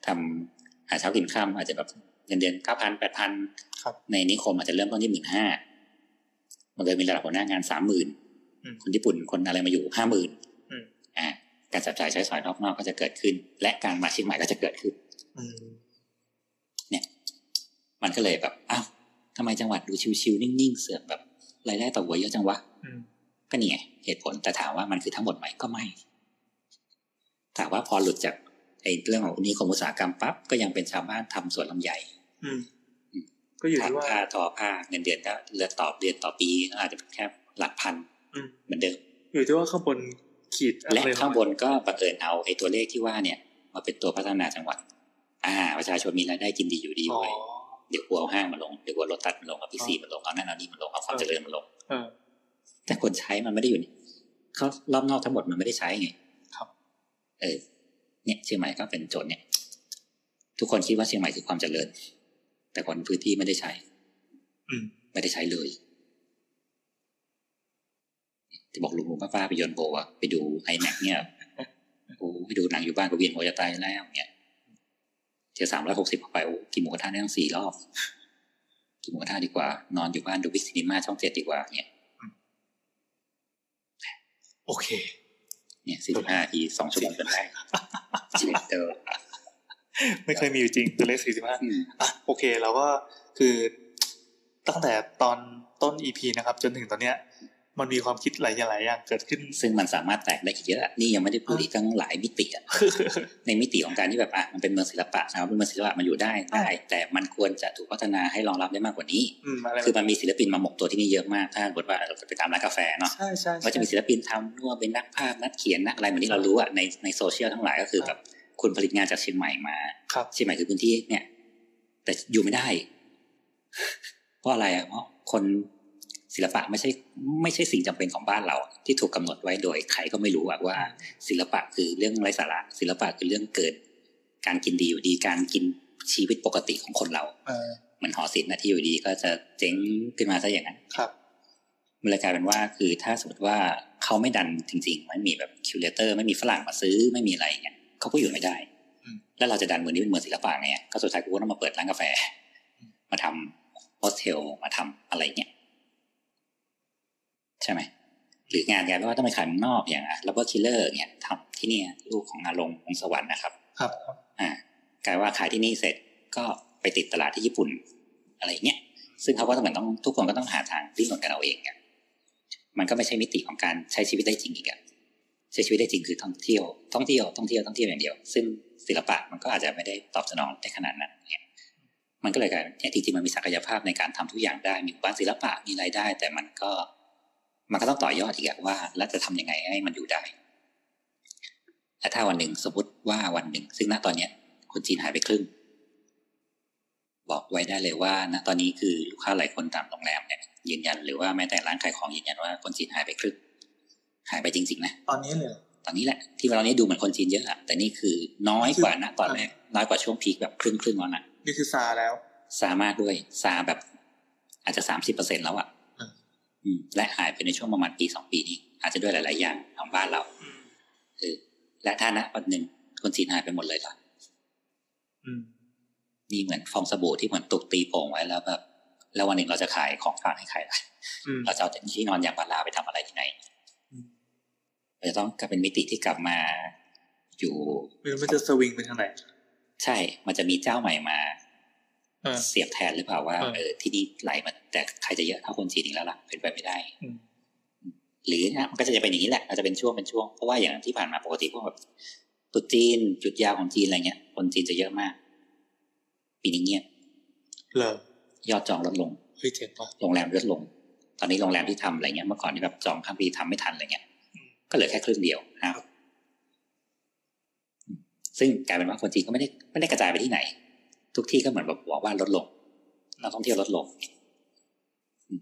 Speaker 3: ทำหาเช้ากินข้ามอาจจะแบบเงินเดือนเก้าพันแปดพัน
Speaker 1: ครับ
Speaker 3: ในนิคมอาจจะเริ่มต้นที่หมื่นห้ามันเลยมีระดับหัวหน้างานสามหมื่น
Speaker 1: อืม
Speaker 3: คนญี่ปุ่นคนอะไรมาอยู่ห้าหมื่น
Speaker 1: อืม
Speaker 3: อ่าการจับจ่ายใช้สอยนอกนอกก็จะเกิดขึ้น และการมาเชียงใหม่ก็จะเกิดขึ้น
Speaker 1: อืม
Speaker 3: มันก็เลยแบบอ้าวทำไมจังหวัดดูชิวๆนิ่งๆเสือกแบบรายได้ต่อหัวเยอะจังวะ
Speaker 1: อืม
Speaker 3: ก็นี่ไงเหตุผลแต่ถามว่ามันคือทั้งหมดไหมก็ไม่ถามว่าพอหลุดจากไอ้เรื่องของนิคมอุตสาหกรรมปั๊บก็ยังเป็นชาวบ้านทำสวนลำไย
Speaker 1: อืมก็อยู่ที่ว่า
Speaker 3: ทำผ้าทอผ้าเงินเดือนก็เลือตอบเดือนต่อปีก็อาจจะแค่หลักพัน
Speaker 1: อืม
Speaker 3: เหมือนเดิม
Speaker 1: อยู่ที่ว่าข้างบนขีดอะ
Speaker 3: และ
Speaker 1: ไร
Speaker 3: ข้างบนก็บังเอิญเอาไอ้ตัวเลขที่ว่าเนี่ยมาเป็นตัวพัฒนาจังหวัด อ่า ประชาชนมีรายได้กินดีอยู่ดี
Speaker 1: อ๋อ
Speaker 3: ไว้เดี๋ยวกลัวเอาห้างมาลงเดี๋ยวกลัวรถตัดมาลงเอาพีซีมาลงเอานั่นเอานี่มาลงเอาความเจริญมาลง
Speaker 1: เออ
Speaker 3: แต่คนใช้มันไม่ได้อยู่นี่เขารอบนอกทั้งหมดมันไม่ได้ใช้ไง
Speaker 1: ครับ
Speaker 3: เออ เนี่ยเชียงใหม่ก็เป็นโจทย์เนี่ย ทุกคนคิดว่าเชียงใหม่คือความเจริญ แต่คนพื้นที่ไม่ได้ใช้
Speaker 1: อืม
Speaker 3: ไม่ได้ใช้เลยจะบอกลุงลุงป้าป้าไปยนโบว่าไปดูไอแม็ก เนี่ยโอ้ไปดูหนังอยู่บ้านก็เวียนหัวจะตายแล้วเนี่ยเจอสามร้อยหกสิบเข้าไปโอ้กินหมูกระทะได้ตั้งสี่รอบกินหมูกระทะดีกว่า นอนอยู่บ้านดูบิ๊กซีนีมาช่องเจ็ดดีกว่าเนี่ย
Speaker 1: โอเค
Speaker 3: เนี่ยสี่สิบห้าทีสองชั่วโมงจนได้ชีวิตเจอ
Speaker 1: ไม่เคยมีอยู่จริงตัวเลขสี่สิบห้า
Speaker 3: อืม
Speaker 1: อ่ะโอเคเราก็คือตั้งแต่ตอนต้น EP นะครับ จนถึงตอนเนี้ย มันมีความคิดหลายอย่างหลายอย่างเกิดขึ้น
Speaker 3: ซึ่งมันสามารถแตกได้อีกเยอะอะนี่ยังไม่ได้พูดอีกตั้งหลายมิติ อะในมิติของการที่แบบอ่ะมันเป็นเมืองศิลปะนะครับเป็นเมืองศิลปะมันอยู่ได้ได้ แต่มันควรจะถูกพัฒนาให้รองรับได้มากกว่านี้
Speaker 1: อืมอะไร
Speaker 3: คือมันมีศิลปินมาหมกตัวที่นี่เยอะมาก ถ้าสมมติว่าเราจะไปตามร้านกาแฟเนาะ
Speaker 1: ใช่ใช่
Speaker 3: ก็
Speaker 1: ใช่
Speaker 3: จะมีศิลปินทำนู่นเป็นนักภาพนักเขียนนักอะไรเหมือนที่เรารู้อะในในโซเชียลทั้งหลายก็คือแบบคุณผลิตงานจากเชียงใหม่มา
Speaker 1: ครับ
Speaker 3: เชียงใหม่คือพื้นที่เนี่ย แต่อยู่ไม่ได้ เพราะอะไรอะเพราะคนศิลปะไม่ใช่ไม่ใช่สิ่งจำเป็นของบ้านเรา ที่ถูกกำหนดไว้โดยใครก็ไม่รู้อะว่า ศิลปะคือเรื่องไร้สาระศิลปะคือเรื่องเกิด การกินดีอยู่ดีการกินชีวิตปกติของคนเรา
Speaker 1: เออ
Speaker 3: เหมือนหอศิลป์นะที่อยู่ดีก็จะเจ๊งขึ้นมาซะอย่างนั้น
Speaker 1: ครับ
Speaker 3: มันเลยกลายเป็นว่าคือถ้าสมมติว่าเขาไม่ดันจริงๆ ไม่มีแบบคิวเลเตอร์ไม่มีฝรั่งมาซื้อไม่มีอะไรอย่างเงี้ยเขาก็อยู่ไม่ได้
Speaker 1: อืม
Speaker 3: แล้วเราจะดันเมืองนี้เป็นเมืองศิลปะไงอะก็สุดท้ายกูก็ต้องมาเปิดร้านกาแฟ มาทำโฮสเทลมาทำอะไรเงี้ยใช่ไหมหรืองานกลายเป็นว่าต้องไปขายเมืองนอกอย่างอะแล้วก็คิลเลอร์เงี้ยทำที่เนี่ยลูกของอารงของสวรรค์นะครับ
Speaker 1: ครับ
Speaker 3: อ่ากลายว่าขายที่นี่เสร็จก็ไปติดตลาดที่ญี่ปุ่น อะไรอย่างเงี้ยซึ่งเขาก็ต้องเหมือนต้องทุกคนก็ต้องหาทางดิ้นรนกันเอาเองอะมันก็ไม่ใช่มิติของการใช้ชีวิตได้จริงอีกอะใช้ชีวิตได้จริงคือท่องเที่ยวท่องเที่ยวท่องเที่ยวท่องเที่ยวอย่างเดียว ซึ่งศิลปะมันก็อาจจะไม่ได้ตอบสนองได้ขนาดนั้นเนี่ยมันก็เลยกลายเป็นเนี่ยจริงๆมันมีศักยภาพในการทำทุกอย่างได้มีหมู่บ้านศิลปะมีรายได้ แต่มันก็ มันก็ต้องต่อยอดอีกอะว่า แล้วจะทำยังไงให้มันอยู่ได้ แต่ถ้าวันหนึ่งสมมติว่าวันหนึ่ง ซึ่งณตอนเนี้ย คนจีนหายไปครึ่ง บอกไว้ได้เลยว่า ณตอนนี้คือลูกค้าหลายคนตามโรงแรมเนี่ยยืนยันหรือว่าแม้แต่ร้านขายของยืนยันว่าคนจีนหายไปครึ่งหายไปจริงๆนะ
Speaker 1: ตอนนี้เลย
Speaker 3: ตอนนี้แหละที่ตอนนี้ดูเหมือนคนจีนเยอะอะแต่นี่คือน้อยกว่าณตอนแรกน้อยกว่าช่วงพีคแบบครึ่งครึ่งๆแล้วนะ
Speaker 1: นี่คือซาแล้ว
Speaker 3: ซามากด้วย ซาแบบ อาจจะสามสิบเปอร์เซ็นแล้วอะ
Speaker 1: อ่ะ
Speaker 3: อืมและหายไปในช่วงประมาณปีสองปีนี้ อาจจะด้วยหลาย ๆ อย่างของบ้านเรา
Speaker 1: อืม
Speaker 3: และถ้าณวันหนึ่งคนจีนหายไปหมดเลยล่ะ
Speaker 1: อืม
Speaker 3: นี่เหมือนฟองสบู่ที่เหมือนตุกตีโป่งไว้แล้วแบบ แล้ววันหนึ่งเราจะขายของฝากให้ใครล่ะ
Speaker 1: อืม
Speaker 3: เราจะเอาจากที่นอนอย่างพาราไปทำอะไรที่ไหน
Speaker 1: อืม
Speaker 3: เราจะต้องกลายเป็นมิติที่กลับมาอยู่
Speaker 1: ไม่รู้มันจะสวิงไปทางไหน
Speaker 3: ใช่ มันจะมีเจ้าใหม่มา
Speaker 1: เออ
Speaker 3: เสียบแทนหรือเปล่าว่า
Speaker 1: เออ
Speaker 3: เออที่นี่ไหลมันแต่ใครจะเยอะเท่าคนจีนอีกแล้วล่ะเป็นไปไม่ได้
Speaker 1: อืม
Speaker 3: หรือนะมันก็จะเป็นอย่างนี้แหละอาจจะเป็นช่วงเป็นช่วงเพราะว่าอย่างที่ผ่านมาปกติพวกแบบตรุษจีนจุดยาวของจีนอะไรเงี้ย คนจีนจะเยอะมาก ปีนี้เงียบ
Speaker 1: เหรอย
Speaker 3: อดจองลดลง
Speaker 1: เฮ้ยเจ๋งว่ะ
Speaker 3: โรงแรมลดลง ตอนนี้โรงแรมที่ทำอะไรเงี้ย เมื่อก่อนที่แบบจองข้ามปีทำไม่ทันอะไรเงี้ย ก็เหลือแค่ครึ่งเดียวนะครับ ซึ่งกลายเป็นว่าคนจีนก็ไม่ได้ไม่ได้กระจายไปที่ไหน ทุกที่ก็เหมือนแบบบอกว่าลดลงนักท่องเที่ยวลดลงอืม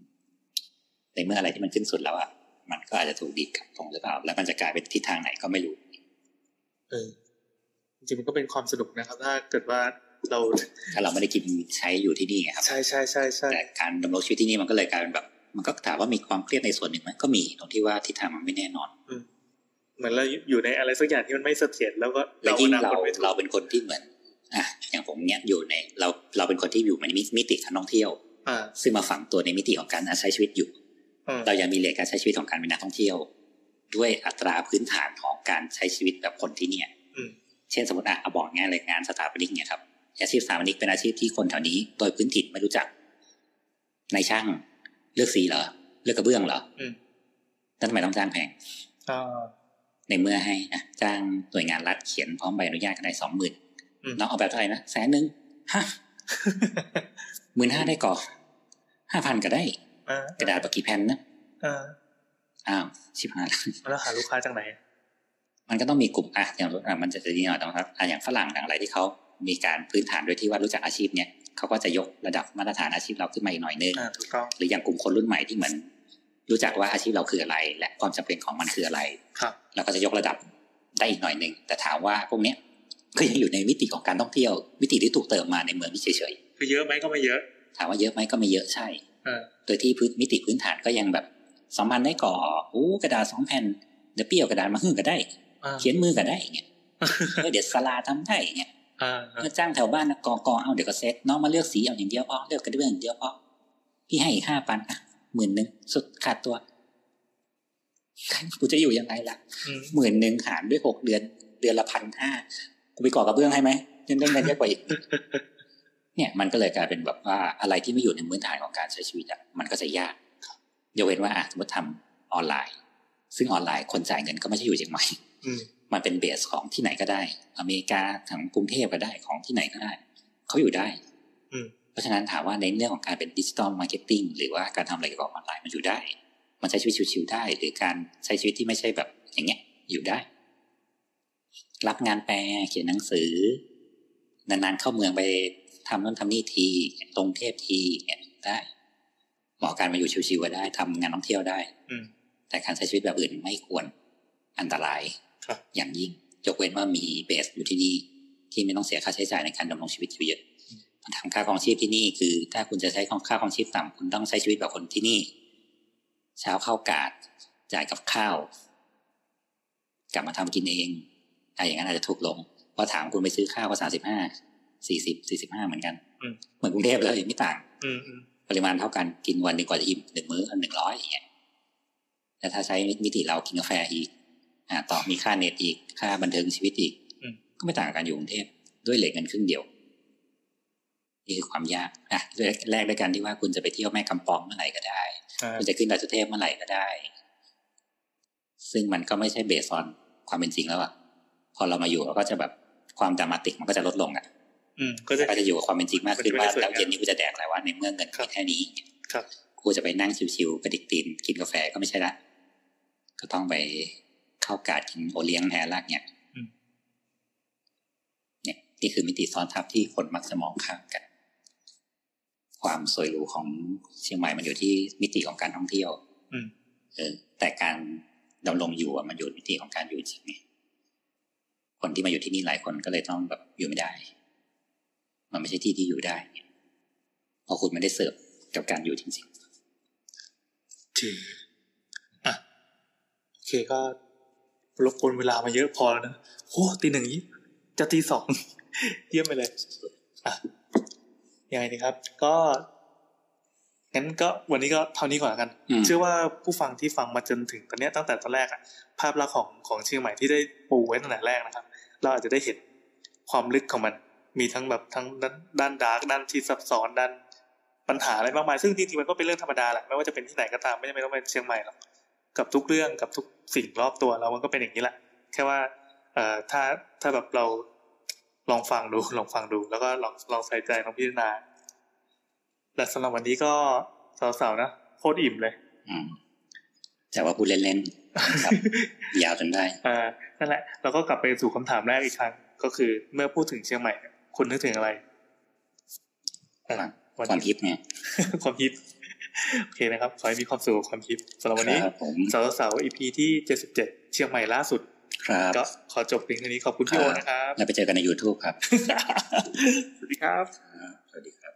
Speaker 3: ในเมื่ออะไรที่มันขึ้นสุดแล้วอ่ะ มันก็อาจจะถูกดีดกลับลงหรือเปล่า แล้วมันจะกลายเป็นทิศทางไหนก็ไม่รู้
Speaker 1: เออจริงๆมันก็เป็นความสนุกนะครับ ถ้าเกิดว่าเรา
Speaker 3: ถ้าเราไม่ได้กินใช้อยู่ที่นี่ไงครับ
Speaker 1: ใช่ใช่ใช่ใช่
Speaker 3: แต่การดำรงชีวิตที่นี่มันก็เลยกลายเป็นแบบ มันก็ถามว่ามีความเครียดในส่วนหนึ่งไหมก็มีตรงที่ว่าทิศทางมันไม่แน่นอน
Speaker 1: เหมือนเราอยู่ในอะไรสักอย่างที่มันไม่เสถียรแล้วก็
Speaker 3: แล้วยิ่ง
Speaker 1: อ
Speaker 3: เรา
Speaker 1: คตไม่ถูก
Speaker 3: เราเป็นคนที่เหมือนอ่ะอย่างผมเนี้ยอยู่ในเราเราเป็นคนที่อยู่ในมิมิติการท่องเที่ยว
Speaker 1: อ่า
Speaker 3: ซึ่งมาฝังตัวในมิติของการใช้ชีวิตอยู่
Speaker 1: อืม
Speaker 3: เรายังมีเลทการใช้ชีวิตของการเป็นนักท่องเที่ยว ด้วยอัตราพื้นฐานของการใช้ชีวิตแบบคนที่เนี่ย
Speaker 1: อืม
Speaker 3: เช่นสมมติอ่ะเอาบอกง่ายเลยงานสถาปนิกเนี่ยครับอาชีพสถาปนิกเป็นอาชีพที่คนแถวนี้โดยพื้นถิ่นไม่รู้จักนายช่างเลือกสีเหรอเลือกกระเบื้องเหรอ
Speaker 1: อืม
Speaker 3: นั่นทำไมต้องจ้างแพง
Speaker 1: อ่า
Speaker 3: ในเมื่อให้อ่ะจ้างหน่วยงานรัฐเขียนพร้อมใบอนุญาตก็ได้สองหมื่น
Speaker 1: อืม
Speaker 3: น้องออกแบบเท่าไหร่นะแสนหนึ่ง ฮะหมื่นห้าได้ก่อห้าพันก็ได้
Speaker 1: อ่าก
Speaker 3: ระดาษปากกี่แผ่นนะ
Speaker 1: อ่า
Speaker 3: อ้าวชิบหายละ
Speaker 1: แล้วหาลูกค้าจากไหน มัน
Speaker 3: มันก็ต้องมีกลุ่มอ่ะอย่างอ่ะมันจะจะดีหน่อยนะครับอ่ะอย่างฝรั่งอย่างอะไรที่เขามีการพื้นฐานด้วยที่ว่ารู้จักอาชีพเนี้ยเขาก็จะยกระดับมาตรฐานอาชีพเราขึ้นมาอีกหน่อยนึง
Speaker 1: อ่าถูกต้อง
Speaker 3: หรืออย่างกลุ่มคนรุ่นใหม่ที่เหมือน รู้จักว่าอาชีพเราคืออะไร และความจำเป็นของมันคืออะไร
Speaker 1: ครับ
Speaker 3: เราก็จะยกระดับได้อีกหน่อยหนึ่งแต่ถามว่าพวกเนี้ยก็ยังอยู่ในมิติของการท่องเที่ยว มิติที่ถูกเติมมาในเมืองที่เฉย
Speaker 1: คือเยอะไหมก็ไม่เยอะ
Speaker 3: ๆถามว่าเยอะไหมก็ไม่เยอะใช่
Speaker 1: เออ
Speaker 3: โดยที่พื้นมิติพื้นฐานก็ยังแบบสองพันได้ก่ออู้กระดาษสองแผ่นเดี๋ยวเปรี้ยวกระดาษมา หึ่งก็ได้
Speaker 1: อ่า
Speaker 3: เขียนมือก็ได้อย่า งเงี้ยเออเดี๋ยวสลาทำได้อย่างเงี้ย
Speaker 1: อ่า
Speaker 3: เออจ้างแถวบ้านนะกอกอเอาเดี๋ยวก็เซ็ตน้องมาเลือกสีเอาอย่างเดียวพอเลือกกระเบื้องอย่างเดียวพอพี่ให้อีกห้าพันอ่ะหมื่นหนึ่งสุดขาดตัว กูจะอยู่ยังไงล่ะ
Speaker 1: อืม
Speaker 3: หมื่นหนึ่งหารด้วยหกเดือน เดือนละพันห้ากูไปก่อกระเบื้องให้ไหมยังได้เงินเยอะ กว่าอีก เนี่ยมันก็เลยกลายเป็นแบบว่าอะไรที่ไม่อยู่ในพื้นฐานของการใช้ชีวิตอะมันก็จะยากยกเว้นว่าอ่ะสมมติทำออนไลน์ ซึ่งออนไลน์คนจ่ายเงินก็ไม่ใช่อยู่เชียงใหม่
Speaker 1: อืม
Speaker 3: มันเป็นเบสของที่ไหนก็ได้ อเมริกาของกรุงเทพก็ได้ของที่ไหนก็ได้ เขาอยู่ได้
Speaker 1: อืม
Speaker 3: เพราะฉะนั้นถามว่าในเรื่องของการเป็นดิจิ t a ลมาร์เก็ตติ้งหรือว่าการทำอะไรเกี่ยวกับออนไลน์มันอยู่ได้ มันใช้ชีวิตชิวๆได้ หรือการใช้ชีวิตที่ไม่ใช่แบบอย่างเงี้ย อยู่ได้ รับงานแปลเขียนหนังสือ นานๆเข้าเมืองไปทำนั่นทำนี่ทีลงเทพทีเนี่ยได้เหมาะการมาอยู่ชิวๆก็ได้ทำงานท่องเที่ยวได้
Speaker 1: อืม
Speaker 3: แต่การใช้ชีวิตแบบอื่นไม่ควรอันตราย
Speaker 1: ครับ
Speaker 3: อย่างยิ่งยกเว้นว่ามีเบสอยู่ที่นี่ที่ไม่ต้องเสียค่าใช้จ่ายในการดำรงชีวิตอยู่เยอะทำค่าครองชีพที่นี่คือ ถ้าคุณจะใช้ของค่าครองชีพต่ำคุณต้องใช้ชีวิตแบบคนที่นี่ เช้าเข้ากาดจ่ายกับข้าว กลับมาทำกินเองอะไรอย่างนั้นอาจจะถูกลงเพราะถามคุณไปซื้อข้าวก็สามสิบห้าสี่สิบสี่สิบห้าเหมือนกัน
Speaker 1: อืม
Speaker 3: เหมือนกรุงเทพเลยไม่ต่าง
Speaker 1: อืมอืม
Speaker 3: ปริมาณเท่ากันกินวันหนึ่งกว่าจะอิ่มหนึ่งมื้อหนึ่งร้อยอย่างเงี้ยแต่ถ้าใช้มิติเรากินกาแฟอีก อ่าต่อมีค่าเน็ตอีกค่าบันเทิงชีวิตอีกก็ไม่ต่างกับการอยู่กรุงเทพด้วยเหลือเงินครึ่งเดียวนี่คือความยากอ่ะด้วยแรกด้วยกันที่ว่าคุณจะไปเที่ยวแม่กำปองเมื่อไหร่ก็ได้
Speaker 1: อ่า
Speaker 3: คุณจะขึ้นดอยสุเทพเมื่อไหร่ก็ได้ ซึ่งมันก็ไม่ใช่เบสออนความเป็นจริงแล้วอะพอเรามาอยู่เราก็จะแบบความดรามาติกมันก็จะลดลงอะ
Speaker 1: อืมก็จะ
Speaker 3: ก็จะอยู่กับความเป็นจริงมากขึ้น
Speaker 1: มัน
Speaker 3: ว่า
Speaker 1: จะไม่ได้สวย
Speaker 3: แล้วเย็นนี้กูจะแดกอะไรวะในเมื่อเงิน
Speaker 1: ครั
Speaker 3: มี
Speaker 1: บ
Speaker 3: แค่นี้
Speaker 1: ครับ
Speaker 3: กูจะไปนั่งชิวๆกระดิกตีนกินกาแฟก็ไม่ใช่ละก็ต้องไปเข้ากาดกินโอเลี้ยงแทนลากเนี่ยเนี่ยนี่คือมิติซ้อนทับที่คนมักจะมองข้ามกัน ความสวยหรูของเชียงใหม่มันอยู่ที่มิติของการท่องเที่ยว
Speaker 1: อืม
Speaker 3: เออ แต่การดำรงอยู่อะมันอยู่มิติของการอยู่จริงไงคนที่มาอยู่ที่นี่หลายคนก็เลยต้องแบบอยู่ไม่ได้ มันไม่ใช่ที่ที่อยู่ได้เพราะคุณไม่ได้เสิร์ฟกับการอยู่จริง
Speaker 1: ถืออ่ะโอเคก็รบกวนเวลามาเยอะพอแล้วนะโอ้ตีหนึ่งยี่จะตีสอง เยี่ยมไปเลย อ่ะยังไงดีครับ ก็ งั้นก็วันนี้ก็เท่านี้ก่อนละกัน
Speaker 3: อืม
Speaker 1: เชื่อว่าผู้ฟังที่ฟังมาจนถึงตอนเนี้ยตั้งแต่ตอนแรกอะภาพลักษณ์ของของเชียงใหม่ที่ได้ปูไว้ตั้งแต่แรกนะครับ เราอาจจะได้เห็นความลึกของมัน มีทั้งแบบทั้งด้านด้านดาร์กด้านที่ซับซ้อนด้านปัญหาอะไรมากมายซึ่งจริงๆมันก็เป็นเรื่องธรรมดาแหละไม่ว่าจะเป็นที่ไหนก็ตามไม่จำเป็นต้องเป็นเชียงใหม่หรอกกับทุกเรื่องกับทุกสิ่งรอบตัวเรามันก็เป็นอย่างนี้แหละ แค่ว่าเอ่อถ้าถ้าแบบเราลองฟังดู ลองฟังดูแล้วก็ลองลองใส่ใจลองพิจารณา และสำหรับวันนี้ก็สาวๆนะโคตรอิ่มเลย
Speaker 3: อืมแต่ว่าพูดเล่นๆครับ ยาวจนได้
Speaker 1: อ่านั่นแหละเราก็กลับไปสู่คำถามแรกอีกครั้ง ก็คือเมื่อพูดถึงเชียงใหม่เนี่ยคุณนึกถึงอะไรอ่าวัน
Speaker 3: ความ
Speaker 1: นี้
Speaker 3: ฮิปไง
Speaker 1: ความฮิป โอเคนะครับ ขอให้มีความสุขกับความฮิปสำหรับวันนี้
Speaker 3: ครับผม
Speaker 1: สาวสาวๆ EP ที่ 77 เชียงใหม่ล่าสุด
Speaker 3: ครับ
Speaker 1: ก็ขอจบเพียงเท่านี้ขอบคุณพี่โอนะครับ
Speaker 3: แล้วไปเจอกันใน YouTube ครับ
Speaker 1: สวัสดีครับ
Speaker 3: สวัสดีครับ